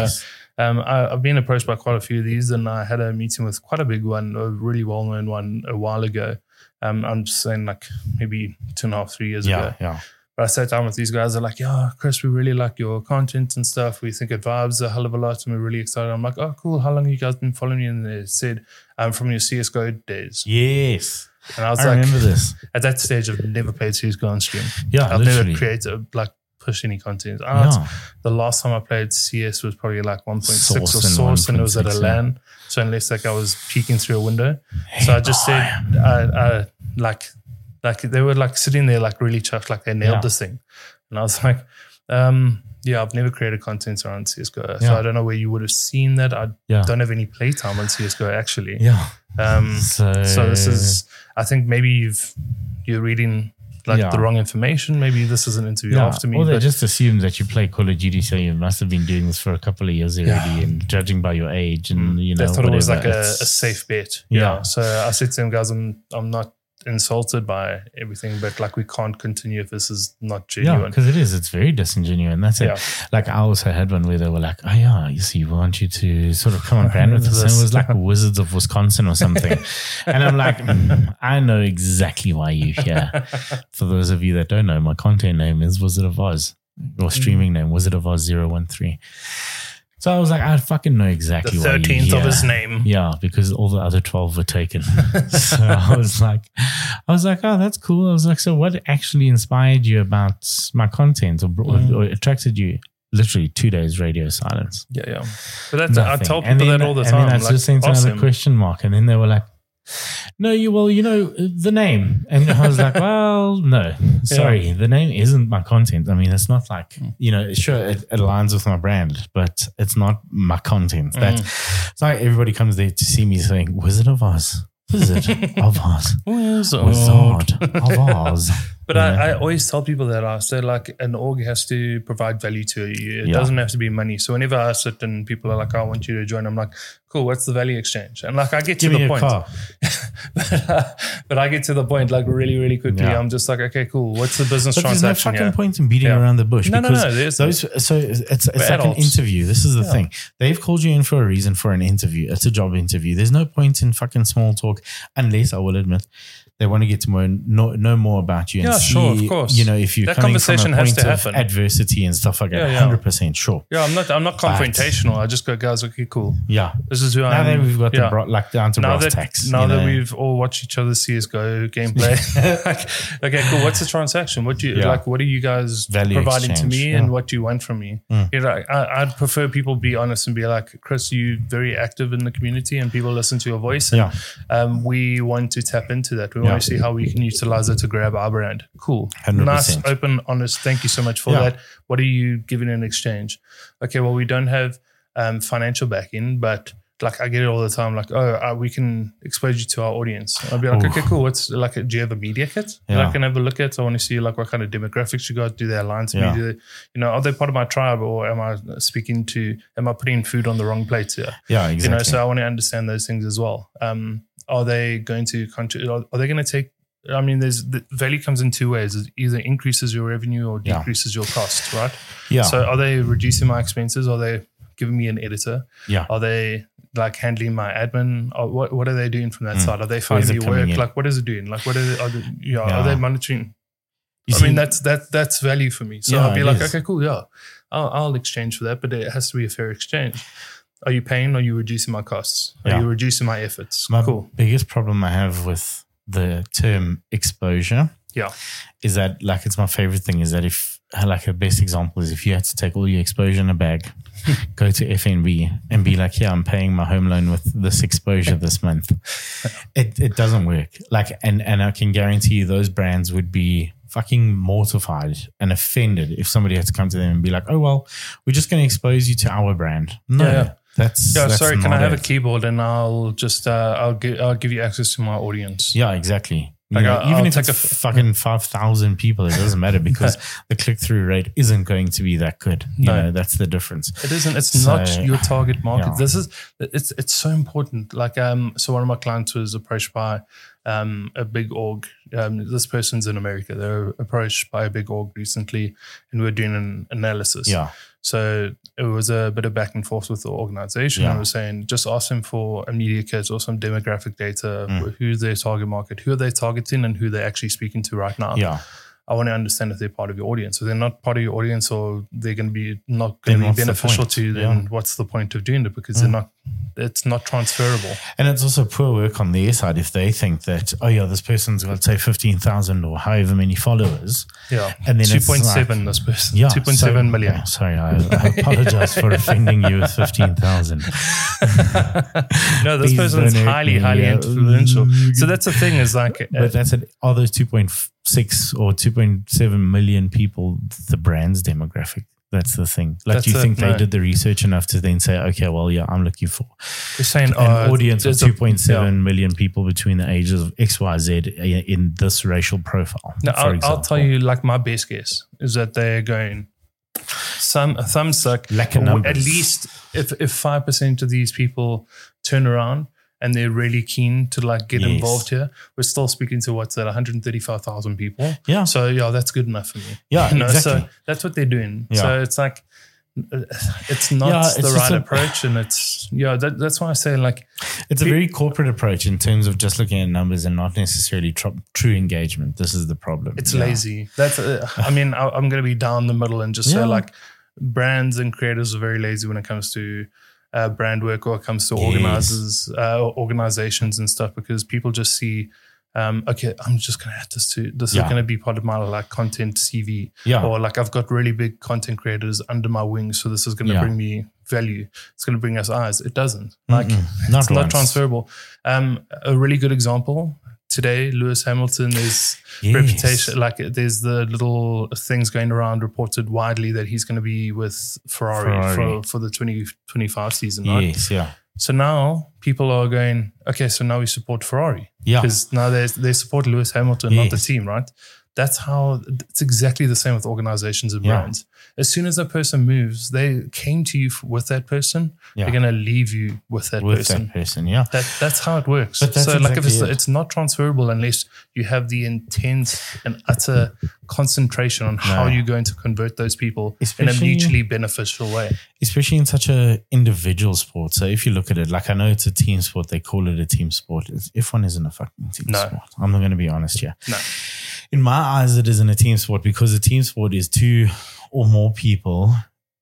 B: So um, I, I've been approached by quite a few of these, and I had a meeting with quite a big one, a really well known one, a while ago. Um, I'm just saying like maybe two and a half, three years ago.
A: yeah. Yeah.
B: But I sat down with these guys. They're like, "Yeah, Chris, we really like your content and stuff. We think it vibes a hell of a lot, and we're really excited." I'm like, "Oh, cool. How long have you guys been following me?" And they said, "I'm from your CS:GO days."
A: Yes.
B: And I was
A: I
B: like,
A: remember this.
B: "At that stage, I've never played CS:GO on stream.
A: Yeah.
B: I've
A: literally.
B: never created like pushed any content out.
A: yeah.
B: The last time I played CS was probably like 1.6
A: Source
B: or
A: and
B: source, and it was at a
A: 1.6, yeah.
B: LAN. So unless like I was peeking through a window, so I just said, I, I like, like they were like sitting there like really chuffed, like they nailed
A: Yeah.
B: this thing, and I was like, um, yeah, I've never created content around CS:GO, so
A: Yeah.
B: I don't know where you would have seen that. I
A: Yeah.
B: don't have any playtime on CS:GO actually.
A: Yeah.
B: Um,
A: So,
B: so this is, I think maybe you've you're reading like
A: Yeah.
B: the wrong information. Maybe this is an interview
A: Yeah.
B: after me.
A: Or they
B: but-
A: just assume that you play Call of Duty, so you must have been doing this for a couple of years already,
B: Yeah. Mm.
A: and judging by your age, and you know,
B: they thought it was like
A: whatever,
B: a, a
A: it's-
B: safe bet.
A: Yeah.
B: Yeah. So I said to him, guys, I'm I'm not insulted by everything, but like we can't continue if this is not
A: Yeah,
B: genuine.
A: because it is. It's very disingenuous. And that's it.
B: Yeah.
A: Like I also had one where they were like, "Oh yeah, you see, we want you to sort of come on brand with us." And it was like Wizards of Wisconsin or something. and I'm like, "Mm, I know exactly why you're here. For those of you that don't know, my content name is Wizard of Oz or streaming name Wizard of Oz 013. So I was like, I fucking know
B: The
A: exactly why you're
B: thirteenth of
A: here."
B: his name.
A: Yeah, because all the other twelve were taken. so I was like, I was like, oh, that's cool. I was like, so what actually inspired you about my content or, brought,
B: Mm.
A: or attracted you? Literally two days radio silence.
B: Yeah, yeah. But that's I
A: Nothing.
B: tell
A: And
B: people
A: then-
B: that all the
A: and
B: time.
A: then I
B: like,
A: just sent
B: ask
A: another
B: them.
A: question mark, and then they were like, "No, you well, you know the name," and I was like, "Well, no, sorry, the name isn't my content. I mean, it's not like
B: Mm.
A: you know, sure, it, it aligns with my brand, but it's not my
B: Mm.
A: content. That's it's not like everybody comes there to see me saying Wizard of Oz, Wizard of Oz, Wizard of Oz."
B: But
A: Yeah.
B: I, I always tell people that I say like an org has to provide value to you. It
A: Yeah.
B: doesn't have to be money. So whenever I sit and people are like, I want you to join, I'm like, cool, what's the value exchange? And like I get
A: Give
B: to
A: me
B: the
A: a
B: point.
A: car.
B: but, I get to the point like really, really quickly.
A: Yeah.
B: I'm just like, okay, cool. What's the business
A: But there's no
B: transaction?
A: fucking
B: here?
A: point in beating
B: Yeah.
A: around the bush
B: No, no,
A: because
B: no, there's-
A: those. So it's, it's like an
B: adults.
A: interview. This is the
B: Yeah.
A: thing. They've called you in for a reason for an interview. It's a job interview. There's no point in fucking small talk unless I will admit They want to get to more, know, know more about you and
B: Yeah,
A: see,
B: sure, of course.
A: you know, if you're
B: That
A: coming
B: conversation
A: from a
B: has
A: point
B: to
A: of
B: happen.
A: adversity and stuff like that.
B: Yeah, yeah.
A: 100% sure.
B: Yeah, I'm not. I'm not
A: But-
B: confrontational. I just go, guys. Okay, cool.
A: Yeah.
B: This is who I
A: now
B: am.
A: that we've got
B: Um, Yeah.
A: the bro- like down to
B: now
A: brass
B: that
A: tacks.
B: now
A: you
B: that
A: know.
B: we've all watched each other CS:GO gameplay, like, okay, cool. What's the transaction? What do you
A: Yeah.
B: like? What are you guys
A: Value
B: providing
A: exchange,
B: to me,
A: yeah.
B: and what do you want from me?
A: Mm.
B: You know, like, I, I'd prefer people be honest and be like, Chris, you very active in the community, and people listen to your voice. And,
A: yeah,
B: um, we want to tap into that. We
A: Yeah.
B: want to see how we can utilize it to grab our brand. Cool,
A: 100%.
B: nice, open, honest. Thank you so much for
A: Yeah.
B: that. What are you giving in exchange? Okay, well, we don't have um, financial backing, but like I get it all the time. Like, oh, uh, we can expose you to our audience. I'll be like,
A: Oof.
B: okay, cool. What's like? Do you have a media kit that
A: Yeah.
B: I can have a look at? I want to see like what kind of demographics you got. Do they align to
A: Yeah.
B: me? Do they, you know, are they part of my tribe, or am I speaking to? Am I putting food on the wrong plates here?
A: yeah, exactly.
B: you know so i want to understand those things as well um are they going to contri- are, are they going to take i mean there's the value comes in two ways it either increases your revenue or
A: Yeah.
B: decreases your cost right
A: yeah,
B: so are they reducing my expenses are they giving me an editor
A: yeah,
B: are they like handling my admin or what, what are they doing from that
A: Mm.
B: side are they
A: Where's
B: finding
A: it
B: me
A: coming
B: work
A: in?
B: like what is it doing like what are they, are they, you know, are
A: Yeah.
B: they monitoring
A: You
B: I
A: see-
B: mean that's that that's value for me. So
A: Yeah,
B: I'll be
A: it
B: like,
A: is.
B: okay, cool, yeah, I'll, I'll exchange for that, but it has to be a fair exchange. Are you paying? Are you reducing my costs? Are
A: Yeah.
B: you reducing my efforts?
A: my
B: cool.
A: biggest problem I have with the term exposure.
B: Yeah.
A: is that like it's my favorite thing is that if like the best example is if you had to take all your exposure in a bag, go to FNB and be like, yeah, I'm paying my home loan with this exposure this month. It it doesn't work. Like and and I can guarantee you those brands would be fucking mortified and offended if somebody had to come to them and be like, oh well, we're just going to expose you to our brand. No,
B: Yeah, yeah.
A: that's
B: Yeah,
A: that's
B: sorry. Can I
A: not
B: have a
A: it.
B: keyboard and I'll just uh, I'll give I'll give you access to my audience.
A: Yeah, exactly. You
B: Like,
A: know,
B: I'll-
A: even
B: I'll
A: if
B: take
A: it's
B: a f-
A: fucking five thousand people, it doesn't matter because the click through rate isn't going to be that good. You
B: No.
A: know, that's the difference.
B: It isn't. It's
A: So,
B: not your target market.
A: yeah.
B: This is. It's it's so important. Like um, so one of my clients was approached by um a big org. Um, this person's in America. They were approached by a big org recently, and we are doing an analysis.
A: Yeah,
B: So it was a bit of back and forth with the organization.
A: Yeah.
B: I was saying, just ask them for a media kit or some demographic data,
A: Mm.
B: who's their target market, who are they targeting, and who they're actually speaking to right now.
A: yeah.
B: I want to understand if they're part of your audience. If they're not part of your audience or they're going to be not
A: Then
B: going to be
A: what's the
B: beneficial
A: point?
B: to you, then
A: Yeah. Mm.
B: what's the point of doing it? Because they're not, it's not transferable.
A: And it's also poor work on their side if they think that oh yeah, this person's got say fifteen thousand or however many followers,
B: Yeah.
A: and then it's
B: 2.7,
A: like-
B: this person.
A: Yeah,
B: two point
A: so-
B: seven million.
A: Oh, sorry, I, I apologize for offending you with fifteen thousand.
B: no, this
A: Please
B: person is
A: donate
B: highly,
A: me,
B: highly
A: yeah.
B: influential. So that's the thing is like, uh,
A: But that's it. Are those 2.6 or 2.7 million people the brand's demographic? That's the thing. Like,
B: That's
A: do you
B: it,
A: think they
B: no.
A: did the research enough to then say, okay, well, yeah, I'm looking for
B: You're saying
A: an
B: uh,
A: audience of
B: there's a-
A: 2.7
B: yeah.
A: million people between the ages of X, Y, Z i- in this racial profile?
B: No,
A: for
B: I'll, I'll
A: example.
B: tell you, like my best guess is that they're going some thumbs suck.
A: Lack of
B: At
A: numbers.
B: least if if five percent of these people turn around and they're really keen to like get
A: Yes.
B: involved here, we're still speaking to what's that 135,000 people.
A: Yeah.
B: So yeah, that's good enough for me.
A: Yeah,
B: You know, So
A: exactly.
B: that's what they're doing.
A: Yeah.
B: So it's like. uh, It's not
A: Yeah, it's
B: the
A: just
B: right
A: a-
B: approach, and it's yeah. That, that's why I say like
A: It's a very corporate approach in terms of just looking at numbers and not necessarily tr- true engagement. This is the problem.
B: It's
A: Yeah.
B: lazy. That's. Uh, I mean, I, I'm going to be down the middle and just
A: Yeah.
B: say like, brands and creators are very lazy when it comes to uh, brand work or it comes to
A: Yes.
B: organizers, uh, organizations and stuff because people just see. Um, okay, I'm just gonna add this to this
A: Yeah.
B: is gonna be part of my like content CV,
A: Yeah.
B: or like I've got really big content creators under my wing, so this is gonna
A: Yeah.
B: bring me value. It's gonna bring us eyes. It doesn't. Like
A: Mm-mm.
B: it's not
A: once.
B: transferable. Um, a really good example today, Lewis Hamilton is
A: Yes.
B: reputation. Like there's the little things going around reported widely that he's going to be with Ferrari,
A: Ferrari.
B: for for the 2025 season, right?
A: Yes, yeah.
B: So now people are going, okay, so now we support Ferrari
A: Yeah.
B: because now they they support Lewis Hamilton, not the
A: Yes.
B: team, right? That's how it's exactly the same with organizations and
A: Yeah.
B: brands. As soon as a person moves, they came to you f- with that person.
A: Yeah.
B: They're going to leave you with that
A: with
B: person.
A: that person. Yeah.
B: That that's how it works.
A: But that's
B: so like if
A: exactly
B: it's,
A: it.
B: it's not transferable unless you have the intense and utter concentration on how
A: No.
B: you're going to convert those people in a
A: Especially-
B: mutually beneficial way.
A: especially in such a individual sport. So if you look at it, like I know it's a team sport, they call it a team sport. It's- F1 isn't a fucking team
B: No.
A: sport. I'm not going to be honest here.
B: No.
A: In my eyes, it isn't a team sport because a team sport is two or more people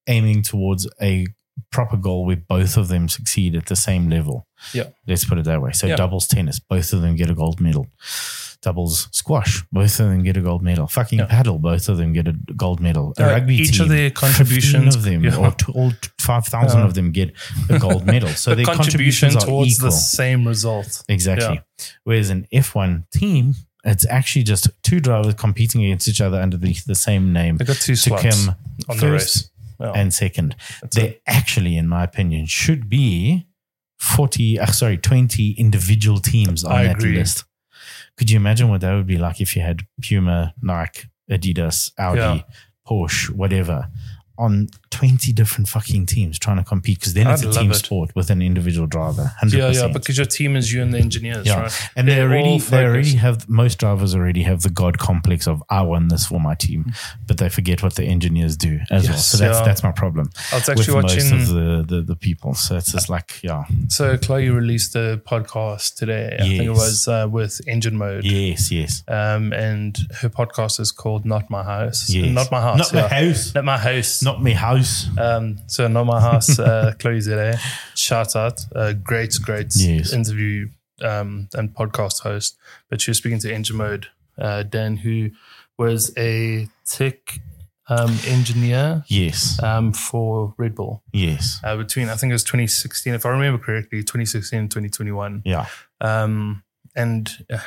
A: aiming towards a proper goal where both of them succeed at the same level.
B: Yeah.
A: Let's put it that way. So
B: Yeah.
A: doubles tennis, both of them get a gold medal. Doubles squash, both of them get a gold medal. Fucking
B: Yeah.
A: paddle, both of them get a gold medal. A
B: Uh,
A: rugby
B: each
A: team,
B: of their
A: 15
B: contributions-
A: of them,
B: Yeah.
A: or t- all t- 5,000
B: Yeah.
A: of them get a gold medal. So
B: Uh. the
A: their
B: contribution
A: contributions are
B: towards
A: equal.
B: the same result.
A: Exactly. Whereas an F1 team, it's actually just two drivers competing against each other under the, the same name
B: They got two
A: to
B: swipes
A: come
B: on the race.
A: first
B: Yeah.
A: and second.
B: Oh. That's
A: They
B: it.
A: actually, in my opinion, should be 40, uh, sorry, 20 individual teams on
B: I
A: that
B: agree.
A: list. Could you imagine what that would be like if you had Puma, Nike, Adidas, Audi,
B: Yeah.
A: Porsche, whatever, on 20 different fucking teams trying to compete? Because then it's
B: I'd
A: a
B: love
A: team
B: it.
A: sport with an individual driver. 100%.
B: yeah, yeah, because your team is you and the engineers,
A: Yeah.
B: right?
A: And they
B: They're all
A: already, they already
B: focused.
A: have most drivers already have the god complex of I won this for my team, but they forget what the engineers do as well.
B: Mm. Yes,
A: So that's
B: yeah.
A: that's my problem
B: I was actually
A: with
B: watching.
A: most of the, the the people. So it's just like yeah,
B: so Chloe released a podcast today. I think it
A: Yes.
B: was uh, with Engine Mode.
A: yes, yes,
B: Um, and her podcast is called Not My House.
A: yes.
B: Not My House.
A: not my
B: yeah.
A: house,
B: Not my house.
A: not my house.
B: Um, so not my house. Uh, Chloe Zille, shout out, uh, great, great
A: Yes.
B: interview um, and podcast host. But she was speaking to Engine Mode uh, Dan, who was a tech um, engineer
A: Yes,
B: um, for Red Bull
A: yes,
B: uh, between I think it was 2016, if I remember correctly, 2016 and 2021
A: yeah,
B: um, and uh,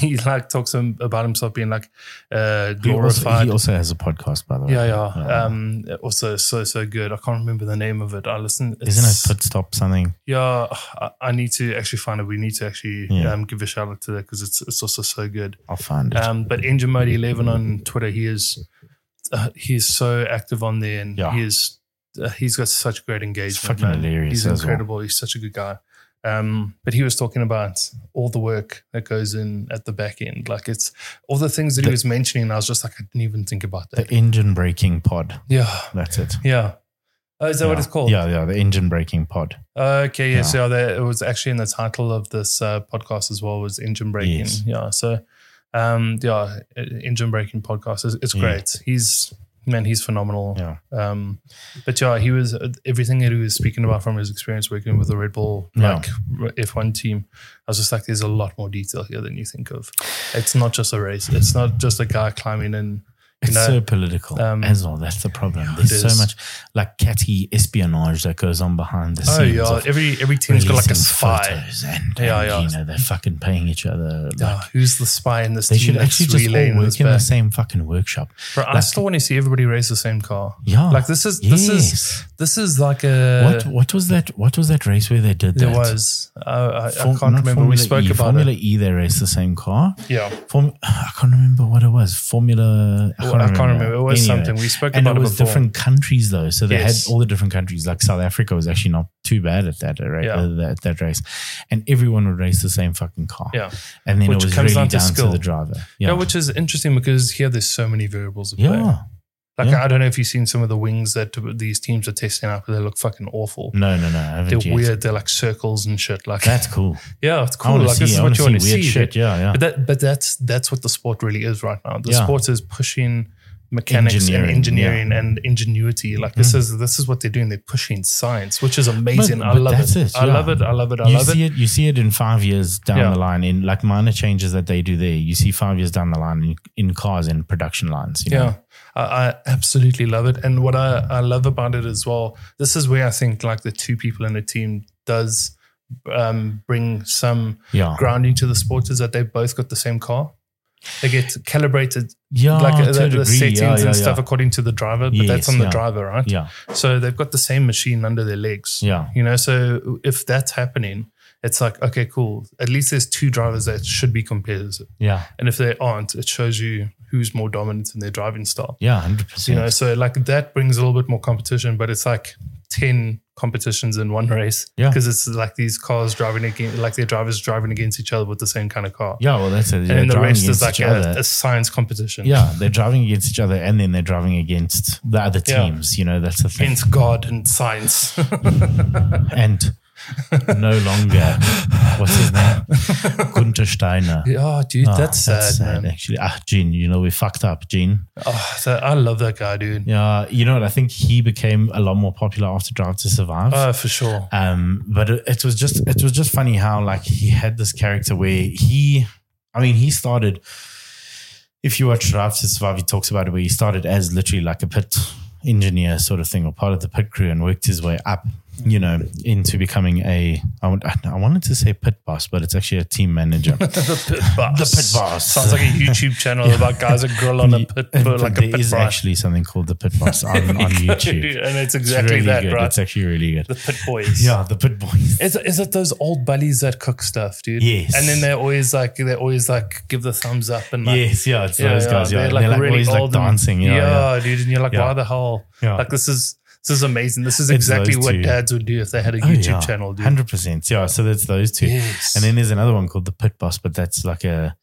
B: he like talks um, about himself being like uh,
A: He also,
B: glorified.
A: he also has a podcast by the way.
B: yeah, yeah. Um, also, so so good. I can't remember the name of it. I listen.
A: isn't
B: it's-
A: it pit stop something?
B: Yeah, I, I need to actually find it. We need to actually
A: Yeah.
B: um, give a shout out to that because it's it's also so good.
A: I'll find it.
B: Um, but Engine Mode Eleven on Twitter, he is uh, he is so active on there, and
A: Yeah.
B: he is uh, he's got such great engagement.
A: fucking hilarious
B: He's
A: as well.
B: incredible. He's such a good guy. Um, but he was talking about all the work that goes in at the back end, like it's all the things that he
A: The-
B: was mentioning. I was just like, I didn't even think about
A: the
B: that.
A: engine braking pod.
B: yeah,
A: That's it.
B: yeah. Oh, is that what
A: Yeah.
B: it's called?
A: Yeah, yeah, the engine braking pod.
B: Okay, yeah.
A: Yeah.
B: So that it was actually in the title of this uh, podcast as well was engine braking.
A: Yes.
B: Yeah. So, um, yeah, uh, engine braking podcast is it's
A: Yeah.
B: great. He's man, he's phenomenal.
A: Yeah.
B: Um, but yeah, he was uh, everything that he was speaking about from his experience working with the Red Bull
A: Yeah.
B: like F one team. I was just like, there's a lot more detail here than you think of. It's not just a race. It's not just a guy climbing in. You
A: It's
B: know,
A: so political
B: um,
A: as well. That's the problem.
B: it
A: There's so
B: is.
A: much like catty espionage that goes on behind the
B: oh
A: scenes.
B: yeah,
A: of
B: every every team's got like a
A: releasing
B: spy.
A: photos And,
B: Yeah,
A: and,
B: yeah.
A: You know, they're fucking paying each other. Like,
B: Yeah, who's the spy in this
A: they
B: team?
A: should
B: that's
A: actually just all
B: relaying
A: work
B: this
A: in the
B: back?
A: same fucking workshop.
B: Bro, I
A: Like-
B: still want to see everybody race the same car.
A: Yeah.
B: Like this is this is
A: Yes.
B: this is like a
A: what what was that what was that race where they did
B: there
A: that?
B: was I, I,
A: Form-
B: I can't
A: not
B: remember.
A: Formula
B: we spoke
A: E.
B: about
A: Formula
B: it.
A: E. They raced the same car.
B: Yeah,
A: Form, I can't remember what it was. Formula. I
B: Well,
A: can't,
B: I
A: remember.
B: can't remember. It was something. We spoke
A: and
B: about
A: it
B: it
A: was
B: before.
A: different countries though, so they
B: Yes.
A: had all the different countries. Like South Africa was actually not too bad at that uh, right?
B: Yeah.
A: that, that race, and everyone would race the same fucking car.
B: Yeah.
A: and then
B: Which
A: it was
B: comes
A: really
B: down
A: down,
B: to
A: to
B: skill.
A: the driver.
B: yeah.
A: Yeah,
B: which is interesting because here there's so many variables. At play.
A: yeah.
B: like
A: yeah.
B: I don't know if you've seen some of the wings that these teams are testing out, but they look fucking awful.
A: No, no, no. I haven't
B: They're
A: yet.
B: weird. They're like circles and shit. Like
A: That's cool.
B: yeah, it's
A: I
B: cool.
A: wanna
B: Like
A: see,
B: this is
A: I
B: what you
A: wanna
B: want to
A: see.
B: see.
A: Weird shit. Yeah, yeah.
B: But that but that's that's what the sport really is right now. The
A: Yeah.
B: sport is pushing mechanics
A: Engineering, Mm.
B: and engineering and ingenuity. Like this is this is what they're doing. They're pushing science, which is amazing. I
A: but
B: love
A: that's
B: it.
A: it,
B: I
A: yeah.
B: love it. I love it. I
A: you
B: love it.
A: see it. You see it in five years down
B: Yeah.
A: the line in like minor changes that they do there. You see five years down the line in, in cars and production lines. You
B: Yeah.
A: know?
B: I, I absolutely love it. And what I, I love about it as well, this is where I think like the two people in a team does um, bring some
A: yeah,
B: grounding to the sport is that they both got the same car. They get calibrated
A: yeah.
B: like
A: to
B: uh, the,
A: a
B: the
A: degree.
B: settings
A: yeah,
B: and
A: yeah,
B: stuff according to the driver, but
A: Yes,
B: that's on the
A: yeah.
B: driver, right?
A: Yeah,
B: So they've got the same machine under their legs.
A: yeah,
B: You know, so if that's happening, it's like, okay, cool. At least there's two drivers that should be competitors.
A: yeah.
B: And if they aren't, it shows you who who's more dominant in their driving style.
A: Yeah, hundred
B: You know,
A: percent.
B: so like that brings a little bit more competition, but it's like 10 competitions in one race.
A: Yeah.
B: Because it's like these cars driving against, like their drivers driving against each other with the same kind of car.
A: Yeah, well, that's it.
B: And
A: They're
B: in the
A: driving
B: rest, there's
A: against
B: like
A: each
B: a,
A: other.
B: a science competition.
A: yeah, they're driving against each other, and then they're driving against the other
B: Yeah.
A: teams. You know, that's the thing.
B: Against God and science.
A: and no longer what's his name Gunter Steiner.
B: oh, dude,
A: Ah,
B: that's, sad, man.
A: actually. Ah, Gene, you know we fucked up, Gene.
B: Oh, that, I love that guy, dude.
A: Yeah, you know what? I think he became a lot more popular after Drive to Survive.
B: Oh, for sure.
A: um, but it, it was just it was just funny how like he had this character where he, I mean, he started. If you watch Drive to Survive, he talks about it where he started as literally like a pit engineer sort of thing, or part of the pit crew, and worked his way up, you know, into becoming a. I, want- I wanted to say pit boss, but it's actually a team manager.
B: the pit boss.
A: The pit boss.
B: Sounds like a YouTube channel about guys that grill on a pit, but like a
A: there
B: pit
A: is
B: boss.
A: actually something called the pit boss on, on YouTube.
B: and
A: It's
B: it's exactly
A: really
B: that,
A: good.
B: right?
A: It's actually really good.
B: the pit boys.
A: Yeah, the pit boys.
B: Is, is it those old buddies that cook stuff, dude?
A: Yes.
B: And then they're always like, they always like give the thumbs up and like,
A: yes, yeah, it's those guys. Yeah,
B: They're
A: they're
B: like,
A: like,
B: really
A: always like
B: old and-
A: dancing. Yeah, yeah.
B: dude. And you're like,
A: Yeah.
B: why the hell?
A: Yeah.
B: Like this is this is amazing. This is
A: Oh. It's
B: exactly
A: those
B: what
A: two.
B: dads would do if they had a
A: Oh,
B: YouTube
A: yeah.
B: channel, dude.
A: Hundred percent. Yeah, so that's those two,
B: Yes.
A: and then there's another one called the Pit Boss, but that's like a,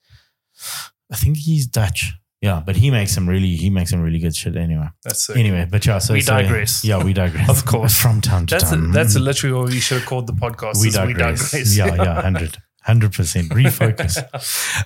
A: I think he's Dutch. Yeah, but he makes some really he makes some really good shit anyway.
B: that's it.
A: Anyway, but yeah, so
B: We
A: so-
B: digress.
A: Yeah, we digress.
B: Of course.
A: from time to
B: That's
A: time.
B: that's literally what we should have called the podcast.
A: we
B: is
A: digress. Yeah, yeah, hundred. Hundred percent refocus,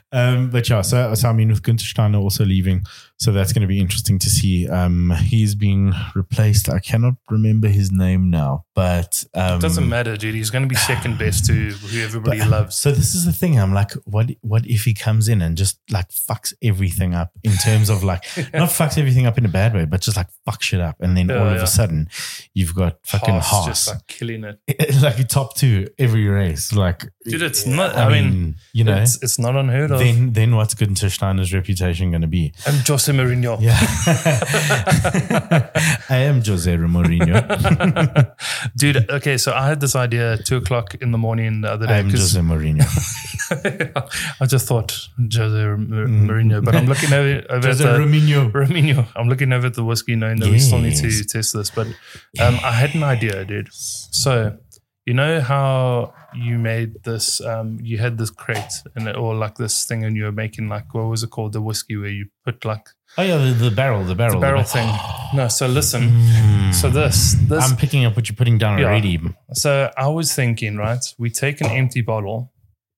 A: um, but yeah. So, so I mean, with Günther Steiner also leaving, so that's going to be interesting to see. Um, he's been replaced. I cannot remember his name now, but um,
B: It doesn't matter, dude. He's going to be second best to who everybody
A: but-
B: loves.
A: So this is the thing. I'm like, what? What if he comes in and just like fucks everything up in terms of like not fucks everything up in a bad way, but just like fuck shit up, and then
B: Yeah,
A: all of
B: yeah.
A: a sudden you've got fucking
B: Haas
A: Haas,
B: just like killing it,
A: like, top two every race. Like,
B: dude. It's not. I, mean,
A: you know,
B: it's, it's not unheard of.
A: then then what's Günther Steiner's reputation going to be?
B: I'm Jose Mourinho.
A: Yeah, I am Jose Mourinho.
B: Dude, okay, so I had this idea at two o'clock in the morning the other
A: I
B: day
A: am
B: because
A: Jose Mourinho.
B: I just thought Jose Mou- Mourinho, but I'm looking over, over at
A: Mm. Jose
B: the,
A: Mourinho.
B: Mourinho. I'm looking over at the whiskey, knowing that we still need to
A: Yes.
B: test this. But um, I had an idea, dude. So you know how you made this? Um, you had this crate and it, or like this thing, and you were making like what was it called? The whiskey where you put like
A: Oh yeah, the, the barrel, the barrel, Mm.
B: the
A: the
B: barrel
A: ba-
B: thing. No, so listen. So this this
A: I'm picking up what you're putting down
B: Yeah.
A: already.
B: So I was thinking, right? We take an empty bottle,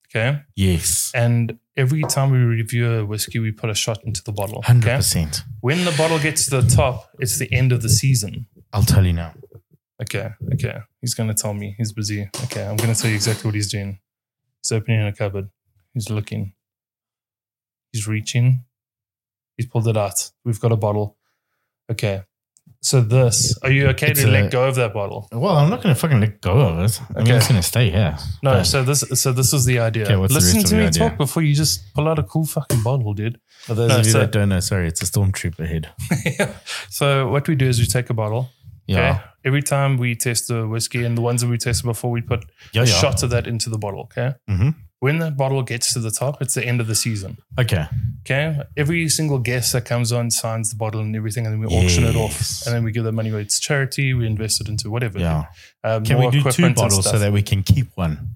B: okay,
A: Yes,
B: and every time we review a whiskey, we put a shot into the bottle.
A: hundred
B: Okay.
A: percent.
B: When the bottle gets to the top, it's the end of the season.
A: I'll tell you now.
B: Okay, okay. He's gonna tell me. He's busy. Okay, I'm gonna tell you exactly what he's doing. He's opening a cupboard. He's looking. He's reaching. He's pulled it out. We've got a bottle. Okay. So this, are you okay
A: It's
B: to
A: a-
B: let go of that bottle?
A: Well, I'm not going to fucking let go of it. I mean,
B: Okay.
A: it's going to stay here.
B: No,
A: But-
B: so this so this is the idea.
A: Okay, what's the
B: Listen
A: rest
B: to
A: of
B: me
A: the idea?
B: talk before you just pull out a cool fucking bottle, dude.
A: for those
B: no,
A: of you
B: so-
A: that don't know, sorry, it's a stormtrooper head.
B: so what we do is we take a bottle.
A: Yeah,
B: Okay. Every time we test the whiskey and the ones that we tasted before, we put
A: yeah,
B: a
A: yeah.
B: shot of that into the bottle. Okay.
A: Mhm.
B: When that bottle gets to the top, it's the end of the season.
A: Okay,
B: Okay. Every single guest that comes on signs the bottle and everything, and then we auction it off,
A: Yes.
B: and then we give the money away to charity. We invest it into whatever.
A: yeah.
B: Um,
A: Can we do two bottles so that we can keep one?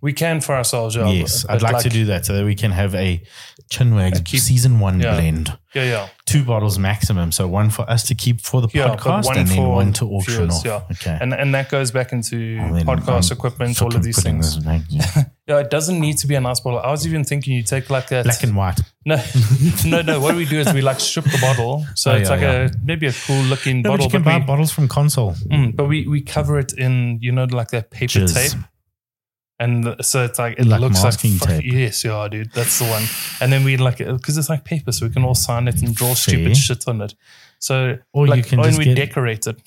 B: we can for ourselves? Yeah,
A: yes,
B: but
A: I'd like, to do that so that we can have a Chinwags
B: keep-
A: season one
B: yeah.
A: blend.
B: Yeah, yeah.
A: Two bottles maximum. So one for us to keep for the
B: Yeah, but
A: podcast
B: one
A: and then
B: for
A: one to auction
B: viewers,
A: off.
B: yeah.
A: Okay.
B: and and that goes back into
A: I mean,
B: podcast
A: Oh, I'm
B: equipment, all of
A: fucking
B: these
A: putting
B: things.
A: this back, yeah.
B: Yeah, it doesn't need to be a nice bottle. I was even thinking you take like that.
A: Black and white.
B: no, no, no. What we do is we like strip the bottle, so
A: Oh,
B: it's
A: yeah,
B: like
A: yeah.
B: a maybe a cool looking
A: No, but
B: bottle,
A: you can
B: but,
A: buy
B: we,
A: bottles from console.
B: Mm, but we we cover it in you know like that paper
A: Jizz.
B: tape. And th- so it's like it
A: Like
B: looks like
A: masking
B: fuck-
A: tape.
B: yes, yeah, dude, that's the one. And then we like because it's like paper, so we can all sign it and draw
A: Fair.
B: stupid shit on it. So
A: Or you
B: like,
A: can
B: oh, and
A: just
B: we
A: get-
B: decorate it.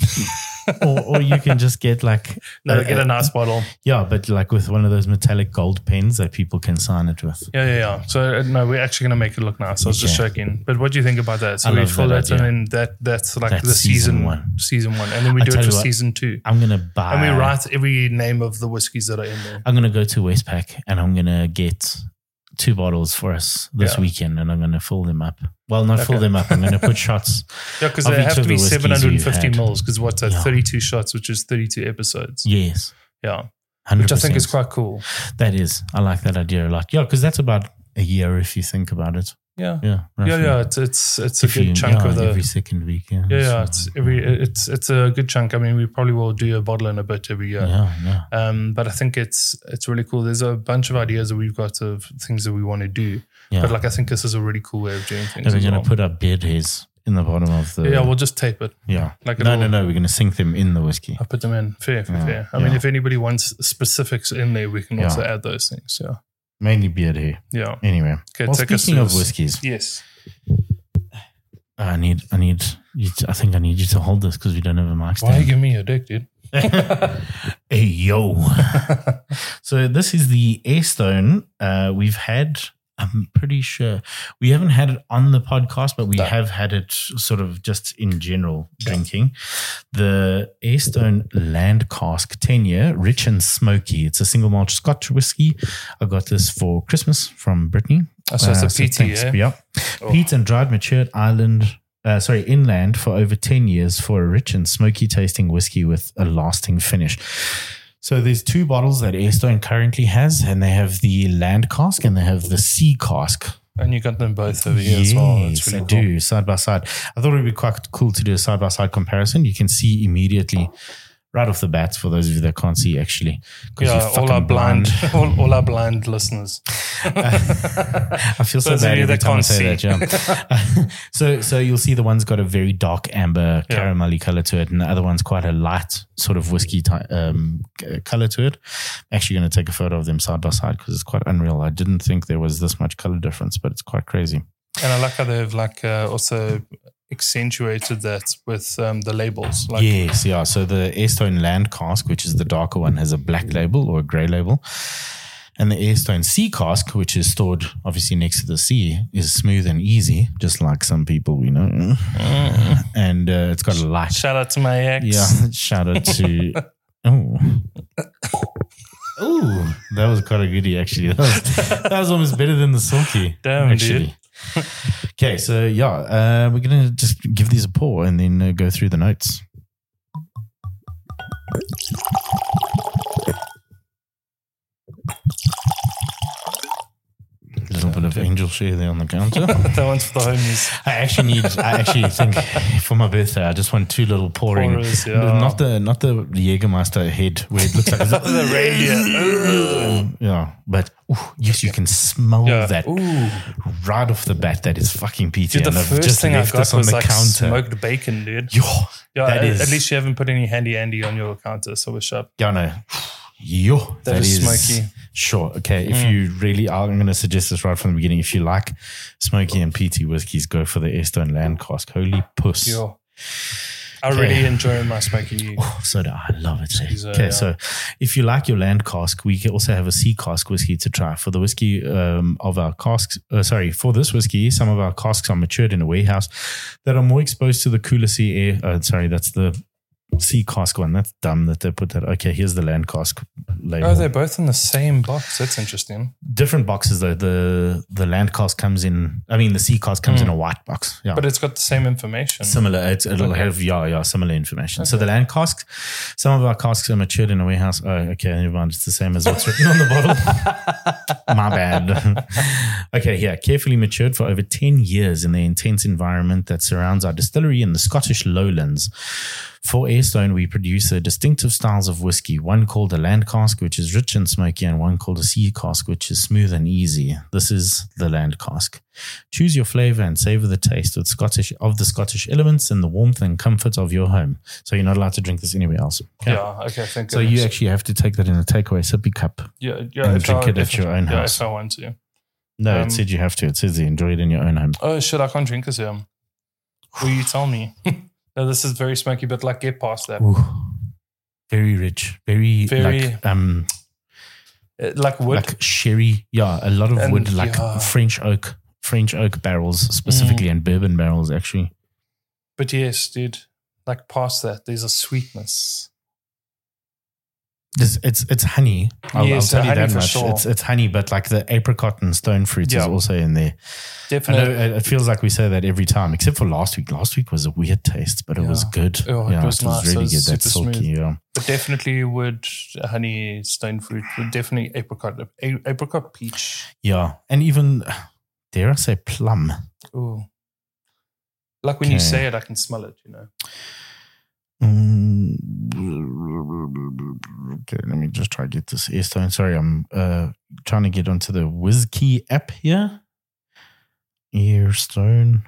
A: or, or you can just get like
B: no,
A: uh,
B: get a nice bottle.
A: yeah, but like with one of those metallic gold pens that people can sign it with.
B: Yeah, yeah, yeah. So uh, no, we're actually gonna make it look nice. I was just
A: Okay.
B: joking. But what do you think about that? So
A: I
B: we
A: love
B: fill
A: that
B: that, and
A: idea.
B: then that that's like
A: That's
B: the season,
A: season
B: one,
A: one.
B: season one, and then we
A: I
B: do
A: tell
B: it for
A: you what,
B: season two,
A: I'm gonna buy.
B: and we write every name of the whiskeys that are in there.
A: I'm gonna go to Westpac and I'm gonna get two bottles for us this
B: Yeah.
A: weekend, and I'm going to fill them up. Well, not fill
B: Okay.
A: them up. I'm going to put shots.
B: Yeah, because
A: Of
B: they
A: each
B: have
A: of
B: to
A: the
B: be
A: whiskies
B: seven hundred and fifty
A: you've had.
B: mils. Because what's that?
A: Yeah.
B: Thirty-two shots, which is thirty-two episodes.
A: Yes,
B: Yeah,
A: hundred
B: which I think is
A: percent.
B: quite cool.
A: That is. I like that idea a lot. Yeah, because that's about a year if you think about it.
B: Yeah,
A: Yeah,
B: yeah,
A: roughly.
B: yeah. It's it's it's a
A: If you-
B: good chunk
A: yeah,
B: of the
A: every second week. Yeah,
B: yeah, yeah.
A: so-
B: It's every it's it's a good chunk. I mean, we probably will do a bottle and a bit every year.
A: yeah, yeah.
B: Um, but I think it's it's really cool. There's a bunch of ideas that we've got of things that we want to do.
A: yeah.
B: But like, I think this is a really cool way of doing
A: And
B: things.
A: we're
B: as
A: going to
B: well.
A: put our beard hairs in the bottom of the.
B: yeah, we'll just tape it.
A: yeah.
B: Like
A: no, no,
B: it'll-
A: no. We're going to sink them in the whiskey.
B: I put them in. Fair, fair,
A: Yeah,
B: fair. I mean,
A: yeah.
B: if anybody wants specifics in there, we can
A: Yeah.
B: also add those things. Yeah,
A: Mainly beard hair.
B: yeah.
A: Anyway.
B: Okay,
A: well,
B: take us
A: speaking
B: through
A: of
B: this.
A: whiskies,
B: Yes.
A: I need, I need, you to, I think I need you to hold this because we don't have a mic
B: Why are
A: stand.
B: you giving me your dick, dude?
A: hey, yo. so this is the Airstone. Uh, we've had, I'm pretty sure, we haven't had it on the podcast, but we have had it sort of just in general drinking. The Airstone Land Cask 10 year, rich and smoky. It's a single malt Scotch whiskey. I got this for Christmas from Brittany.
B: Oh, so it's
A: Uh,
B: a PT,
A: thanks.
B: yeah?
A: Yep.
B: Oh.
A: Peat and dried matured island, uh, sorry, inland for over 10 years for a rich and smoky tasting whiskey with a lasting finish. So there's two bottles that Airstone currently has, and they have the land cask and they have the sea cask.
B: And you got them both over here as well.
A: Yes,
B: That's really
A: I
B: cool.
A: do side by side. I thought it would be quite cool to do a side by side comparison. You can see immediately, right off the bat, for those of you that can't see actually, 'cause
B: Yeah,
A: you're
B: all our
A: fucking
B: blind, all, all our blind listeners.
A: I feel so
B: Those of
A: bad
B: you
A: every
B: that
A: time I
B: can't
A: say
B: see.
A: that. Yeah. so, so you'll see the one's got a very dark amber
B: Yeah.
A: caramelly color to it, and the other one's quite a light sort of whiskey ty- um, c- color to it. I'm actually going to take a photo of them side by side because it's quite unreal. I didn't think there was this much color difference, but it's quite crazy.
B: And I like how they've like uh, also accentuated that with um, the labels. Like,
A: yes, yeah. So the Airstone Land cask, which is the darker one, has a black label or a grey label. And the Airstone Sea cask, which is stored obviously next to the sea, is smooth and easy, just like some people we know. And uh, it's got a light.
B: Shout out to my ex.
A: Yeah, shout out to. oh. Ooh, that was quite a goodie, actually. That was, that was almost better than the silky.
B: Damn, dude.
A: Okay, so yeah, uh, we're going to just give these a pour and then uh, go through the notes. A little bit of angel share there on the counter.
B: that one's for the homies.
A: I actually need. I actually think for my birthday, I just want two little pouring.
B: Pourers, yeah.
A: Not the not the Jägermeister head where it looks like it's
B: The reindeer.
A: yeah, but ooh, yes, you can smell
B: Yeah.
A: that
B: Ooh.
A: right off the bat. That is fucking peaty,
B: Dude, the
A: and I've
B: first
A: just
B: thing I
A: left
B: got
A: this on
B: was
A: the
B: like
A: counter.
B: smoked bacon, dude.
A: Yo,
B: Yeah,
A: that
B: at,
A: is
B: at least you haven't put any handy andy on your counter, so we're sharp.
A: yeah, no. Yo, that
B: is
A: is,
B: smoky. Mm.
A: Sure. Okay. If you really are, I'm going to suggest this right from the beginning. If you like smoky and peaty whiskeys, go for the Airstone Land Cask. Holy puss.
B: Yo. I
A: Okay.
B: really enjoy my smoky.
A: Oh, so do I. I love it. eh?
B: These are,
A: okay,
B: yeah.
A: so if you like your land cask, we can also have a sea cask whiskey to try. For the whiskey um, of our casks, uh, sorry, for this whiskey, some of our casks are matured in a warehouse that are more exposed to the cooler sea air. Uh, sorry, that's the sea cask one. That's dumb that they put that. Okay, here's the land cask label.
B: Oh, they're both in the same box. That's interesting.
A: Different boxes though. The the land cask comes in. I mean, the sea cask comes in a white box. Yeah,
B: But it's got the same information.
A: Similar, it's, it'll
B: Okay.
A: have yeah, yeah, similar information. So the land casks, some of our casks are matured in a warehouse. Oh, okay, never mind. It's the same as what's written on the bottle. My bad. okay, yeah, carefully matured for over ten years in the intense environment that surrounds our distillery in the Scottish lowlands. For Airstone, we produce the distinctive styles of whiskey, one called a land cask, which is rich and smoky, and one called a sea cask, which is smooth and easy. This is the land cask. Choose your flavor and savor the taste with Scottish of the Scottish elements and the warmth and comfort of your home. So you're not allowed to drink this anywhere else. Okay.
B: Yeah, okay, thank
A: So you
B: goodness.
A: actually have to take that in a takeaway sippy cup.
B: yeah, yeah,
A: and
B: if
A: drink
B: I-
A: it at
B: if I-
A: your own
B: yeah,
A: house.
B: if I want to.
A: No,
B: Um,
A: it said you have to. It says you enjoy it in your own home.
B: Oh shit, I can't drink this here. Will you tell me? no, this is very smoky, but like get past that.
A: Ooh. Very rich, very,
B: Very-
A: like um,
B: Uh, Like wood.
A: like sherry. Yeah, a lot of
B: And-
A: wood, like
B: yeah. Mm.
A: French oak, French oak barrels specifically, and bourbon barrels actually.
B: But yes, dude, like past that, there's a sweetness.
A: This, it's it's honey. I'll,
B: Yes,
A: I'll tell you
B: honey
A: that
B: for
A: much.
B: sure.
A: It's it's honey, but like the apricot and stone fruits
B: Yeah.
A: is also in there. I know uh,
B: Definitely.
A: it, it feels like we say that every time, except for last week. Last week was a weird taste, but it was
B: Yeah.
A: good.
B: Oh, it
A: yeah,
B: was nice. It was
A: That
B: super
A: silky.
B: smooth.
A: Yeah.
B: But definitely would honey, stone fruit, would definitely apricot, a- apricot peach.
A: yeah, and even dare I say plum?
B: Ooh. Like when you
A: Okay.
B: say it, I can smell it, you know.
A: Mm. Okay, let me just try to get this airstone. Sorry, I'm uh, trying to get onto the WizKey app here. Earstone.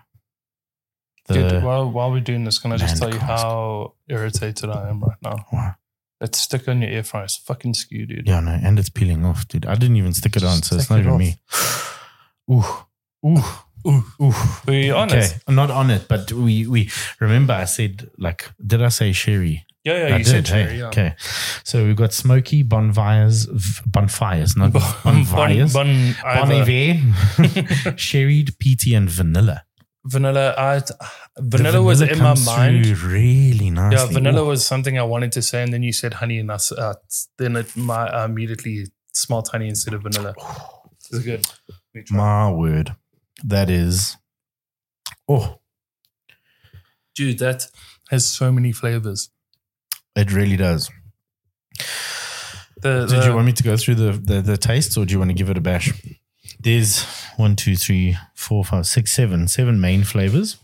A: The,
B: Dude, while, while we're doing this, can I just
A: Land
B: tell you
A: cost.
B: how irritated I am right now?
A: Wow.
B: That sticker on your air fryer is fucking skew, dude.
A: Yeah, no, and it's peeling off, dude. I didn't even stick it on, so it's not
B: Stick it
A: even
B: off.
A: me. Ooh, ooh, ooh, ooh. Okay,
B: We're honest.
A: I'm not on it, but we we remember I said like, did I say sherry?
B: Yeah, yeah,
A: I
B: you said
A: did. Hey,
B: cherry, yeah.
A: okay. So we've got smoky bonfires, v- bonfires, not bonfires, bon,
B: Bon, bon, either.
A: Iver, sherried, peaty, and vanilla.
B: vanilla, I,
A: The
B: vanilla was in my
A: comes
B: mind.
A: through really nicely.
B: Yeah, vanilla
A: Ooh.
B: was something I wanted to say, and then you said honey, and I, s- uh, then it my, I immediately smelled honey instead of vanilla. It's good. Let me try.
A: My word, that is. Oh,
B: Dude, that has so many flavors.
A: it really does.
B: The,
A: Did
B: the-
A: you want me to go through the, the the tastes, or do you want to give it a bash? There's one, two, three, four, five, six, seven, seven main flavors.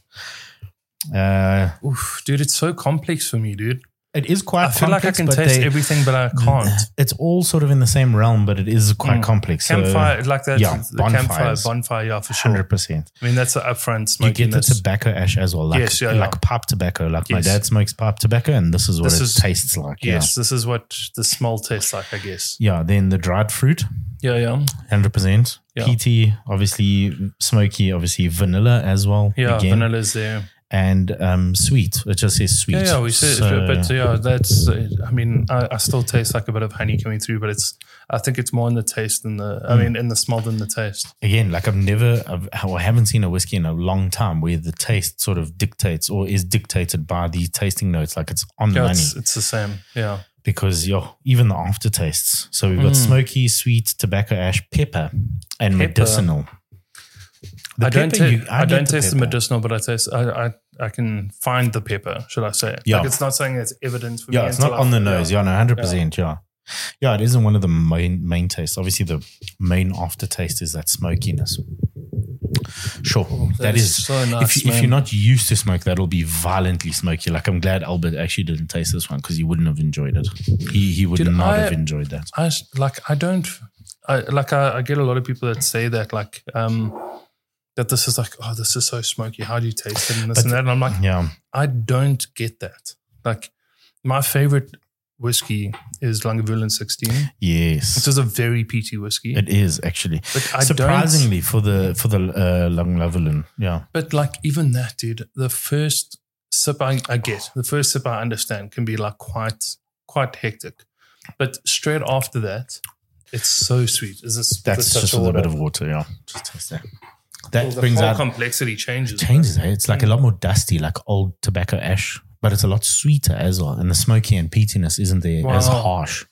A: Uh,
B: Oof, dude, it's so complex for me, dude.
A: it is quite.
B: I feel like I
A: complex,
B: can
A: but
B: taste
A: they-
B: everything, but I can't.
A: It's all sort of in the same realm, but it is quite
B: Mm.
A: complex. So
B: Campfire, like that.
A: yeah,
B: the campfire,
A: bonfires.
B: bonfire, yeah, for sure.
A: hundred percent.
B: I mean, that's the upfront
A: You
B: smoking.
A: get the
B: that's-
A: tobacco ash as well, like
B: Yes, yeah,
A: like
B: yeah.
A: pipe tobacco. Like my
B: Yes.
A: dad smokes pipe tobacco, and this is what
B: This
A: it
B: is-
A: tastes like.
B: yes, this is what the smell tastes like, I guess.
A: Yeah. yeah. Then the dried fruit,
B: Yeah, yeah.
A: hundred percent.
B: Yeah.
A: Peaty, obviously smoky, obviously vanilla as well.
B: Yeah,
A: again.
B: vanilla's there.
A: and um, sweet. It just says sweet.
B: Yeah, yeah, we said,
A: So-
B: but yeah, that's. I mean, I, I still taste like a bit of honey coming through, but it's. I think it's more in the taste than the.
A: Hmm.
B: I mean, in the smell than the taste.
A: again, like I've never, I've, I haven't seen a whiskey in a long time where the taste sort of dictates or is dictated by the tasting notes. Like it's on
B: Yeah,
A: money
B: it's, it's the same. Yeah,
A: because yo, even the aftertastes. So we've got
B: Mm.
A: smoky, sweet, tobacco ash, pepper, and
B: Pepper.
A: medicinal. The
B: I don't.
A: pepper,
B: ta-
A: you-
B: I,
A: get
B: don't taste the
A: pepper.
B: medicinal, but I taste. I, I I can find the pepper. Should I say?
A: Yeah.
B: like it's not something that's evident for me.
A: Yeah, it's
B: until
A: not
B: I-
A: on the nose.
B: Yeah.
A: Yeah, no, hundred percent. Yeah, yeah, it isn't one of the main main tastes. Obviously, the main aftertaste is that smokiness. Sure, that
B: Oh, is
A: is,
B: so nice,
A: If, you, if
B: man.
A: you're not used to smoke, that'll be violently smoky. Like I'm glad Albert actually didn't taste this one because he wouldn't have enjoyed it. He he would
B: Dude,
A: not
B: I-
A: have enjoyed that.
B: I s- like. I don't. I like. I, I get a lot of people that say that. Like. um that this is like, oh, this is so smoky. How do you taste it? And this
A: But-
B: and that. And I'm like,
A: Yeah,
B: I don't get that. Like my favorite whiskey is Lagavulin 16,
A: yes,
B: which is a very peaty whiskey.
A: it is actually
B: but I
A: surprisingly for the for the uh, Lagavulin. Yeah,
B: don't. But like even that, dude, the first sip I, I get, the first sip I understand can be like quite quite hectic. But straight after that, it's so sweet. Is this
A: that's
B: this touch
A: just with a
B: water?
A: bit of water. Yeah, just taste that. That
B: Well, the
A: brings
B: whole
A: out
B: complexity changes.
A: changes. eh? It's like
B: Mm.
A: a lot more dusty, like old tobacco ash, but it's a lot sweeter as well. And the smoky and peatiness isn't there as
B: Wow.
A: harsh.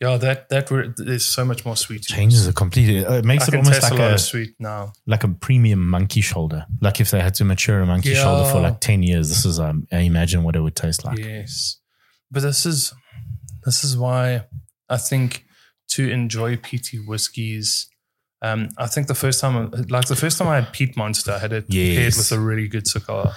B: Yeah, that that re- there's so much more sweet.
A: Changes it completely. Uh, It
B: I
A: makes it
B: can
A: almost
B: taste
A: like
B: a lot
A: a,
B: of sweet now.
A: like a premium monkey shoulder. Like if they had to mature a monkey
B: Yeah.
A: shoulder for like ten years, this is um, I imagine what it would taste like.
B: Yes, but this is this is why I think to enjoy PT whiskies. Um, I think the first time, like the first time I had Pete Monster, I had it paired
A: Yes.
B: with a really good cigar,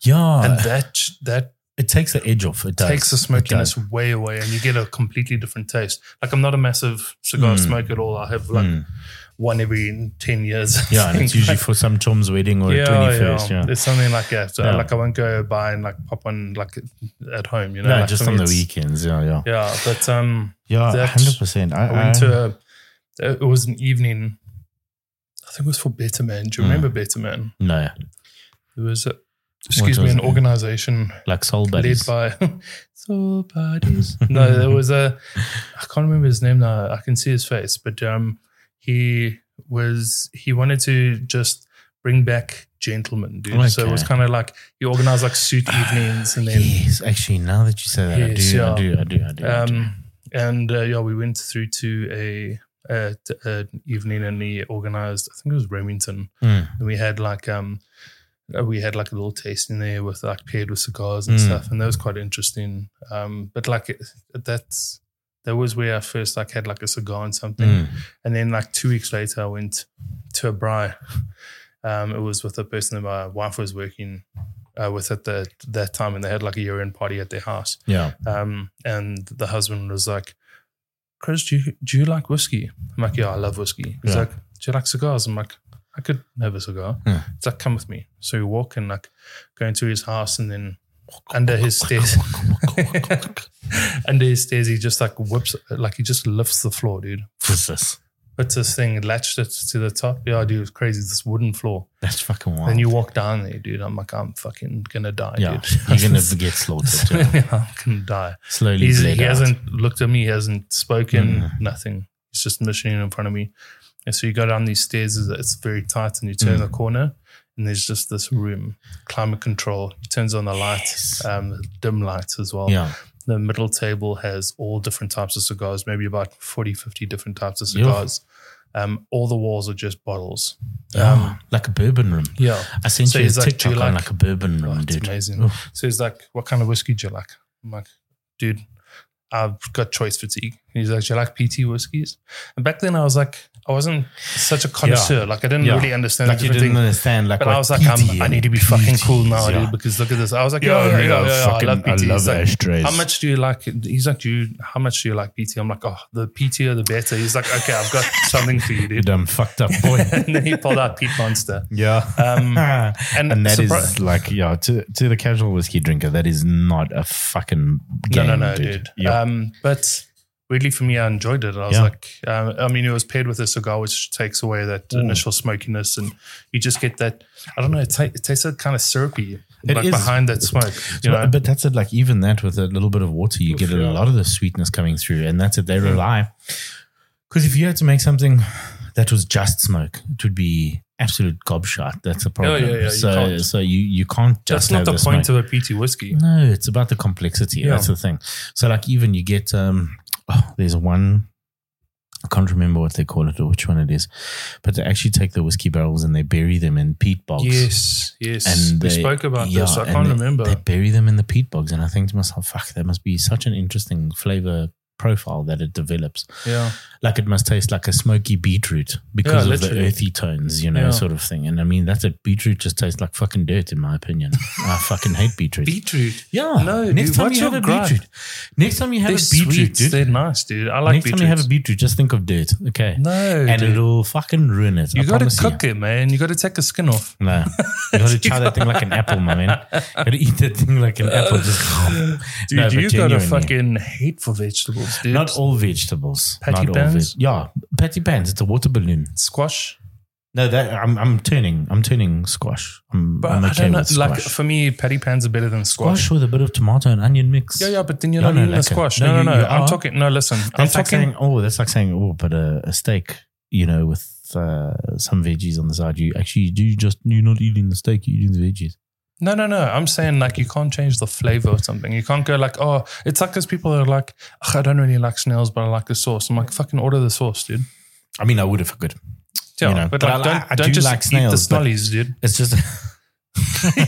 A: Yeah,
B: and that that
A: it takes the edge off. It does.
B: takes the
A: It
B: smokiness
A: does.
B: way away, and you get a completely different taste. Like I'm not a massive cigar
A: Mm.
B: smoker at all. I have like
A: Mm.
B: one every ten years.
A: Yeah, and it's usually for some chum's wedding or a twenty first. Yeah,
B: it's something like that. So,
A: Yeah.
B: Like I won't go buy and like pop one like at home, you know,
A: no,
B: Like,
A: just
B: for
A: on
B: me
A: the
B: it's-
A: weekends. Yeah, yeah,
B: Yeah, but um,
A: yeah,
B: That-
A: hundred percent.
B: I went to a, uh, it was an evening. I think it was for Better Man. Do you
A: Mm.
B: remember Better Man?
A: no,
B: It was a, excuse
A: was
B: me, an
A: it?
B: organization
A: like soul buddies.
B: led by Soul Buddies. no, there was a I can't remember his name now. I can see his face, but um, he was he wanted to just bring back gentlemen,
A: Oh
B: dude. So it was
A: Okay.
B: kind of like he
A: Ah,
B: organized like suit evenings and then
A: yes, actually, now that you say that, I,
B: Yes,
A: do,
B: yeah.
A: I do, I do, I do, I do.
B: um, And uh, yeah, we went through to a, uh t- an evening and he organized, I think it was Remington.
A: Mm.
B: And we had like, um, uh, we had like a little tasting there with like paired with cigars and
A: Mm.
B: stuff. And that was quite interesting. Um, but like it, that's, that was where I first like had like a cigar and something.
A: Mm.
B: And then like two weeks later, I went to a bri. Um, it was with a person that my wife was working uh, with at the, that time, and they had like a year-end party at their house.
A: Yeah.
B: Um, and the husband was like, "Chris, do you, do you like whiskey?" I'm like, "Yeah, I love whiskey." He's
A: Yeah.
B: like, "Do you like cigars?" I'm like, "I could have a cigar."
A: Yeah.
B: It's like, "Come with me." So we walk and like go into his house, and then under his stairs, under his stairs, he just like whips, like he just lifts the floor, dude
A: What's this?
B: puts this thing, latched it to the top. Yeah, dude, it's crazy. This wooden floor.
A: That's fucking wild.
B: Then you walk down there, dude. I'm like, I'm fucking gonna die,
A: yeah,
B: dude.
A: you're gonna get slaughtered. yeah.
B: Yeah, I'm gonna die.
A: Slowly,
B: He's,
A: bled
B: he
A: out.
B: hasn't looked at me. He hasn't spoken.
A: Mm.
B: Nothing. He's just missioning in front of me. And so you go down these stairs. It's it's very tight, and you turn
A: Mm.
B: the corner, and there's just this room, climate control. He turns on the lights,
A: Yes.
B: um, dim lights as well.
A: Yeah,
B: The middle table has all different types of cigars, maybe about 40, 50 different types of
A: Yeah.
B: cigars. Um, all the walls are just bottles.
A: yeah. Oh, like a bourbon room.
B: Yeah.
A: I sent
B: Um, So
A: you a
B: he's like, "Do
A: TikTok
B: you
A: on
B: like-"
A: like a bourbon
B: Oh,
A: room,
B: it's
A: dude.
B: amazing.
A: Oof.
B: So he's like, What kind of whiskey do you like? I'm like, Dude, I've got choice fatigue. And he's like, Do you like PT whiskeys? And back then I was like, I wasn't such a connoisseur. Like, I didn't
A: Yeah.
B: really understand
A: Like
B: the
A: you
B: different
A: didn't
B: things.
A: understand. Like,
B: But
A: what
B: I was like, I'm,
A: PT
B: I need to be
A: and
B: fucking cool
A: PTs,
B: now,
A: yeah.
B: dude, because look at this. I was like,
A: Yeah,
B: yeah, yeah, yeah,
A: yeah,
B: yeah, I love
A: fucking- I
B: PT. He's
A: love
B: like,
A: ashtrays.
B: How much do you like? it?" He's like, dude, how much do you like PT? I'm like, oh, the PT are the better. He's like, okay, I've got something for you,
A: You
B: dude.
A: dumb fucked up boy.
B: and then he pulled out Pete Monster.
A: yeah.
B: Um,
A: and,
B: and
A: that is
B: surpri-
A: like yeah to to the casual whiskey drinker that is not a fucking game,
B: no, no, no, dude.
A: Yeah.
B: Um, but weirdly for me, I enjoyed it. I was
A: Yeah.
B: like, um, I mean, it was paired with a cigar, which takes away that initial smokiness, and you just get that. I don't know. It, ta- it tasted kind of syrupy,
A: It
B: like
A: is.
B: behind that smoke. You know,
A: But- but that's it. Like even that with a little bit of water, you get a lot of the sweetness coming through, and that's it.
B: Mm.
A: They rely because if you had to make something that was just smoke, it would be absolute gobshot. That's a problem.
B: Oh, yeah, yeah, you
A: so
B: can't.
A: so you you can't just
B: that's not
A: have
B: the point
A: smoke.
B: of a PT whiskey.
A: no, it's about the complexity.
B: Yeah.
A: That's the thing. So like even you get um, oh, there's one. I can't remember what they call it or which one it is, but they actually take the whiskey barrels and they bury them in peat bogs.
B: Yes, yes.
A: And
B: we
A: they-
B: spoke about
A: yeah,
B: this. I
A: and
B: can't
A: they-
B: remember.
A: They bury them in the peat bogs, and I think to myself, "Fuck, that must be such an interesting flavor profile that it develops.
B: yeah,
A: Like it must taste like a smoky beetroot because
B: Yeah,
A: of the
B: literally.
A: earthy tones, you know,
B: Yeah.
A: sort of thing. And I mean, that's a beetroot just tastes like fucking dirt, in my opinion. I fucking hate beetroot.
B: beetroot.
A: yeah,
B: No,
A: Next
B: dude,
A: time
B: what's
A: you have
B: your
A: a
B: gripe?
A: beetroot, next time you have
B: They're
A: a beetroot,
B: sweet.
A: dude.
B: They're nice, dude. I like
A: next
B: beetroot.
A: time you have a beetroot, just think of dirt. Okay.
B: no,
A: And
B: dude.
A: it'll fucking ruin it.
B: you
A: I
B: got to
A: promise
B: cook it, man. You got to take the skin off.
A: No. You gotta try that thing like an apple, my man. You gotta eat that thing like an apple. Just
B: Eh, Dude,
A: No, but
B: you got a
A: genuinely.
B: fucking hate for vegetables, dude.
A: not all vegetables.
B: Patty
A: not
B: pans?
A: All veg- yeah. Patty pans. It's a water balloon.
B: squash.
A: No, that I'm I'm turning. I'm turning squash. I'm,
B: But
A: I'm
B: I
A: okay
B: don't know.
A: with squash.
B: Like for me, patty pans are better than squash.
A: squash with a bit of tomato and onion mix.
B: Yeah, yeah, but then you're
A: No,
B: not
A: no,
B: eating the
A: like a-
B: squash.
A: no,
B: No, no,
A: you-
B: no.
A: you
B: I'm
A: are.
B: talking. No, listen. I'm
A: That's like
B: talking.
A: saying, oh, that's like saying, oh, but a, a steak, you know, with uh, some veggies on the side. You actually do just you're not eating the steak, you're eating the veggies.
B: No, no, no. I'm saying like you can't change the flavor or something. You can't go like, oh, it's like those people that are like, "Ugh, I don't really like snails, but I like the sauce. I'm like, fucking order the sauce, dude.
A: I mean, I would if I could.
B: Yeah,
A: You know,
B: but,
A: but
B: like,
A: I-
B: don't,
A: I
B: don't
A: do
B: just
A: like
B: eat
A: snails,
B: the
A: but-
B: snollies, dude.
A: It's just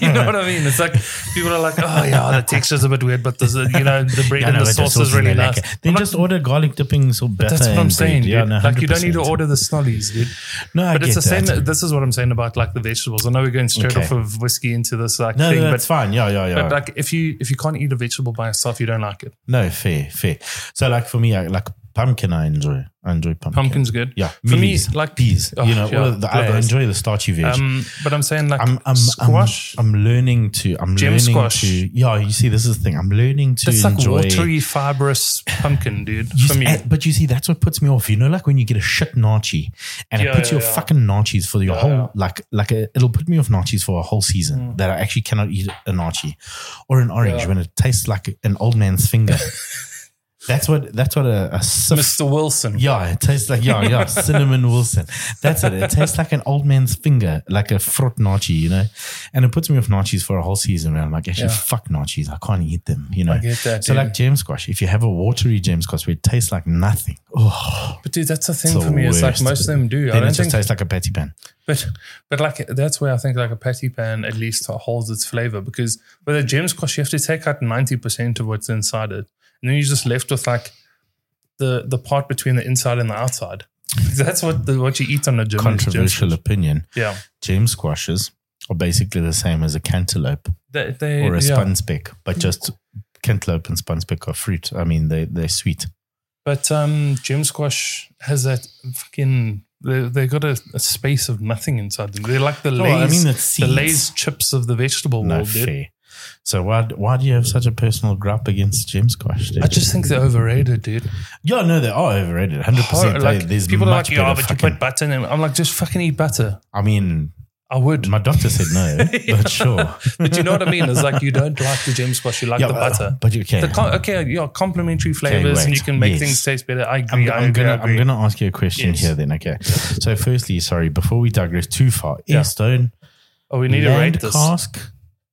B: you know what I mean? It's like people are like, oh yeah, the texture's a bit weird, but there's a- you know the bread
A: Yeah,
B: and
A: no,
B: the
A: but
B: sauce
A: sauce
B: is really
A: there,
B: nice.
A: like, Then
B: I'm
A: just order garlic dippings or
B: But
A: butter.
B: that's what I'm
A: and
B: saying,
A: bread.
B: dude.
A: Yeah, no,
B: like you don't need to
A: 100%.
B: order the snollies, dude.
A: No, I
B: but it's the
A: get
B: same.
A: that.
B: This is what I'm saying about like the vegetables. I know we're going straight
A: Okay.
B: off of whiskey into this like
A: No,
B: thing,
A: no,
B: but,
A: that's fine. Yeah, yeah, yeah.
B: but like if you if you can't eat a vegetable by itself, you don't like it.
A: no, fair, fair. So, like for me, I, like pumpkin, I enjoy. I enjoy pumpkin.
B: Pumpkin's good.
A: Yeah,
B: For me,
A: mealies,
B: like-
A: peas.
B: Oh,
A: you know,
B: yeah,
A: all of the, I
B: blazed.
A: enjoy the starchy veg.
B: Um, but I'm saying like
A: I'm, I'm,
B: squash.
A: I'm, I'm learning to. I'm
B: Gem
A: learning
B: squash.
A: to. Yeah, you see, this is the thing. I'm learning to
B: that's like
A: enjoy.
B: watery, fibrous pumpkin, dude.
A: You
B: For
A: see-
B: me,
A: eh, but you see, that's what puts me off. You know, like when you get a shit nachi, and
B: Yeah,
A: it puts
B: yeah,
A: your
B: yeah.
A: fucking nachis for your
B: Yeah,
A: whole
B: yeah. Mm.
A: like like a, it'll put me off nachis for a whole season that I actually cannot eat a nachi or an orange when it tastes like an old man's finger. That's what that's what a, a sif-
B: Mr. Wilson.
A: Yeah, it tastes like yeah, yeah, cinnamon Wilson. That's it. It tastes like an old man's finger, like a frot nachi, you know. And it puts me off nachis for a whole season. And I'm like, actually,
B: Yeah.
A: fuck nachis. I can't eat them, you know.
B: I get that.
A: so
B: dude.
A: like gem squash, if you have a watery gem squash where it tastes like nothing, oh,
B: but dude, that's the thing
A: It's the
B: for me. It's like
A: worst.
B: most of them do. I
A: then it
B: don't
A: just
B: think,
A: tastes like a patty pan.
B: but but like that's where I think like a patty pan at least holds its flavor because with a gem squash you have to take out ninety percent of what's inside it, and then you're just left with like the the part between the inside and the outside. That's what the, what you eat on a gem.
A: Controversial opinion:
B: Yeah,
A: gem squashes are basically the same as a cantaloupe
B: they, they
A: or a
B: yeah.
A: spun speck, but just cantaloupe and spun speck are fruit. I mean, they they're sweet.
B: But um, gem squash has that fucking. They they got a, a space of nothing inside them. They're like the
A: No,
B: lays,
A: I mean, it's
B: the
A: seeds.
B: lays chips of the vegetable
A: No
B: world. dude.
A: fair. So why why do you have such a personal gripe against gem squash? Dude?
B: Hmm. I just think they're overrated, dude.
A: yeah, no, they are overrated, hundred
B: Hor-
A: percent.
B: like,
A: There's
B: people are
A: much
B: like,
A: better
B: yeah, but you
A: fucking-
B: put butter in. it." I'm like, just fucking eat butter.
A: I mean,
B: I would.
A: my doctor said no, but sure.
B: but you know what I mean? It's like you don't like the gem squash, you like
A: Yeah,
B: the
A: but-
B: butter.
A: but you can.
B: The con- okay, yeah, complementary flavors, and
A: wait.
B: you can make
A: Yes.
B: things taste better. I
A: I'm,
B: agree. I
A: I'm
B: agree,
A: gonna
B: I agree.
A: I'm gonna ask you a question
B: Yes.
A: here then. Okay. So firstly, sorry, before we digress too far,
B: Yeah.
A: Airstone
B: oh, we need to
A: land
B: rate this.
A: cask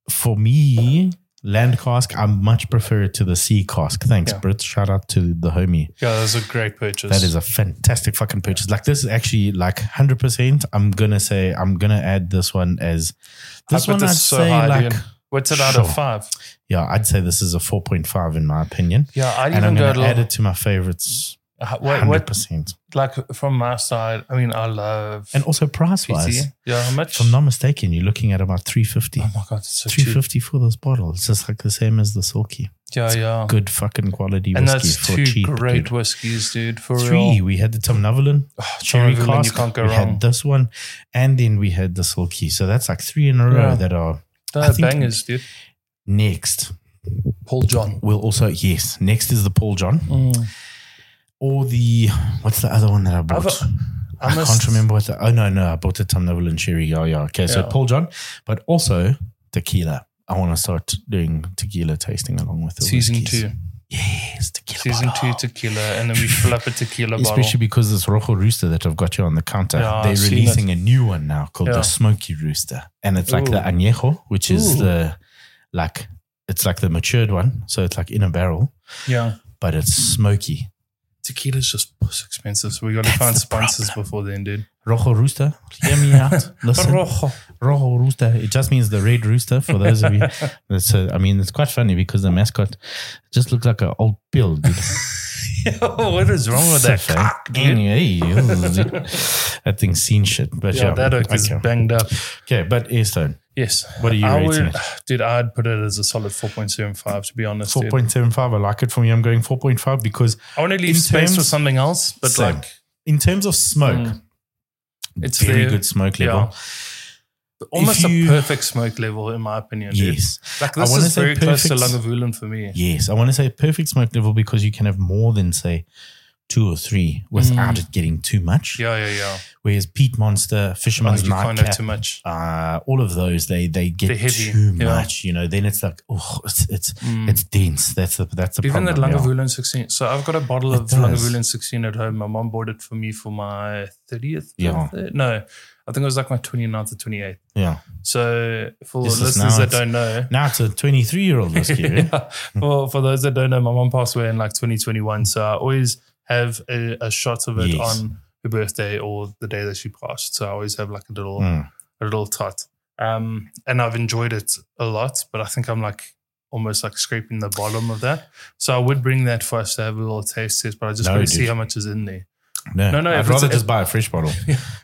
A: for me. Land cask, I much prefer it to the sea cask. Thanks,
B: Yeah.
A: Brit. Shout out to the homie.
B: Yeah, that was a great purchase.
A: That is a fantastic fucking purchase. Like this is actually like hundred percent. I'm gonna say I'm gonna add this one as this
B: I put
A: one. I'd
B: this so
A: say
B: high,
A: like
B: dude. What's it out of
A: Sure.
B: five?
A: yeah, I'd say this is a four point five in my opinion,
B: Yeah, I
A: and I'm
B: even go
A: gonna
B: to
A: add it to my favorites.
B: what,
A: Hundred
B: what,
A: percent,
B: like from my side. I mean, I love
A: and also price wise,
B: PT. Yeah, how much?
A: if I'm not mistaken, you're looking at about three fifty.
B: oh my god, it's so
A: Three
B: cheap.
A: fifty for this bottle. It's just like the same as the Silky.
B: Yeah, yeah,
A: Good fucking quality
B: and
A: whiskey
B: that's
A: for
B: two
A: cheap.
B: great
A: dude.
B: whiskies, dude. For
A: Three.
B: real,
A: We had the Tom Novelin. cherry
B: Ah, Tom Novelin, you
A: cask.
B: can't go
A: we
B: wrong.
A: had this one, and then we had the silky. So that's like three in a row
B: Yeah.
A: that are
B: They're
A: I think-
B: bangers, dude.
A: next.
B: Paul John.
A: We'll also yes, next is the Paul John
B: Mm.
A: or the what's the other one that I bought.
B: I've-
A: I, can't remember what the oh no no I bought the Tom Novelin cherry yeah yeah okay so
B: Yeah.
A: Paul John but also tequila I want to start doing tequila tasting along with the
B: Season
A: whiskeys.
B: two,
A: yes tequila
B: season
A: bottle.
B: two tequila, and then we fill up a tequila bottle.
A: Especially because this Rojo Rooster that I've got you on the counter,
B: Yeah, I've
A: they're
B: seen
A: releasing a new one now called
B: Yeah.
A: the Smoky Rooster. And it's like the
B: Ooh.
A: Añejo, which is
B: Ooh.
A: the like it's like the matured one. So it's like in a barrel,
B: Yeah,
A: but it's smoky.
B: tequila's just puss expensive, so we got to find sponsors before then, dude.
A: Rojo Rooster, hear me out. Listen, Rojo Rooster, it just means the red rooster for those of you. That's uh, I mean, it's quite funny because the mascot just looks like an old pill, dude.
B: what is wrong with Oh, that?
A: Sick, eh?
B: cock, dude?
A: Anyway, that thing's seen shit. But yeah,
B: Yeah, that oak is
A: okay.
B: banged up.
A: okay, but Airstone.
B: Yes.
A: What are you
B: I
A: rating it?
B: would, Dude, I'd put it as a solid 4.75, to be honest.
A: Four
B: dude.
A: point seven five. I like it for me. I'm going four point five because
B: I want to
A: In
B: leave space for
A: terms-
B: something else, but
A: Same.
B: like,
A: in terms of smoke,
B: Mm.
A: it's
B: It's
A: very
B: there.
A: good smoke
B: Yeah.
A: level.
B: almost
A: you-
B: a perfect smoke level, in my opinion. dude.
A: Yes,
B: Like,
A: I
B: this
A: wanna
B: is
A: say
B: very close to
A: perfect-
B: Lagavulin for me.
A: yes. I want to say perfect smoke level because you can have more than say two or three without it getting too much.
B: Mm. Yeah, yeah, yeah.
A: Whereas peat monster,
B: Oh,
A: fisherman's
B: you can't have
A: nightcap,
B: too much.
A: uh, all of those they they
B: They're
A: get
B: heavy,
A: too
B: yeah.
A: much. You know, then it's like oh, it's it's
B: Mm.
A: it's dense. That's the that's the
B: Even that
A: problem. yeah.
B: Lagavulin 16. So I've got a bottle
A: It
B: of
A: does.
B: Lagavulin 16 at home. My mom bought it for me for my 30th.
A: Yeah.
B: birthday? No, I think it was like my 29th or 28th.
A: Yeah.
B: So for
A: This is
B: listeners
A: now
B: that
A: it's-
B: don't know,
A: Now it's a 23 year old whiskey. eh?
B: yeah. Well, for those that don't know, my mom passed away in like 2021. So I always have a, a shot of it
A: Yes.
B: on her birthday or the day that she passed. So I always have like a little,
A: Mm.
B: a little tot. Um, and I've enjoyed it a lot, but I think I'm like almost like scraping the bottom of that. So I would bring that for us to have a little taste test, but I just
A: No,
B: want
A: dude.
B: to see how much is in there.
A: No,
B: No, no, if
A: I'd
B: it's
A: rather
B: a-
A: just buy a fresh bottle.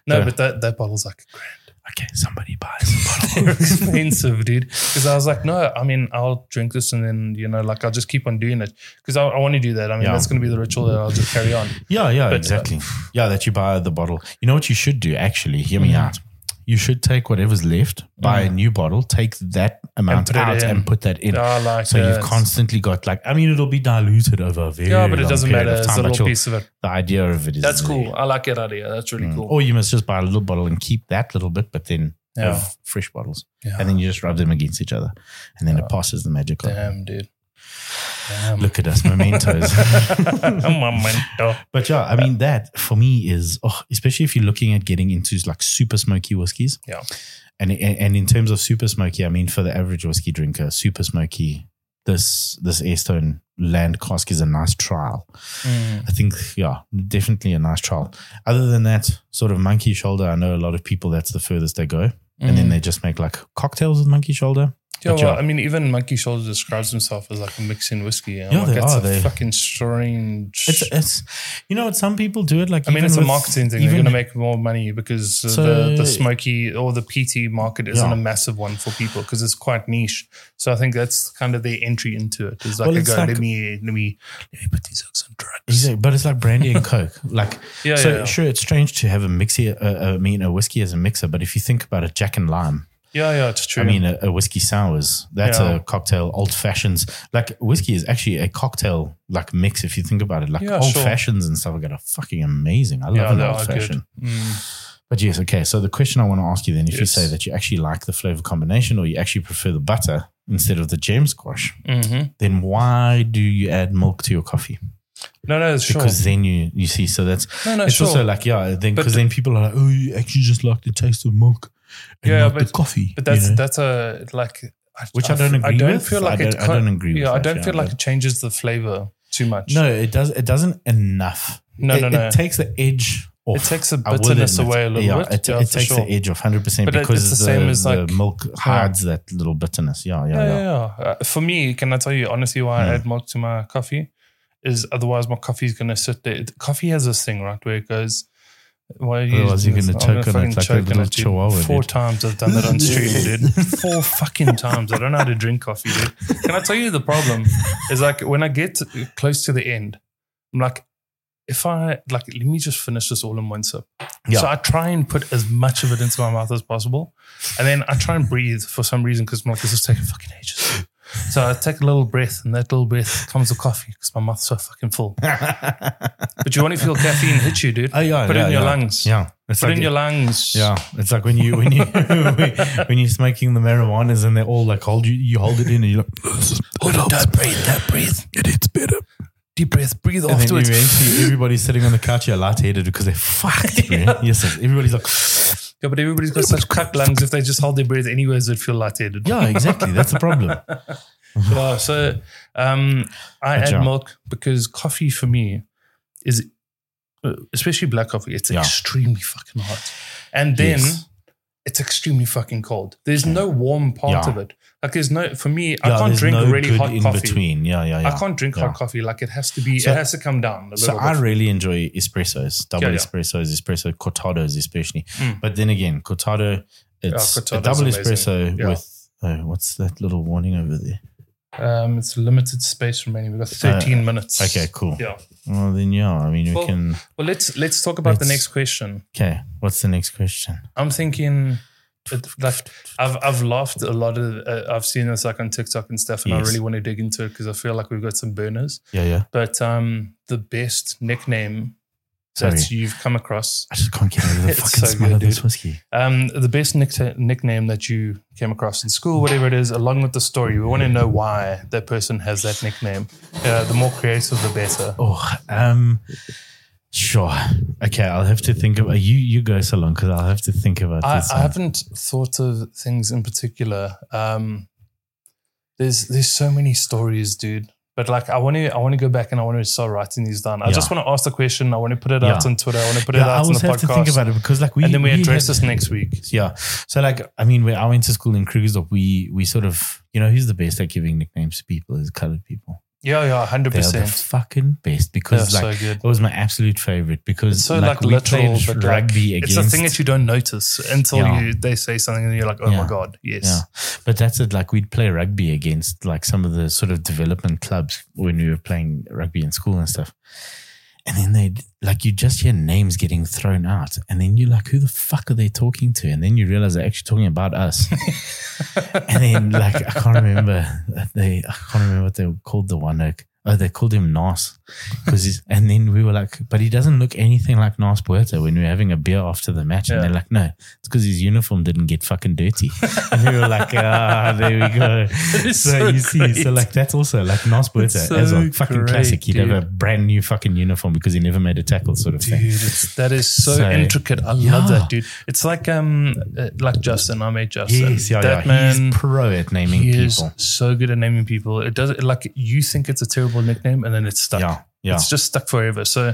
B: No,
A: Yeah.
B: but that, that bottle's like a grand.
A: Okay, somebody buys a
B: They're
A: bottle.
B: expensive, dude. Because I was like, no, I mean, I'll drink this and then, you know, like I'll just keep on doing it because I, I want to do that. I mean,
A: Yeah.
B: that's going to be the ritual that I'll just carry on.
A: Yeah, yeah,
B: But, uh,
A: exactly. yeah, that you buy the bottle. You know what you should do, actually? Hear
B: Mm.
A: me out. You should take whatever's left, buy a new bottle, take that amount
B: put it
A: out
B: in.
A: and put that in.
B: I like
A: so
B: that.
A: you've constantly got like, I mean, it'll be diluted over a very
B: Yeah, but it
A: long
B: doesn't
A: period
B: matter.
A: of
B: It's
A: time,
B: a
A: but
B: little
A: you'll-
B: piece of it.
A: The idea of it is
B: That's
A: there. Mm. Oh,
B: cool. I like that idea. That's really cool.
A: Or you must just buy a little bottle and keep that little bit, but then
B: Yeah.
A: have fresh bottles,
B: Yeah.
A: and then you just rub them against each other, and then it passes the magic. on.
B: Damn, dude.
A: Look at us, mementos.
B: Momento.
A: But yeah, I mean that for me is oh, especially if you're looking at getting into like super smoky whiskies.
B: Yeah.
A: And, and and in terms of super smoky, I mean for the average whiskey drinker, super smoky, this this Airstone land cask is a nice trial.
B: Mm.
A: I think yeah, definitely a nice trial. Other than that, sort of monkey shoulder, I know a lot of people that's the furthest they go. And
B: Mm.
A: then they just make like cocktails with monkey shoulder.
B: Yeah,
A: But
B: well,
A: yeah.
B: I mean, even Monkey Shoulder describes himself as like a mixing whiskey. I'm
A: Yeah,
B: like,
A: they
B: that's
A: are,
B: a
A: they-
B: fucking strange.
A: It's it's you know what some people do it like
B: I mean,
A: even
B: it's a
A: with-
B: marketing thing. They're
A: even-
B: going to make more money because uh,
A: So-
B: the, the smoky or the PT market isn't
A: Yeah.
B: a massive one for people because it's quite niche. So I think that's kind of their entry into it. It's like,
A: Well,
B: they
A: it's
B: go,
A: like-
B: let me, let me, let me put these hooks on drugs.
A: Exactly, but it's like brandy and coke. Like,
B: Yeah,
A: so
B: yeah, yeah.
A: sure, it's strange to have a mixer. Uh, uh, I mean, a whiskey as a mixer, but if you think about it, Jack and lime.
B: Yeah, yeah, it's true.
A: I mean, a, a whiskey sours. That's
B: Yeah.
A: a cocktail. Old fashions. Like whiskey is actually a cocktail like mix. If you think about it, like
B: Yeah,
A: old
B: sure.
A: fashions and stuff are gonna fucking amazing. I love
B: yeah,
A: an
B: they
A: old
B: are
A: fashioned.
B: good. Mm.
A: But yes, okay. So the question I want to ask you then, if you
B: Yes.
A: say that you actually like the flavor combination or you actually prefer the butter instead of the gem squash,
B: hmm
A: then why do you add milk to your coffee?
B: No, no, sure.
A: Because then you you see, so that's
B: no, no,
A: it's
B: sure.
A: also like yeah, then
B: But
A: because then people are like, oh, you actually just like the taste of milk and
B: Yeah,
A: not the
B: but-
A: coffee.
B: But that's
A: you know?
B: that's a like
A: Which I don't
B: f-
A: agree with.
B: feel like
A: I
B: it
A: don't- I
B: co-
A: don't agree with
B: Yeah, I
A: that,
B: don't
A: yeah,
B: feel like
A: but-
B: it changes the flavor too much.
A: no, it does. It doesn't enough.
B: No,
A: it,
B: no,
A: it
B: no.
A: takes the edge. Off.
B: takes the
A: I will
B: bitterness
A: admit.
B: away a little
A: yeah,
B: bit.
A: It,
B: Yeah,
A: it
B: for
A: takes
B: sure.
A: the edge off hundred percent
B: But it-
A: because
B: it's
A: the,
B: the same as
A: the
B: like-
A: milk hides that little bitterness. Yeah, yeah,
B: yeah,
A: yeah.
B: yeah. yeah. Uh, for me, can I tell you honestly why I
A: Mm.
B: add milk to my coffee? Is otherwise my coffee is gonna sit there. It- Coffee has this thing right where it goes. Why are you
A: Otherwise you're
B: using
A: gonna
B: this? I'm
A: choke on
B: fucking
A: it like a
B: choke on
A: little
B: dude.
A: chihuahua,
B: Four
A: dude.
B: times I've done that on stream, dude. Four fucking times. I don't know how to drink coffee, dude. Can I tell you the problem? Is like when I get close to the end, I'm like, if I like, let me just finish this all in one sip.
A: Yeah.
B: So I try and put as much of it into my mouth as possible. And then I try and breathe for some reason because I'm like, this is taking fucking ages. So I take a little breath, and that little breath comes with coffee because my mouth's so fucking full. But you only feel caffeine hit you, dude.
A: Oh, yeah,
B: Put it
A: yeah,
B: in your
A: yeah.
B: lungs.
A: Yeah, it's
B: Put it
A: like
B: in your lungs.
A: yeah, it's like when you when you when you're smoking the marijuanas and they're all like hold you you hold it in and you're like
B: Hold on, don't breathe, don't breathe. It is better. Deep breath, breathe
A: And then
B: afterwards.
A: eventually, everybody's sitting on the couch, you're lightheaded because they're fucked, man. Yes, yes. everybody's like,
B: Yeah, but everybody's got such cut lungs. If they just hold their breath anyways, they'd feel lightheaded.
A: yeah, exactly. That's the problem.
B: Yeah, so um, I
A: Good
B: add
A: job.
B: milk because coffee for me is, uh, especially black coffee, it's
A: Yeah.
B: extremely fucking hot. And then
A: Yes.
B: it's extremely fucking cold. There's no warm part
A: Yeah.
B: of it. Like there's no, for me,
A: Yeah,
B: I can't
A: there's
B: drink
A: no
B: really
A: good
B: hot
A: in
B: coffee.
A: between. Yeah, yeah, yeah.
B: I can't drink
A: Yeah.
B: hot coffee. Like it has to be,
A: So-
B: it has to come down a little
A: So
B: bit.
A: I really enjoy espressos, double
B: Yeah, yeah.
A: espressos, espresso cortados, especially.
B: Mm.
A: But then again, cortado, it's a
B: cortado's
A: double
B: amazing.
A: espresso
B: Yeah.
A: with. Oh, what's that little warning over there?
B: Um, it's limited space remaining. We've got 13 minutes.
A: Okay, cool.
B: Yeah.
A: Well, then yeah, I mean, we
B: Well-
A: can.
B: Well, let's let's talk about
A: Let's-
B: the next question.
A: Okay, what's the next question?
B: I'm thinking, it- like, I've I've laughed a lot of. Uh, I've seen this like on TikTok and stuff, and
A: Yes.
B: I really want to dig into it because I feel like we've got some burners.
A: Yeah, yeah.
B: But um, the best nickname that
A: Sorry.
B: you've come across,
A: I just can't get over the
B: It's
A: fucking
B: so
A: smell
B: good,
A: of this
B: dude.
A: whiskey.
B: um, the best nick- nickname that you came across in school, whatever it is, along with the story, we want to know why that person has that nickname. Uh, the more creative, the better.
A: Oh, um, sure. Okay, I'll have to think about you. You go so long because I'll have to think about
B: I,
A: this.
B: I
A: one.
B: haven't thought of things in particular. Um, there's there's so many stories, dude. But like, I want to I want to go back and I want to start writing these down. I
A: Yeah.
B: just want to ask the question. I want to put it out
A: Yeah.
B: on Twitter. I want to put
A: yeah,
B: it
A: I
B: out on the
A: always have to think
B: podcast.
A: about it because, like, we
B: and then we, address
A: had-
B: this next week.
A: Yeah. So, like, I mean, where I went to school in Krugersdorp, we we sort of, you know, who's the best at giving nicknames to people is colored people.
B: Yeah, yeah, hundred
A: They are the
B: percent.
A: fucking best because,
B: They're
A: like,
B: so good.
A: it was my absolute favorite because,
B: It's so like,
A: we
B: literal,
A: played
B: but
A: rugby
B: like,
A: against.
B: it's a thing that you don't notice until
A: Yeah.
B: you they say something and you're like, oh
A: Yeah.
B: my god, yes.
A: Yeah. But that's it. Like we'd play rugby against like some of the sort of development clubs when we were playing rugby in school and stuff. And then they'd like you just hear names getting thrown out. And then you're like, who the fuck are they talking to? And then you realize they're actually talking about us. and then like I can't remember they I can't remember what they were called the one oak. Oh, they called him Nas, because he's. And then we were like, but he doesn't look anything like Nas Puerta when we were having a beer after the match. And
B: Yeah.
A: they're like, no, it's because his uniform didn't get fucking dirty. and we were like, ah, there we go.
B: is
A: So,
B: so
A: you see, so
B: great.
A: like that's also like Nas Puerta
B: It's
A: as a
B: so
A: fucking
B: great,
A: classic. He'd have
B: dude.
A: a brand new fucking uniform because he never made a tackle, sort of thing.
B: it's- that is so,
A: So-
B: intricate. I love that, dude. It's like um, uh, like Justin. I made Justin.
A: Yes, yeah,
B: that
A: yeah.
B: man.
A: He's pro at naming
B: He is
A: people.
B: so good at naming people. It does like you think it's a terrible nickname, and then it's stuck.
A: Yeah, yeah.
B: It's just stuck forever. So,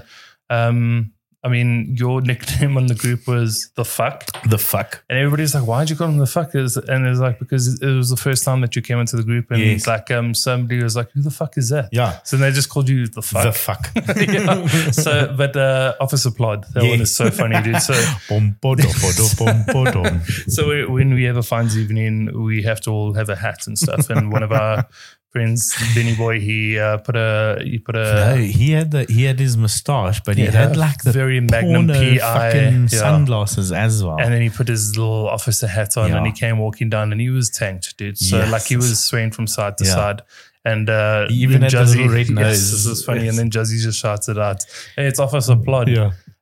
B: um, I mean, your nickname on the group was the fuck,
A: the fuck.
B: and everybody's like, "Why'd you call him the fuck?" Is and it's like because it was the first time that you came into the group, and
A: Yes.
B: like um, somebody was like, "Who the fuck is that?"
A: Yeah.
B: So they just called you the fuck.
A: The fuck.
B: yeah. So, but uh, Officer Plod, that one is so funny, dude. So,
A: Bom, bo, do, bo, do, bom, bo, dom.
B: so we, when we have a finds evening, we have to all have a hat and stuff. And one of our friends, Benny Boy, he uh, put a he put
A: No,
B: a
A: he had the he had his moustache, but he
B: Uh, Yeah.
A: had like the
B: Very Magnum
A: porno
B: PI,
A: fucking
B: yeah.
A: sunglasses as well.
B: and then he put his little officer hat on,
A: Yeah.
B: and he came walking down, and he was tanked, dude. So
A: Yes.
B: like he was swaying from side to
A: Yeah.
B: side. And uh,
A: He even
B: then
A: had the little red nose.
B: Yes, this is funny. And then Juzzy just shouts it out. Hey, it's Officer Plod.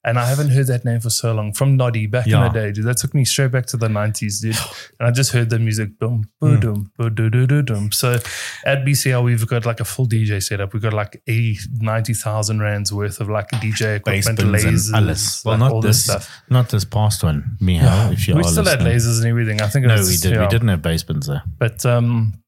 B: And I haven't heard that name for so long. From Noddy back
A: Yeah.
B: in the day, dude. That took me straight back to the 90s, dude. And I just heard the music. Boom, boom,
A: Mm.
B: boom, boom, boom, boom, boom, boom. So at BCL, we've got like a full DJ setup. We've got like 80, 90,000 rands worth of like DJ
A: Bass
B: equipment,
A: bins and
B: lasers,
A: alles. Well,
B: like
A: not
B: all
A: this,
B: this stuff.
A: not this past one, Mihal. If you
B: We
A: are
B: still had
A: listening.
B: lasers and everything. I think it
A: No,
B: was-
A: we did.
B: yeah.
A: We didn't have bass bins there.
B: But um,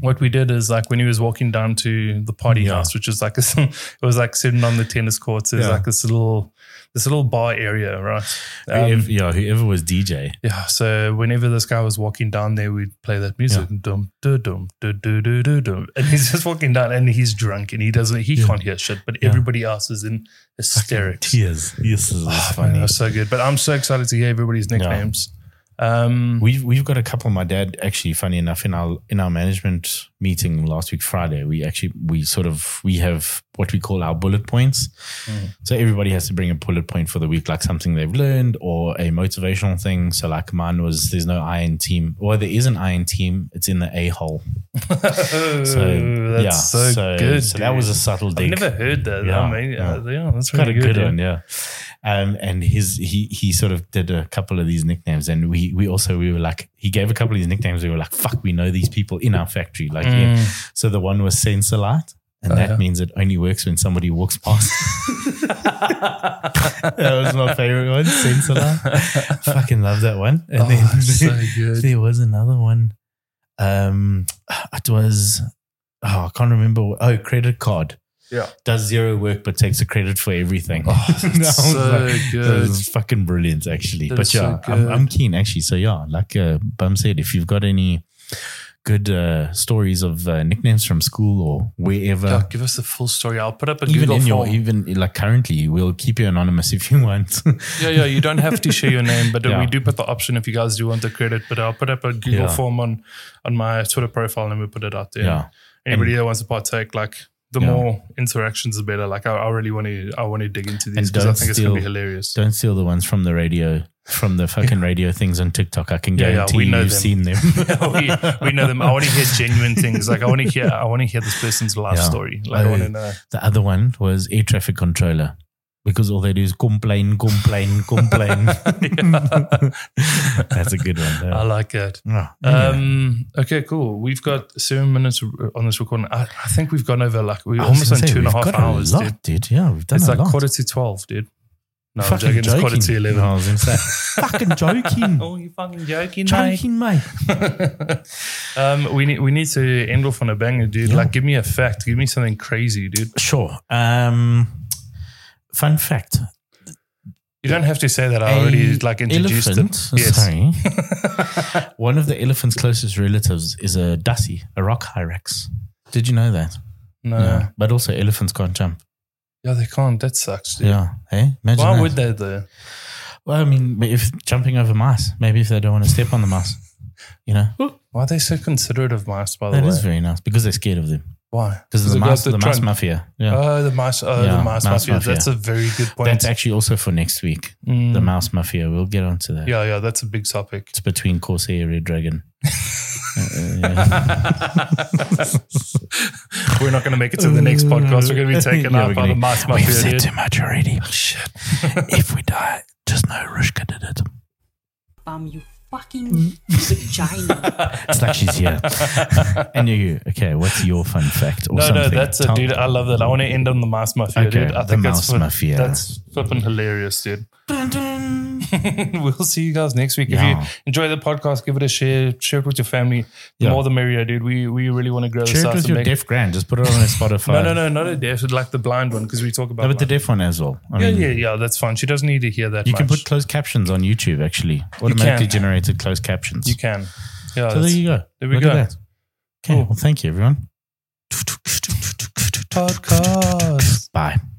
B: what we did is like when he was walking down to the party
A: Yeah.
B: house, which is like this, it was like sitting on the tennis courts. There's
A: Yeah.
B: like this little this little bar area, right? Um,
A: Whoever- yeah, whoever was DJ,
B: yeah. So whenever this guy was walking down there, we'd play that music. Dum, dum, dum, dum, dum, dum, dum, dum. And he's just walking down and he's drunk and he doesn't, he
A: Yeah.
B: can't hear shit, but
A: Yeah.
B: everybody else is in hysterics.
A: tears. Yes, this is
B: Oh, man,
A: funny.
B: that was so good. But I'm so excited to hear everybody's nicknames. Um,
A: We've we've got a couple. My dad actually, funny enough, in our in our management meeting last week Friday, we actually we sort of we have what we call our bullet points.
B: Mm-hmm.
A: So everybody has to bring a bullet point for the week, like something they've learned or a motivational thing. So like mine was there's no I in team. Well, there is an I in team. It's in the a hole. So
B: that's
A: yeah,
B: so, good.
A: So that was a subtle
B: I've
A: dig.
B: never heard that.
A: Yeah,
B: I mean,
A: yeah.
B: uh, yeah, that's
A: Quite
B: really
A: a good,
B: good. yeah.
A: one, yeah. Um, and his he he sort of did a couple of these nicknames, and we we also we were like he gave a couple of these nicknames. We were like, fuck, we know these people in our factory. Like,
B: Mm.
A: yeah. so the one was sensor light, and
B: Oh,
A: that
B: yeah.
A: means it only works when somebody walks past.
B: Mm.
A: that was my favorite one, sensor light. Fucking love that one. And
B: Oh,
A: then
B: so good.
A: there was another one. Um, it was oh, I can't remember. what- Oh, credit card.
B: Yeah.
A: does zero work but takes the credit for everything.
B: Oh, that's
A: And I was
B: so
A: That
B: good.
A: was fucking brilliant, actually.
B: That
A: but
B: is so
A: yeah, I'm,
B: good.
A: I'm keen actually. So yeah, like uh, Bum said, if you've got any good uh, stories of uh, nicknames from school or wherever.
B: Yeah, give us the full story. I'll put up a
A: Even
B: Google
A: in your, e-
B: form.
A: even like currently, we'll keep you anonymous if you want.
B: yeah, yeah. You don't have to share your name, but
A: Yeah.
B: we do put the option if you guys do want the credit. But I'll put up a Google
A: Yeah.
B: form on on my Twitter profile and we put it out there.
A: yeah.
B: Anybody that wants to partake, like the
A: Yeah.
B: more interactions, the better. Like I, I really want to, I want to dig into these
A: And
B: because I
A: don't
B: think it's gonna be
A: steal-
B: hilarious.
A: Don't steal the ones from the radio, from the fucking radio things on TikTok. I can
B: Yeah, yeah,
A: guarantee
B: we know
A: you've
B: them.
A: seen them.
B: Oh, we, we know them. I want to hear genuine things. Like I want to hear, I want to hear this person's life
A: Yeah.
B: story. Like I want
A: Oh.
B: to know.
A: The other one was air traffic controller because all they do is complain, complain, complain. That's a good one. though.
B: I like it.
A: Yeah, anyway.
B: Um, okay, cool. We've got seven minutes on this recording. I, I think we've gone over like we're
A: I was
B: almost
A: gonna
B: on
A: say,
B: two and a
A: we've
B: half
A: got
B: hours,
A: lot,
B: dude.
A: dude. Yeah, we've done
B: It's
A: a
B: like
A: lot.
B: quarter to twelve, dude. No, I'm
A: fucking
B: joking. It's quarter
A: joking.
B: to eleven.
A: No, I was gonna say, fucking joking.
B: Oh, you fucking joking, mate.
A: joking, mate.
B: um, we need we need to end off on a banger, dude. Like, give me a fact. Give me something crazy, dude.
A: Sure. Um, fun fact.
B: You don't have to say that. I
A: a
B: already like introduced
A: elephant,
B: it. Yes.
A: Sorry. One of the elephant's closest relatives is a dussie, a rock hyrax. Did you know that?
B: No.
A: Yeah. But also elephants can't jump.
B: Yeah, they can't. That sucks, dude.
A: Yeah. Hey, imagine
B: Why
A: that.
B: would they though?
A: Well, I mean, but if jumping over mice, maybe if they don't want to step on the mice, you know,
B: Why are they so considerate of mice? By the
A: that
B: way,
A: is very nice because they're scared of them
B: why?
A: because the
B: it got
A: mice, the mice
B: trunk.
A: mafia. Yeah,
B: Oh, the mice. Oh,
A: Yeah,
B: the mice,
A: mouse
B: mafia.
A: mafia.
B: That's a very good point.
A: that's actually also for next week.
B: Mm.
A: The mouse mafia. We'll get onto that.
B: Yeah, yeah. That's a big topic.
A: It's between Corsair Red Dragon. Uh,
B: We're not going to make it to the next podcast. We're going to be taken
A: Yeah,
B: out
A: we're
B: by
A: gonna-
B: the mouse
A: We've
B: mafia.
A: said
B: dude.
A: too much already. Oh, Shit. if we die, just know Rushka did it.
D: Bum, you fucking vagina.
A: It's like she's here. and you, you, okay, what's your fun fact or
B: No,
A: something?
B: no, that's it,
A: Tell-
B: dude. I love that. I want to end on the mouse mafia,
A: Okay,
B: dude. I
A: the
B: that's
A: mouse
B: flip-
A: mafia.
B: That's flipping hilarious, dude. we'll see you guys next week.
A: Yeah.
B: If you enjoy the podcast, give it a share. Share it with your family. The
A: Yeah.
B: more the merrier, dude. We we really want to grow this
A: Share it
B: out.
A: with
B: and
A: your
B: make-
A: deaf grand. Just put it on a Spotify.
B: no, no, no, not a deaf, like the blind one, because we talk about.
A: No, but the
B: blind-
A: deaf one as well. I
B: yeah,
A: mean,
B: yeah, yeah. That's fine. She doesn't need to hear that.
A: You can
B: much.
A: put closed captions on YouTube, actually. Automatically
B: can.
A: generated closed captions.
B: You can. Yeah.
A: so there
B: that's-
A: you go.
B: there we
A: Look
B: go.
A: At that. Okay,
B: Cool.
A: well, thank you, everyone.
B: podcast.
A: Bye.